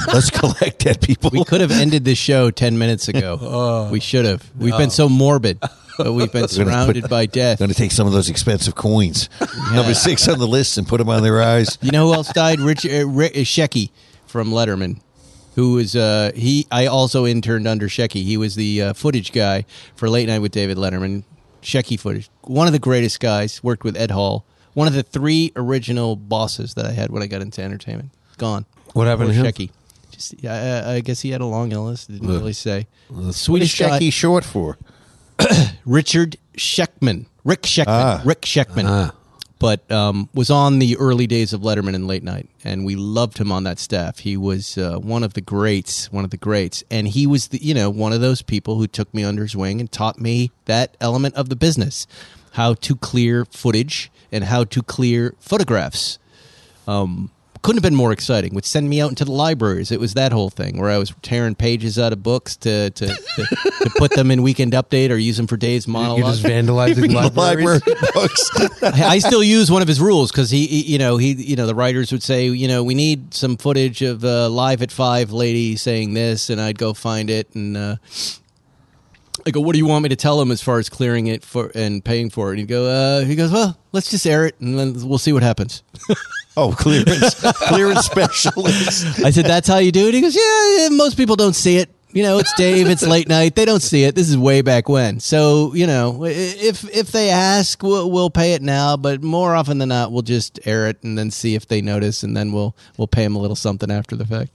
Speaker 4: Let's collect dead people.
Speaker 3: (laughs) we could have ended this show ten minutes ago. we should have. We've been so morbid, but we've been
Speaker 4: We're gonna put-
Speaker 3: surrounded by death.
Speaker 4: Going to take some of those expensive coins, number six on the list, and put them on their eyes.
Speaker 3: You know who else died? Rich uh, Rick Shecky from Letterman, who was uh, he. I also interned under Shecky. He was the uh, footage guy for Late Night with David Letterman. Shecky footage. One of the greatest guys. Worked with Ed Hall. One of the three original bosses that I had when I got into entertainment. Gone.
Speaker 5: What happened
Speaker 3: Poor
Speaker 5: to him?
Speaker 3: Shecky. Just, yeah, I, I guess he had a long illness. Didn't really say.
Speaker 4: What is
Speaker 3: Swedish guy,
Speaker 4: Jackie short for?
Speaker 3: Richard Sheckman. Rick Sheckman. Rick Sheckman. but um, was on the early days of Letterman and Late Night, and we loved him on that staff. He was uh, one of the greats, one of the greats, and he was the you know one of those people who took me under his wing and taught me that element of the business, how to clear footage and how to clear photographs. Um, couldn't have been more exciting. Would send me out into the libraries. It was that whole thing where I was tearing pages out of books to to, to, to put them in Weekend Update or use them for Dave's monologue.
Speaker 5: You're
Speaker 4: (laughs)
Speaker 5: just vandalizing libraries.
Speaker 4: Library (laughs) books.
Speaker 3: (laughs) I I still use one of his rules because he, he- you know, he, you know, the writers would say, you know, we need some footage of uh, live at five lady saying this, and I'd go find it, and uh, I go, what do you want me to tell him as far as clearing it for and paying for it? And he'd go, uh, he goes, well, let's just air it, and then we'll see what happens.
Speaker 4: Oh, clearance, clearance specialist.
Speaker 3: I said, that's how you do it. He goes, yeah, yeah, most people don't see it. You know, it's Dave. It's late night. They don't see it. This is way back when. So you know, i- if if they ask, we'll, we'll pay it now. But more often than not, we'll just air it and then see if they notice, and then we'll we'll pay them a little something after the fact.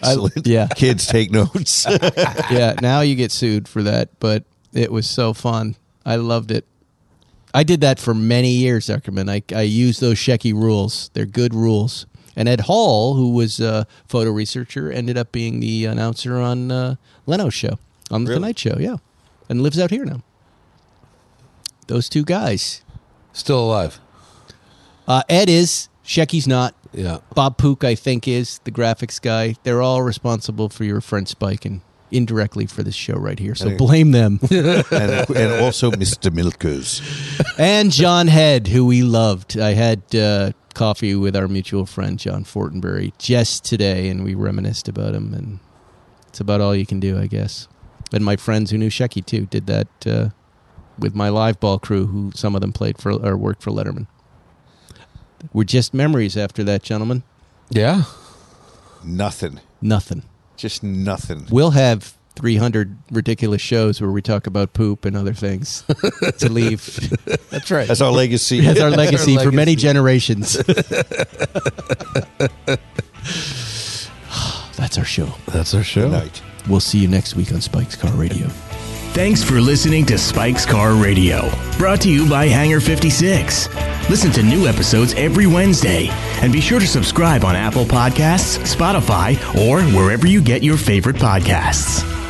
Speaker 4: (laughs) Excellent.
Speaker 3: yeah.
Speaker 4: Kids take notes.
Speaker 3: (laughs) yeah. Now you get sued for that, but it was so fun. I loved it. I did that for many years, Zuckerman. I, I used those Shecky rules. They're good rules. And Ed Hall, who was a photo researcher, ended up being the announcer on uh, Leno's show, on The
Speaker 4: Really?
Speaker 3: Tonight Show, yeah. And lives out here now. Those two guys.
Speaker 5: Still alive.
Speaker 3: Uh, Ed is, Shecky's not.
Speaker 5: Yeah.
Speaker 3: Bob Pook, I think, is the graphics guy. They're all responsible for your friend Spike and indirectly for this show right here. So blame them.
Speaker 4: and, and also Mr. Milkers.
Speaker 3: and John Head, who we loved. I had uh, coffee with our mutual friend John Fortenberry just today, and we reminisced about him. And it's about all you can do, I guess. And my friends who knew Shecky too did that uh, with my live ball crew, who some of them played for or worked for Letterman. We're just memories after that, gentlemen.
Speaker 5: Yeah.
Speaker 4: Nothing.
Speaker 3: Nothing.
Speaker 4: Just nothing.
Speaker 3: We'll have 300 ridiculous shows where we talk about poop and other things (laughs) to leave
Speaker 5: That's right.
Speaker 4: That's our legacy.
Speaker 3: as our legacy for many
Speaker 5: legacy.
Speaker 3: generations. (sighs) That's our show.
Speaker 5: That's our show.
Speaker 4: (laughs) night.
Speaker 3: We'll see you next week on Spike's Car Radio.
Speaker 1: Thanks for listening to Spike's Car Radio, brought to you by Hangar 56. Listen to new episodes every Wednesday, and be sure to subscribe on Apple Podcasts, Spotify, or wherever you get your favorite podcasts.